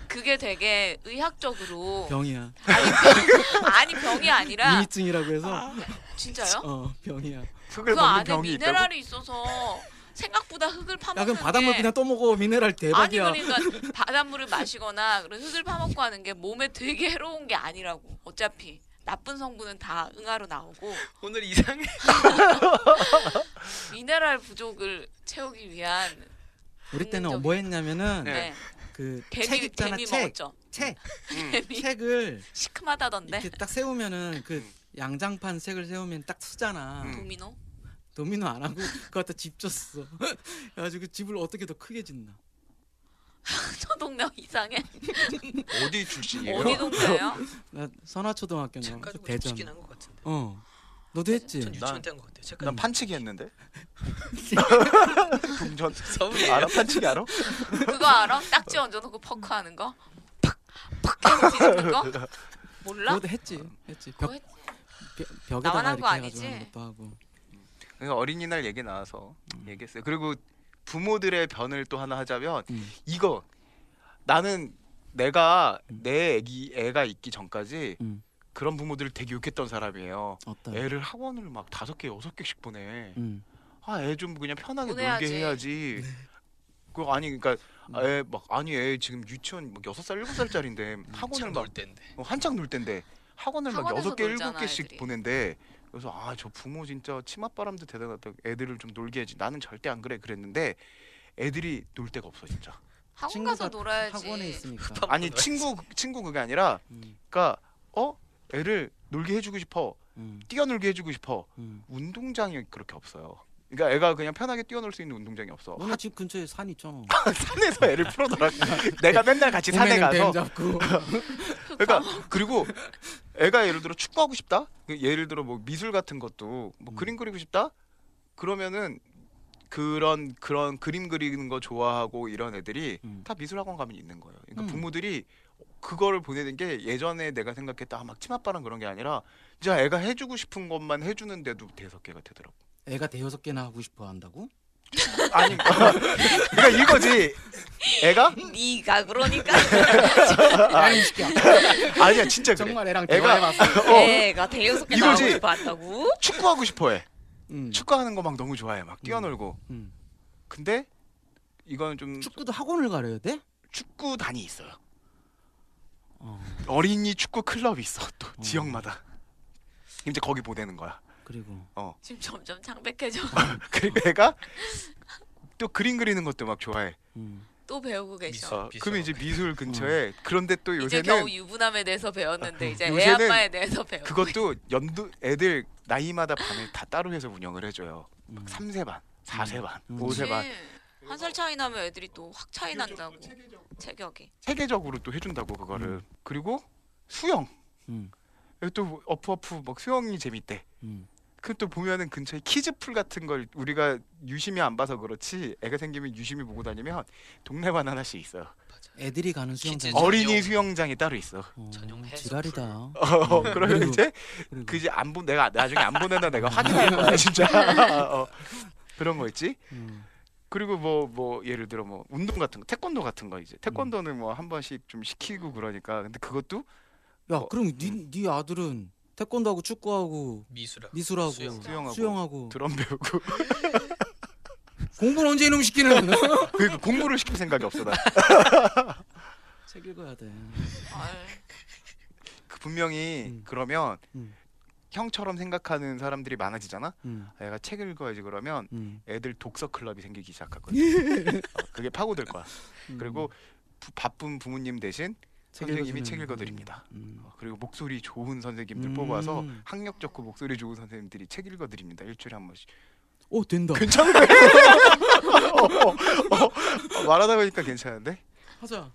[SPEAKER 1] 그게 되게 의학적으로
[SPEAKER 2] 어. 병이야.
[SPEAKER 1] 아니, 병, 아니 병이 아니라
[SPEAKER 2] 이미증이라고 해서
[SPEAKER 1] 진짜요?
[SPEAKER 2] 어 병이야.
[SPEAKER 4] 흙을
[SPEAKER 1] 그
[SPEAKER 4] 먹는
[SPEAKER 1] 안에
[SPEAKER 4] 병이 있다고.
[SPEAKER 1] 미네랄이 있어서 생각보다 흙을
[SPEAKER 2] 야
[SPEAKER 1] 파먹는
[SPEAKER 2] 그럼 바닷물
[SPEAKER 1] 게
[SPEAKER 2] 그냥 떠먹어 미네랄
[SPEAKER 1] 예. 아니
[SPEAKER 2] 대박이야.
[SPEAKER 1] 그러니까 바닷물을 마시거나 그런 흙을 파먹고 하는 게 몸에 되게 [laughs] 해로운 게 아니라고 어차피 나쁜 성분은 다 응아로 나오고
[SPEAKER 3] 오늘 이상해.
[SPEAKER 1] 미네랄 부족을 채우기 위한
[SPEAKER 2] 우리 때는 뭐 했냐면은
[SPEAKER 1] 네.
[SPEAKER 2] 그 책
[SPEAKER 1] 개미
[SPEAKER 2] 있잖아
[SPEAKER 1] 개미
[SPEAKER 2] 책,
[SPEAKER 1] 먹었죠 [laughs] 네.
[SPEAKER 2] 책,
[SPEAKER 1] 개미
[SPEAKER 2] 책을
[SPEAKER 1] 시큼하다던데
[SPEAKER 2] 이렇게 딱 세우면은 그
[SPEAKER 4] 음.
[SPEAKER 2] 양장판 책을 세우면 딱 쓰잖아.
[SPEAKER 4] 음.
[SPEAKER 1] 도미노 [laughs]
[SPEAKER 2] 도미노 안 하고 그거 갖다 집 졌어. [laughs] 그래가지고 집을 어떻게 더 크게 짓나?
[SPEAKER 1] 저 동네 이상해
[SPEAKER 4] 어디 출신이에요?
[SPEAKER 1] 어디 동네예요
[SPEAKER 2] 나 선화초등학교냐?
[SPEAKER 3] 책 가지고 좀
[SPEAKER 2] 대전.
[SPEAKER 3] 치긴 한것 같은데.
[SPEAKER 2] 어. 너도 했지.
[SPEAKER 3] 전
[SPEAKER 4] 난-
[SPEAKER 3] 유치원 때 한 것 같아요. 책
[SPEAKER 4] 난
[SPEAKER 3] 가지고.
[SPEAKER 4] 판치기
[SPEAKER 1] [laughs]
[SPEAKER 4] 했는데. [laughs] 동전
[SPEAKER 3] 서울이에요.
[SPEAKER 4] 알아 판치기 알아?
[SPEAKER 1] 그거 알아 딱지 얹어놓고 퍼크 하는 거 팍팍 뒤집는 거 몰라 어.
[SPEAKER 2] 너도 했지. 했지.
[SPEAKER 1] 그거
[SPEAKER 2] 벽,
[SPEAKER 1] 했지 나만
[SPEAKER 2] 벽- 벽에다가
[SPEAKER 1] 한거
[SPEAKER 2] 이렇게 해가지고
[SPEAKER 1] 아니지?
[SPEAKER 2] 하는 것도 하고.
[SPEAKER 4] 그래서 그러니까 어린이날 얘기 나와서 얘기했어요. 그리고 부모들의 변을 또 하나 하자면
[SPEAKER 2] 음.
[SPEAKER 4] 이거 나는 내가 내 애기 애가 있기 전까지
[SPEAKER 2] 음.
[SPEAKER 4] 그런 부모들을 되게 욕했던 사람이에요.
[SPEAKER 2] 어떤?
[SPEAKER 4] 애를 학원을 막 다섯 개 여섯 개씩 보내.
[SPEAKER 2] 음. 네.
[SPEAKER 4] 아 애 좀 그냥 편하게
[SPEAKER 1] 보내야지.
[SPEAKER 4] 놀게 해야지. 그 아니 그러니까
[SPEAKER 2] 음.
[SPEAKER 4] 애
[SPEAKER 2] 음.
[SPEAKER 4] 막 아니 애 지금 유치원 막 여섯 살 일곱 살짜리인데 학원을
[SPEAKER 3] 학원을
[SPEAKER 4] 막
[SPEAKER 3] 놀 때인데.
[SPEAKER 4] 어, 한창 놀 때인데 학원을 막
[SPEAKER 1] 학원에서
[SPEAKER 4] 여섯 개
[SPEAKER 1] 놀잖아,
[SPEAKER 4] 일곱 개씩
[SPEAKER 1] 애들이.
[SPEAKER 4] 보낸대. 그래서 아 저 부모 진짜 치맛바람도 대단하다. 애들을 좀 놀게 해야지. 나는 절대 안 그래 그랬는데 애들이 놀 데가 없어 진짜.
[SPEAKER 1] 학원
[SPEAKER 2] 친구가
[SPEAKER 1] 가서 [laughs] 놀아야지.
[SPEAKER 2] 학원에 있으니까.
[SPEAKER 4] 아니 친구 친구 그게 아니라
[SPEAKER 2] 음,
[SPEAKER 4] 그러니까 어 애를 놀게 해주고 싶어
[SPEAKER 2] 음,
[SPEAKER 4] 뛰어놀게 해주고 싶어
[SPEAKER 2] 음.
[SPEAKER 4] 운동장이 그렇게 없어요. 그러니까 애가 그냥 편하게 뛰어놀 수 있는 운동장이 없어.
[SPEAKER 1] 뭐
[SPEAKER 2] 너네 집 근처에 산 있잖아.
[SPEAKER 4] 산에서
[SPEAKER 1] [laughs]
[SPEAKER 4] 애를 풀어더라. 내가 맨날 같이 산에
[SPEAKER 2] 봄에는 뱀
[SPEAKER 4] 가서
[SPEAKER 2] 잡고.
[SPEAKER 4] 그러니까 그리고 애가 예를 들어 축구하고 싶다. 그 예를 들어 뭐 미술 같은 것도 뭐
[SPEAKER 2] 음.
[SPEAKER 4] 그림 그리고 싶다. 그러면은 그런 그런 그림 그리는 거 좋아하고 이런 애들이
[SPEAKER 2] 음.
[SPEAKER 4] 다 미술 학원 가면 있는 거예요. 그러니까
[SPEAKER 2] 음.
[SPEAKER 4] 부모들이 그거를 보내는 게 예전에 내가 생각했다 아, 막 치맛바람 그런 게 아니라 진짜 애가 해주고 싶은 것만 해주는데도 대여섯 개가 되더라고.
[SPEAKER 2] 애가 대여섯 개나 하고 싶어 한다고?
[SPEAKER 4] 아니 그러니까 이거지. 애가
[SPEAKER 1] 네가 그러니까
[SPEAKER 2] 야, 이 새끼야.
[SPEAKER 4] 아니야 진짜 그래.
[SPEAKER 2] 정말 애랑 [laughs]
[SPEAKER 4] 애가- 아,
[SPEAKER 2] 대화해봤어.
[SPEAKER 1] 애가 네, 대여섯 개 나오고
[SPEAKER 4] 이거지.
[SPEAKER 1] 싶어 한다고?
[SPEAKER 4] 축구하고 싶어해.
[SPEAKER 2] 음,
[SPEAKER 4] 축구하는 거 막 너무 좋아해. 막 뛰어놀고.
[SPEAKER 2] 음.
[SPEAKER 4] 근데 이거는 좀
[SPEAKER 2] 축구도 학원을 가려야 돼?
[SPEAKER 4] 축구단이 있어요.
[SPEAKER 2] 어,
[SPEAKER 4] 어린이 축구 클럽이 있어 또
[SPEAKER 2] 어.
[SPEAKER 4] 지역마다. 이제 거기 보내는 거야. [laughs]
[SPEAKER 2] 그리고
[SPEAKER 1] 지금 점점 창백해져.
[SPEAKER 4] 그리고 애가 또 그림 그리는 것도 막 좋아해.
[SPEAKER 2] 음.
[SPEAKER 1] 또 배우고 계셔.
[SPEAKER 3] 미소.
[SPEAKER 4] 어, 그러면 이제 미술 근처에 그런데 또
[SPEAKER 1] 이제 겨우
[SPEAKER 4] 요새는
[SPEAKER 1] 유부남에 대해서
[SPEAKER 2] 어.
[SPEAKER 1] 배웠는데 이제 애
[SPEAKER 4] 요새는
[SPEAKER 1] 아빠에 대해서 배우고.
[SPEAKER 4] 그것도 연두 애들 나이마다 반을 다 따로 해서 운영을 해줘요.
[SPEAKER 2] 음.
[SPEAKER 4] 3세 반, 4세 반,
[SPEAKER 2] 음.
[SPEAKER 1] 있지.
[SPEAKER 4] 5세 반.
[SPEAKER 1] 네. 한 살 차이 나면 애들이 또 확 차이 난다고. 체격이.
[SPEAKER 4] 세계적으로 또 해준다고 그거를.
[SPEAKER 2] 음.
[SPEAKER 4] 그리고 수영.
[SPEAKER 2] 음,
[SPEAKER 4] 또 어프어프 막 수영이 재밌대.
[SPEAKER 2] 음.
[SPEAKER 4] 그 또 보면은 근처에 키즈풀 같은 걸 우리가 유심히 안 봐서 그렇지 애가 생기면 유심히 보고 다니면 동네만 하나씩 있어요.
[SPEAKER 2] 애들이 가는 수영장.
[SPEAKER 3] 진짜
[SPEAKER 4] 어린이 수영장이 따로 있어.
[SPEAKER 2] 어,
[SPEAKER 3] 전용 해수풀.
[SPEAKER 2] 지랄이다.
[SPEAKER 4] 어,
[SPEAKER 2] 음,
[SPEAKER 4] 그러면
[SPEAKER 2] 그리고-
[SPEAKER 4] 이제
[SPEAKER 2] 그리고.
[SPEAKER 4] 그지 안보 내가 나중에 안 보낸다 내가 확인할 거야 진짜. [laughs] 어, 그런 거 있지.
[SPEAKER 2] 음.
[SPEAKER 4] 그리고 뭐 뭐 예를 들어 뭐 운동 같은 거 태권도 같은 거 이제 태권도는 뭐 한 번씩 좀 시키고 그러니까 근데 그것도
[SPEAKER 2] 야,
[SPEAKER 4] 어,
[SPEAKER 2] 그럼 네, 네 아들은 태권도하고 축구하고
[SPEAKER 3] 미술학
[SPEAKER 2] 미술하고
[SPEAKER 3] 수영.
[SPEAKER 4] 수영하고.
[SPEAKER 2] 수영하고.
[SPEAKER 4] 드럼 배우고 [laughs]
[SPEAKER 2] 공부는 언제 이놈 시키는?
[SPEAKER 4] 그러니까 공부를 시킬 생각이 없어 나.
[SPEAKER 2] 책 읽어야 돼.
[SPEAKER 1] 아유.
[SPEAKER 4] 그 분명히
[SPEAKER 2] 음.
[SPEAKER 4] 그러면
[SPEAKER 2] 음.
[SPEAKER 4] 형처럼 생각하는 사람들이 많아지잖아.
[SPEAKER 2] 음,
[SPEAKER 4] 애가 책 읽어야지 그러면
[SPEAKER 2] 음.
[SPEAKER 4] 애들 독서 클럽이
[SPEAKER 2] [laughs]
[SPEAKER 4] 생기기 시작하거든. 어, 그게 파고들 거야.
[SPEAKER 2] 음.
[SPEAKER 4] 그리고 부- 바쁜 부모님 대신
[SPEAKER 2] 책
[SPEAKER 4] 선생님이
[SPEAKER 2] 읽어주는-
[SPEAKER 4] 책 읽어드립니다.
[SPEAKER 2] 음.
[SPEAKER 4] 어, 그리고 목소리 좋은 선생님들
[SPEAKER 2] 음.
[SPEAKER 4] 뽑아서 학력 좋고 목소리 좋은 선생님들이 책 읽어드립니다. 일주일에 한 번씩.
[SPEAKER 2] 오 된다.
[SPEAKER 4] 괜찮은데? [laughs] 어, 어, 어, 어, 말하다 보니까 괜찮은데?
[SPEAKER 2] 하자.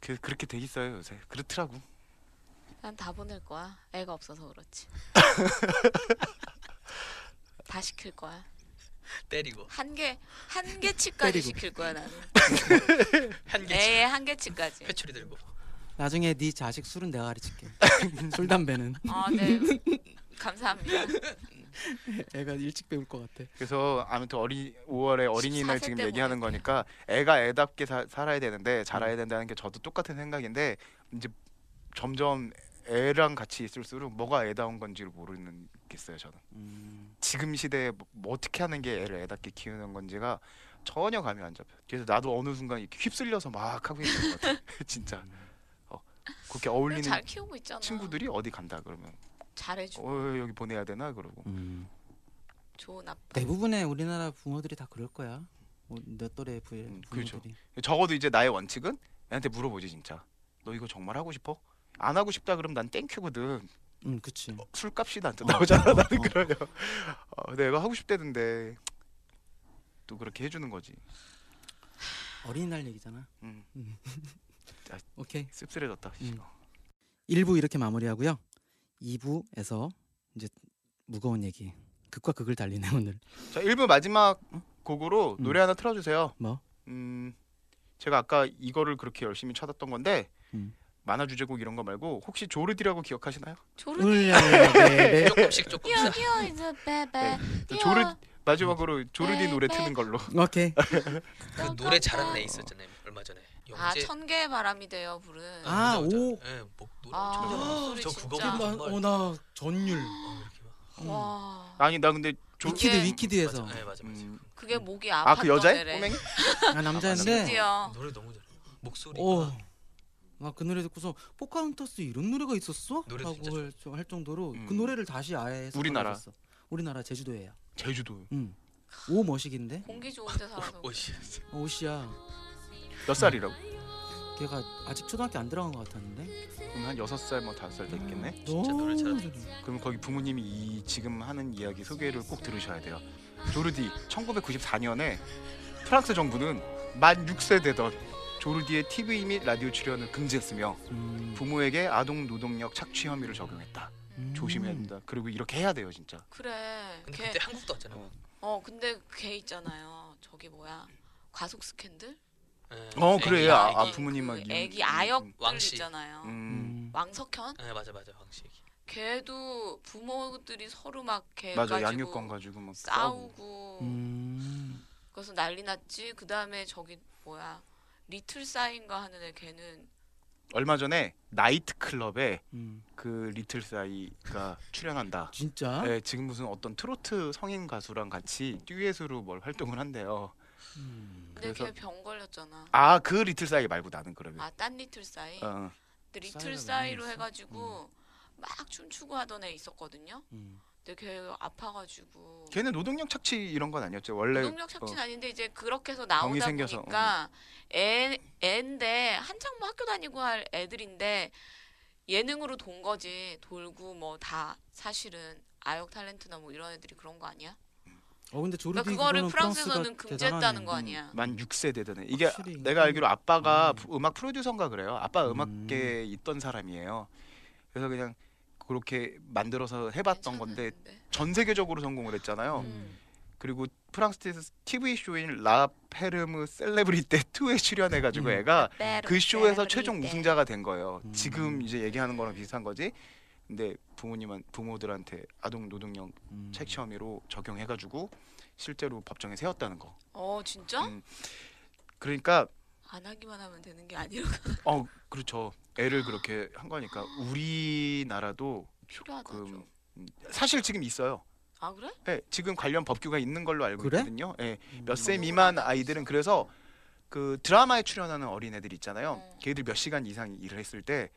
[SPEAKER 4] 그, 그렇게 돼 있어요 요새. 그렇더라고.
[SPEAKER 1] 난 다 보낼 거야. 애가 없어서 그렇지. 다 시킬 거야.
[SPEAKER 3] 때리고
[SPEAKER 1] 한 개, 한 개치까지
[SPEAKER 2] 때리고.
[SPEAKER 1] 시킬 거야 나는.
[SPEAKER 3] 한개
[SPEAKER 1] 애의 한 개치까지.
[SPEAKER 3] 회초리 들고
[SPEAKER 2] 나중에 네 자식 술은 내가
[SPEAKER 4] [laughs]
[SPEAKER 2] 가르칠게. 술 담배는
[SPEAKER 1] 아, 네. 감사합니다.
[SPEAKER 2] 애가 일찍 배울 것 같아.
[SPEAKER 4] 그래서 아무튼 어린 5월에 어린이날
[SPEAKER 1] 14세
[SPEAKER 4] 지금
[SPEAKER 1] 때
[SPEAKER 4] 얘기하는
[SPEAKER 1] 보내야
[SPEAKER 4] 거니까 애가 애답게 사- 살아야 되는데 자라야 된다는 게 저도 똑같은 생각인데 이제 점점 애랑 같이 있을수록 뭐가 애다운 건지를 모르겠어요 저는
[SPEAKER 2] 음,
[SPEAKER 4] 지금 시대에 뭐, 뭐 어떻게 하는 게 애를 애답게 키우는 건지가 전혀 감이 안 잡혀 그래서 나도 어느 순간 이렇게 휩쓸려서 막 하고 있는 것 같아 [laughs] 진짜 어, 그렇게
[SPEAKER 1] 그래,
[SPEAKER 4] 어울리는
[SPEAKER 1] 잘 키우고 있잖아.
[SPEAKER 4] 친구들이 어디 간다 그러면
[SPEAKER 1] 잘해주고
[SPEAKER 4] 어 여기 보내야 되나 그러고
[SPEAKER 2] 음.
[SPEAKER 1] 좋은 아빠.
[SPEAKER 2] 대부분의 우리나라 부모들이 다 그럴 거야. 뭐내 또래 부,
[SPEAKER 4] 음, 그렇죠.
[SPEAKER 2] 부모들이.
[SPEAKER 4] 적어도 이제 나의 원칙은 애한테 물어보지 진짜. 너 이거 정말 하고 싶어? 안 하고 싶다 그럼 난 땡큐거든.
[SPEAKER 2] 음, 그치.
[SPEAKER 4] 술값이
[SPEAKER 2] 어,
[SPEAKER 4] 나한테 나오잖아. [laughs] 나는 그러면 어, 내가 하고 싶다던데 또 그렇게 해주는 거지.
[SPEAKER 2] 어린이날 얘기잖아.
[SPEAKER 4] 음,
[SPEAKER 2] 오케이.
[SPEAKER 4] 씁쓸해졌다.
[SPEAKER 2] 음. 1부 이렇게 마무리하고요. 2부에서 이제 무거운 얘기. 극과 극을 달리네 [laughs] 오늘.
[SPEAKER 4] 자, 1부 마지막 곡으로
[SPEAKER 2] 음.
[SPEAKER 4] 노래 하나 틀어주세요.
[SPEAKER 2] 뭐?
[SPEAKER 4] 음, 제가 아까 이거를 그렇게 열심히 찾았던 건데
[SPEAKER 2] 음.
[SPEAKER 4] 만화 주제곡 이런 거 말고 혹시 조르디라고 기억하시나요?
[SPEAKER 1] 조르.
[SPEAKER 2] 네, 울려야 돼.
[SPEAKER 3] 조금씩 조금씩 그
[SPEAKER 1] 뛰어 뛰어 이제 베베.
[SPEAKER 4] 네, 조르- 마지막으로 조르디 노래
[SPEAKER 1] 네, 네.
[SPEAKER 4] 트는 걸로.
[SPEAKER 2] 오케이.
[SPEAKER 4] [laughs]
[SPEAKER 3] 그 노래 잘하는 애 있었잖아요 얼마 전에
[SPEAKER 1] 아
[SPEAKER 3] 영재
[SPEAKER 1] 천개의 바람이래요 불은.
[SPEAKER 2] 아, 오.
[SPEAKER 3] 예목 노래
[SPEAKER 1] 아,
[SPEAKER 3] 엄청
[SPEAKER 1] 목소리
[SPEAKER 3] 잘하는 저 그거
[SPEAKER 1] 진짜.
[SPEAKER 3] 보고
[SPEAKER 2] 나-
[SPEAKER 3] 정말
[SPEAKER 2] 어, 나 전율.
[SPEAKER 3] 어, 이렇게 막-
[SPEAKER 1] 와.
[SPEAKER 4] 아니 나 근데 조
[SPEAKER 2] 음.
[SPEAKER 4] 네.
[SPEAKER 2] 위키드
[SPEAKER 1] 이게-
[SPEAKER 2] 위키드에서.
[SPEAKER 3] 맞아 예, 맞아 맞아
[SPEAKER 4] 음,
[SPEAKER 1] 그게 목이
[SPEAKER 4] 아
[SPEAKER 1] 아팠던
[SPEAKER 4] 그 여자?
[SPEAKER 1] 애래.
[SPEAKER 4] 꼬맹이?
[SPEAKER 2] 아 남자인데.
[SPEAKER 1] 심지어
[SPEAKER 3] 노래 너무 잘해 목소리가
[SPEAKER 2] 오. 아, 그 노래 듣고서 포카운타스 이런 노래가 있었어?
[SPEAKER 3] 노래 진짜
[SPEAKER 2] 라고 할, 할 정도로
[SPEAKER 4] 음.
[SPEAKER 2] 그 노래를 다시 아예
[SPEAKER 4] 우리나라.
[SPEAKER 2] 어 우리나라 제주도예요.
[SPEAKER 4] 제주도
[SPEAKER 2] 음. 오 머시기인데
[SPEAKER 1] 공기 좋은 데
[SPEAKER 3] [laughs]
[SPEAKER 1] 살아서
[SPEAKER 3] 오씨
[SPEAKER 2] 어, 오씨야.
[SPEAKER 4] 몇 살이라고?
[SPEAKER 2] 걔가 아직 초등학교 안 들어간 것 같았는데.
[SPEAKER 4] 그럼 한 여섯 살 뭐 다섯 살 됐겠네.
[SPEAKER 3] 진짜 노래 잘하네.
[SPEAKER 2] 잘해.
[SPEAKER 4] 그럼 거기 부모님이 이 지금 하는 이야기 소개를 꼭 들으셔야 돼요. 조르디 1994년에 프랑스 정부는 만 6세 되던 조르디의 TV 및 라디오 출연을 금지했으며
[SPEAKER 2] 음.
[SPEAKER 4] 부모에게 아동 노동력 착취 혐의를 적용했다.
[SPEAKER 2] 음.
[SPEAKER 4] 조심해야 된다. 그리고 이렇게 해야 돼요, 진짜.
[SPEAKER 1] 그래.
[SPEAKER 3] 근데
[SPEAKER 1] 걔
[SPEAKER 3] 그때 한국도 왔잖아
[SPEAKER 4] 어.
[SPEAKER 1] 어 근데 걔 있잖아요. 저기 뭐야 과속 스캔들?
[SPEAKER 3] 예.
[SPEAKER 4] 어, 그래.
[SPEAKER 3] 애기,
[SPEAKER 4] 아,
[SPEAKER 3] 애기.
[SPEAKER 4] 아, 부모님 막
[SPEAKER 1] 그
[SPEAKER 4] 이혼-
[SPEAKER 1] 애기 아역
[SPEAKER 3] 왕씨.
[SPEAKER 1] 있잖아요.
[SPEAKER 4] 음.
[SPEAKER 2] 음.
[SPEAKER 1] 왕석현?
[SPEAKER 3] 예, 맞아 맞아 황식
[SPEAKER 1] 걔도 부모들이 서로 막 걔
[SPEAKER 4] 맞아.
[SPEAKER 1] 가지고
[SPEAKER 4] 양육권 가지고 막 싸우고.
[SPEAKER 1] 싸우고
[SPEAKER 2] 음.
[SPEAKER 1] 그래서 난리 났지. 그 다음에 저기 뭐야 리틀 사인가 하는 애 걔는
[SPEAKER 4] 얼마 전에 나이트 클럽에
[SPEAKER 2] 음.
[SPEAKER 4] 그 리틀 사이가 출연한다.
[SPEAKER 2] 진짜?
[SPEAKER 4] 네, 지금 무슨 어떤 트로트 성인 가수랑 같이 듀엣으로 뭘 활동을 한대요.
[SPEAKER 2] 음.
[SPEAKER 1] 근데
[SPEAKER 4] 그래서-
[SPEAKER 1] 걔 병 걸렸잖아.
[SPEAKER 4] 아, 그 리틀 사이 말고 나는 그러면.
[SPEAKER 1] 아 딴 리틀 사이.
[SPEAKER 4] 어, 어.
[SPEAKER 1] 근데
[SPEAKER 2] 사이가
[SPEAKER 1] 리틀
[SPEAKER 2] 많이
[SPEAKER 1] 사이로
[SPEAKER 2] 있어.
[SPEAKER 1] 해가지고
[SPEAKER 4] 음.
[SPEAKER 1] 막 춤추고 하던 애 있었거든요.
[SPEAKER 2] 음.
[SPEAKER 1] 근데 걔 아파가지고
[SPEAKER 4] 걔는 노동력 착취 이런 건 아니었죠. 원래 어,
[SPEAKER 1] 노동력 착취는 아닌데 이제 그렇게 해서 나오다
[SPEAKER 4] 생겨서,
[SPEAKER 1] 보니까 애 애인데 한창 뭐 학교 다니고 할 애들인데 예능으로 돈 거지 돌고 뭐 다 사실은 아역 탤런트나 뭐 이런 애들이 그런 거 아니야?
[SPEAKER 2] 어 근데 조르디
[SPEAKER 1] 그러니까 그거를
[SPEAKER 2] 그거는
[SPEAKER 1] 프랑스에서는
[SPEAKER 2] 프랑스가
[SPEAKER 1] 금지했다는
[SPEAKER 2] 대단하네.
[SPEAKER 1] 거 아니야?
[SPEAKER 4] 음, 만 6세 되던 애. 이게
[SPEAKER 2] 확실히
[SPEAKER 4] 내가 알기로 아빠가
[SPEAKER 2] 음.
[SPEAKER 4] 부- 음악 프로듀서인가 그래요. 아빠
[SPEAKER 2] 음.
[SPEAKER 4] 음악계에 있던 사람이에요. 그래서 그냥 그렇게 만들어서 해봤던 건데
[SPEAKER 1] 괜찮았는데.
[SPEAKER 4] 전 세계적으로 성공을 했잖아요.
[SPEAKER 1] 음.
[SPEAKER 4] 그리고 프랑스에서 TV 쇼인 라 페르무 셀레브리테 2에 출연해가지고 애가 그 쇼에서 최종 우승자가 된 거예요.
[SPEAKER 2] 음.
[SPEAKER 4] 지금 이제 얘기하는 거랑 비슷한 거지. 근데 부모님한 부모들한테 아동 노동력
[SPEAKER 2] 음.
[SPEAKER 4] 착취 혐의로 적용해가지고 실제로 법정에 세웠다는 거.
[SPEAKER 1] 어 진짜?
[SPEAKER 4] 음. 그러니까
[SPEAKER 1] 안 하기만 하면 되는 게 아니라
[SPEAKER 4] [laughs] 어 그렇죠. 애를 그렇게 한 거니까 우리나라도
[SPEAKER 1] 필요하다
[SPEAKER 4] 조금
[SPEAKER 1] 좀.
[SPEAKER 4] 음, 사실 지금 있어요.
[SPEAKER 1] 아 그래?
[SPEAKER 4] 네, 지금 관련 법규가 있는 걸로 알고
[SPEAKER 2] 그래?
[SPEAKER 4] 있거든요. 예,
[SPEAKER 2] 음.
[SPEAKER 4] 몇 세 미만 아이들은 그래서 그 드라마에 출연하는 어린애들 있잖아요.
[SPEAKER 1] 음.
[SPEAKER 4] 걔들 몇 시간 이상 일을 했을 때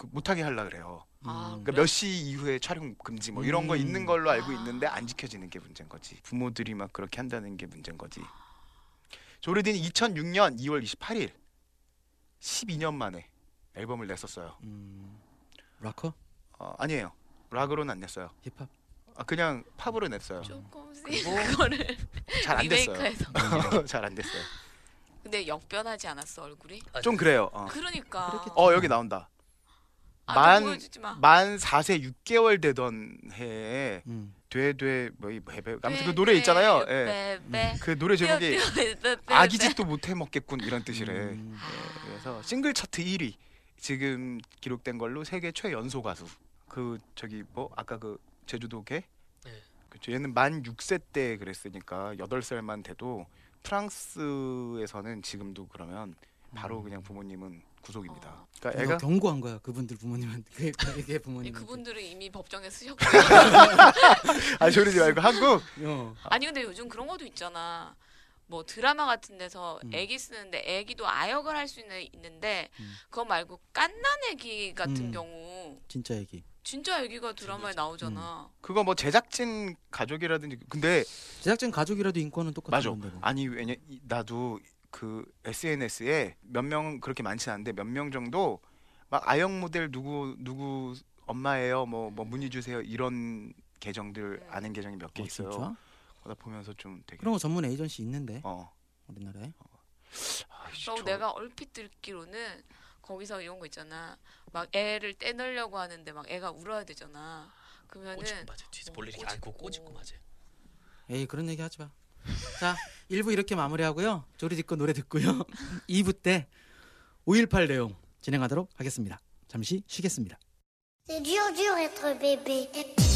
[SPEAKER 4] 그 못하게 하려 그래요.
[SPEAKER 1] 아,
[SPEAKER 2] 음.
[SPEAKER 1] 그래?
[SPEAKER 4] 그러니까 몇 시 이후에 촬영 금지 뭐 이런 거
[SPEAKER 2] 음.
[SPEAKER 4] 있는 걸로 알고
[SPEAKER 1] 아.
[SPEAKER 4] 있는데 안 지켜지는 게 문제인 거지. 부모들이 막 그렇게 한다는 게 문제인 거지. 조르딘이 2006년 2월 28일 12년 만에 앨범을 냈었어요.
[SPEAKER 2] 음. 락커?
[SPEAKER 4] 어, 아니에요. 락으로는 안 냈어요.
[SPEAKER 2] 힙합?
[SPEAKER 4] 아, 그냥 팝으로 냈어요.
[SPEAKER 1] 조금씩
[SPEAKER 4] 그리고
[SPEAKER 1] [laughs] 그거를
[SPEAKER 4] 잘 안 됐어요. [laughs]
[SPEAKER 1] 리메이크해서
[SPEAKER 4] 잘 안 됐어요.
[SPEAKER 1] 근데 역변하지 않았어 얼굴이?
[SPEAKER 3] 아,
[SPEAKER 4] 좀 그래요. 어,
[SPEAKER 1] 그러니까
[SPEAKER 4] 어, 여기 나온다.
[SPEAKER 1] 아,
[SPEAKER 4] 만-
[SPEAKER 1] 좀 보여주지 마.
[SPEAKER 4] 만 4세 6개월 되던 해에
[SPEAKER 2] 음.
[SPEAKER 4] 돼돼 뭐이 베베 아무튼
[SPEAKER 1] 네,
[SPEAKER 4] 그 노래 있잖아요. 예.
[SPEAKER 1] 베베.
[SPEAKER 4] 그 노래
[SPEAKER 1] 네,
[SPEAKER 4] 제목이
[SPEAKER 1] 베베.
[SPEAKER 4] 아기 집도 못 해먹겠군 이런 뜻이래.
[SPEAKER 2] 음.
[SPEAKER 1] 아.
[SPEAKER 4] 예, 그래서 싱글 차트 1위 지금 기록된 걸로 세계 최연소 가수. 그 저기 뭐 아까 그 제주도 개?
[SPEAKER 3] 네.
[SPEAKER 4] 그쵸 얘는 만 6세 때 그랬으니까 8살만 돼도 프랑스에서는 지금도 그러면 바로 그냥 부모님은 구속입니다.
[SPEAKER 1] 어.
[SPEAKER 4] 그러니까
[SPEAKER 2] 애가
[SPEAKER 4] 애가
[SPEAKER 2] 경고한 거야 그분들 부모님한테 [laughs] 그 애- 애기
[SPEAKER 1] 예,
[SPEAKER 2] 부모님한테
[SPEAKER 1] 그분들은 이미 법정에 쓰셨고.
[SPEAKER 4] 아 저러지 말고 한국
[SPEAKER 2] 어.
[SPEAKER 1] 아니 근데 요즘 그런 것도 있잖아. 뭐 드라마 같은 데서
[SPEAKER 2] 음.
[SPEAKER 1] 애기 쓰는데 애기도 아역을 할 수 있는 있는데
[SPEAKER 2] 음.
[SPEAKER 1] 그거 말고 깐난 애기 같은
[SPEAKER 2] 음.
[SPEAKER 1] 경우
[SPEAKER 2] 진짜 애기
[SPEAKER 1] 진짜 애기가 드라마에 나오잖아.
[SPEAKER 4] 그거 뭐 제작진 가족이라든지 근데
[SPEAKER 2] 제작진 가족이라도 인권은 똑같은
[SPEAKER 4] 맞아.
[SPEAKER 2] 건데 뭐.
[SPEAKER 4] 아니 왜냐 이- 나도 그 SNS에 몇 명 그렇게 많진 않은데 몇 명 정도 막 아역 모델 누구 누구 엄마예요 뭐 뭐 문의 주세요 이런 계정들 아는 계정이 몇 개
[SPEAKER 2] 어,
[SPEAKER 4] 있어요.
[SPEAKER 2] 진짜?
[SPEAKER 4] 그러다 보면서 좀 되게
[SPEAKER 2] 그런 거 전문 에이전시 있는데
[SPEAKER 4] 어.
[SPEAKER 2] 우리나라에
[SPEAKER 4] 아이씨,
[SPEAKER 1] 그리고
[SPEAKER 4] 저-
[SPEAKER 1] 내가 얼핏 듣기로는 거기서 이런 거 있잖아. 막 애를 떼내려고 하는데 막 애가 울어야 되잖아.
[SPEAKER 3] 꼬집고
[SPEAKER 1] 그러면은
[SPEAKER 3] 맞아 뒤에서
[SPEAKER 1] 어,
[SPEAKER 3] 볼일 이렇게 안고
[SPEAKER 1] 꼬집고.
[SPEAKER 3] 꼬집고 맞아
[SPEAKER 2] 에이 그런 얘기 하지 마. 자 1부 이렇게 마무리하고요. 조리 짓고 노래 듣고요. [laughs] 2부 때 5.18 내용 진행하도록 하겠습니다. 잠시 쉬겠습니다.
[SPEAKER 6] C'est dur, dur être bébé.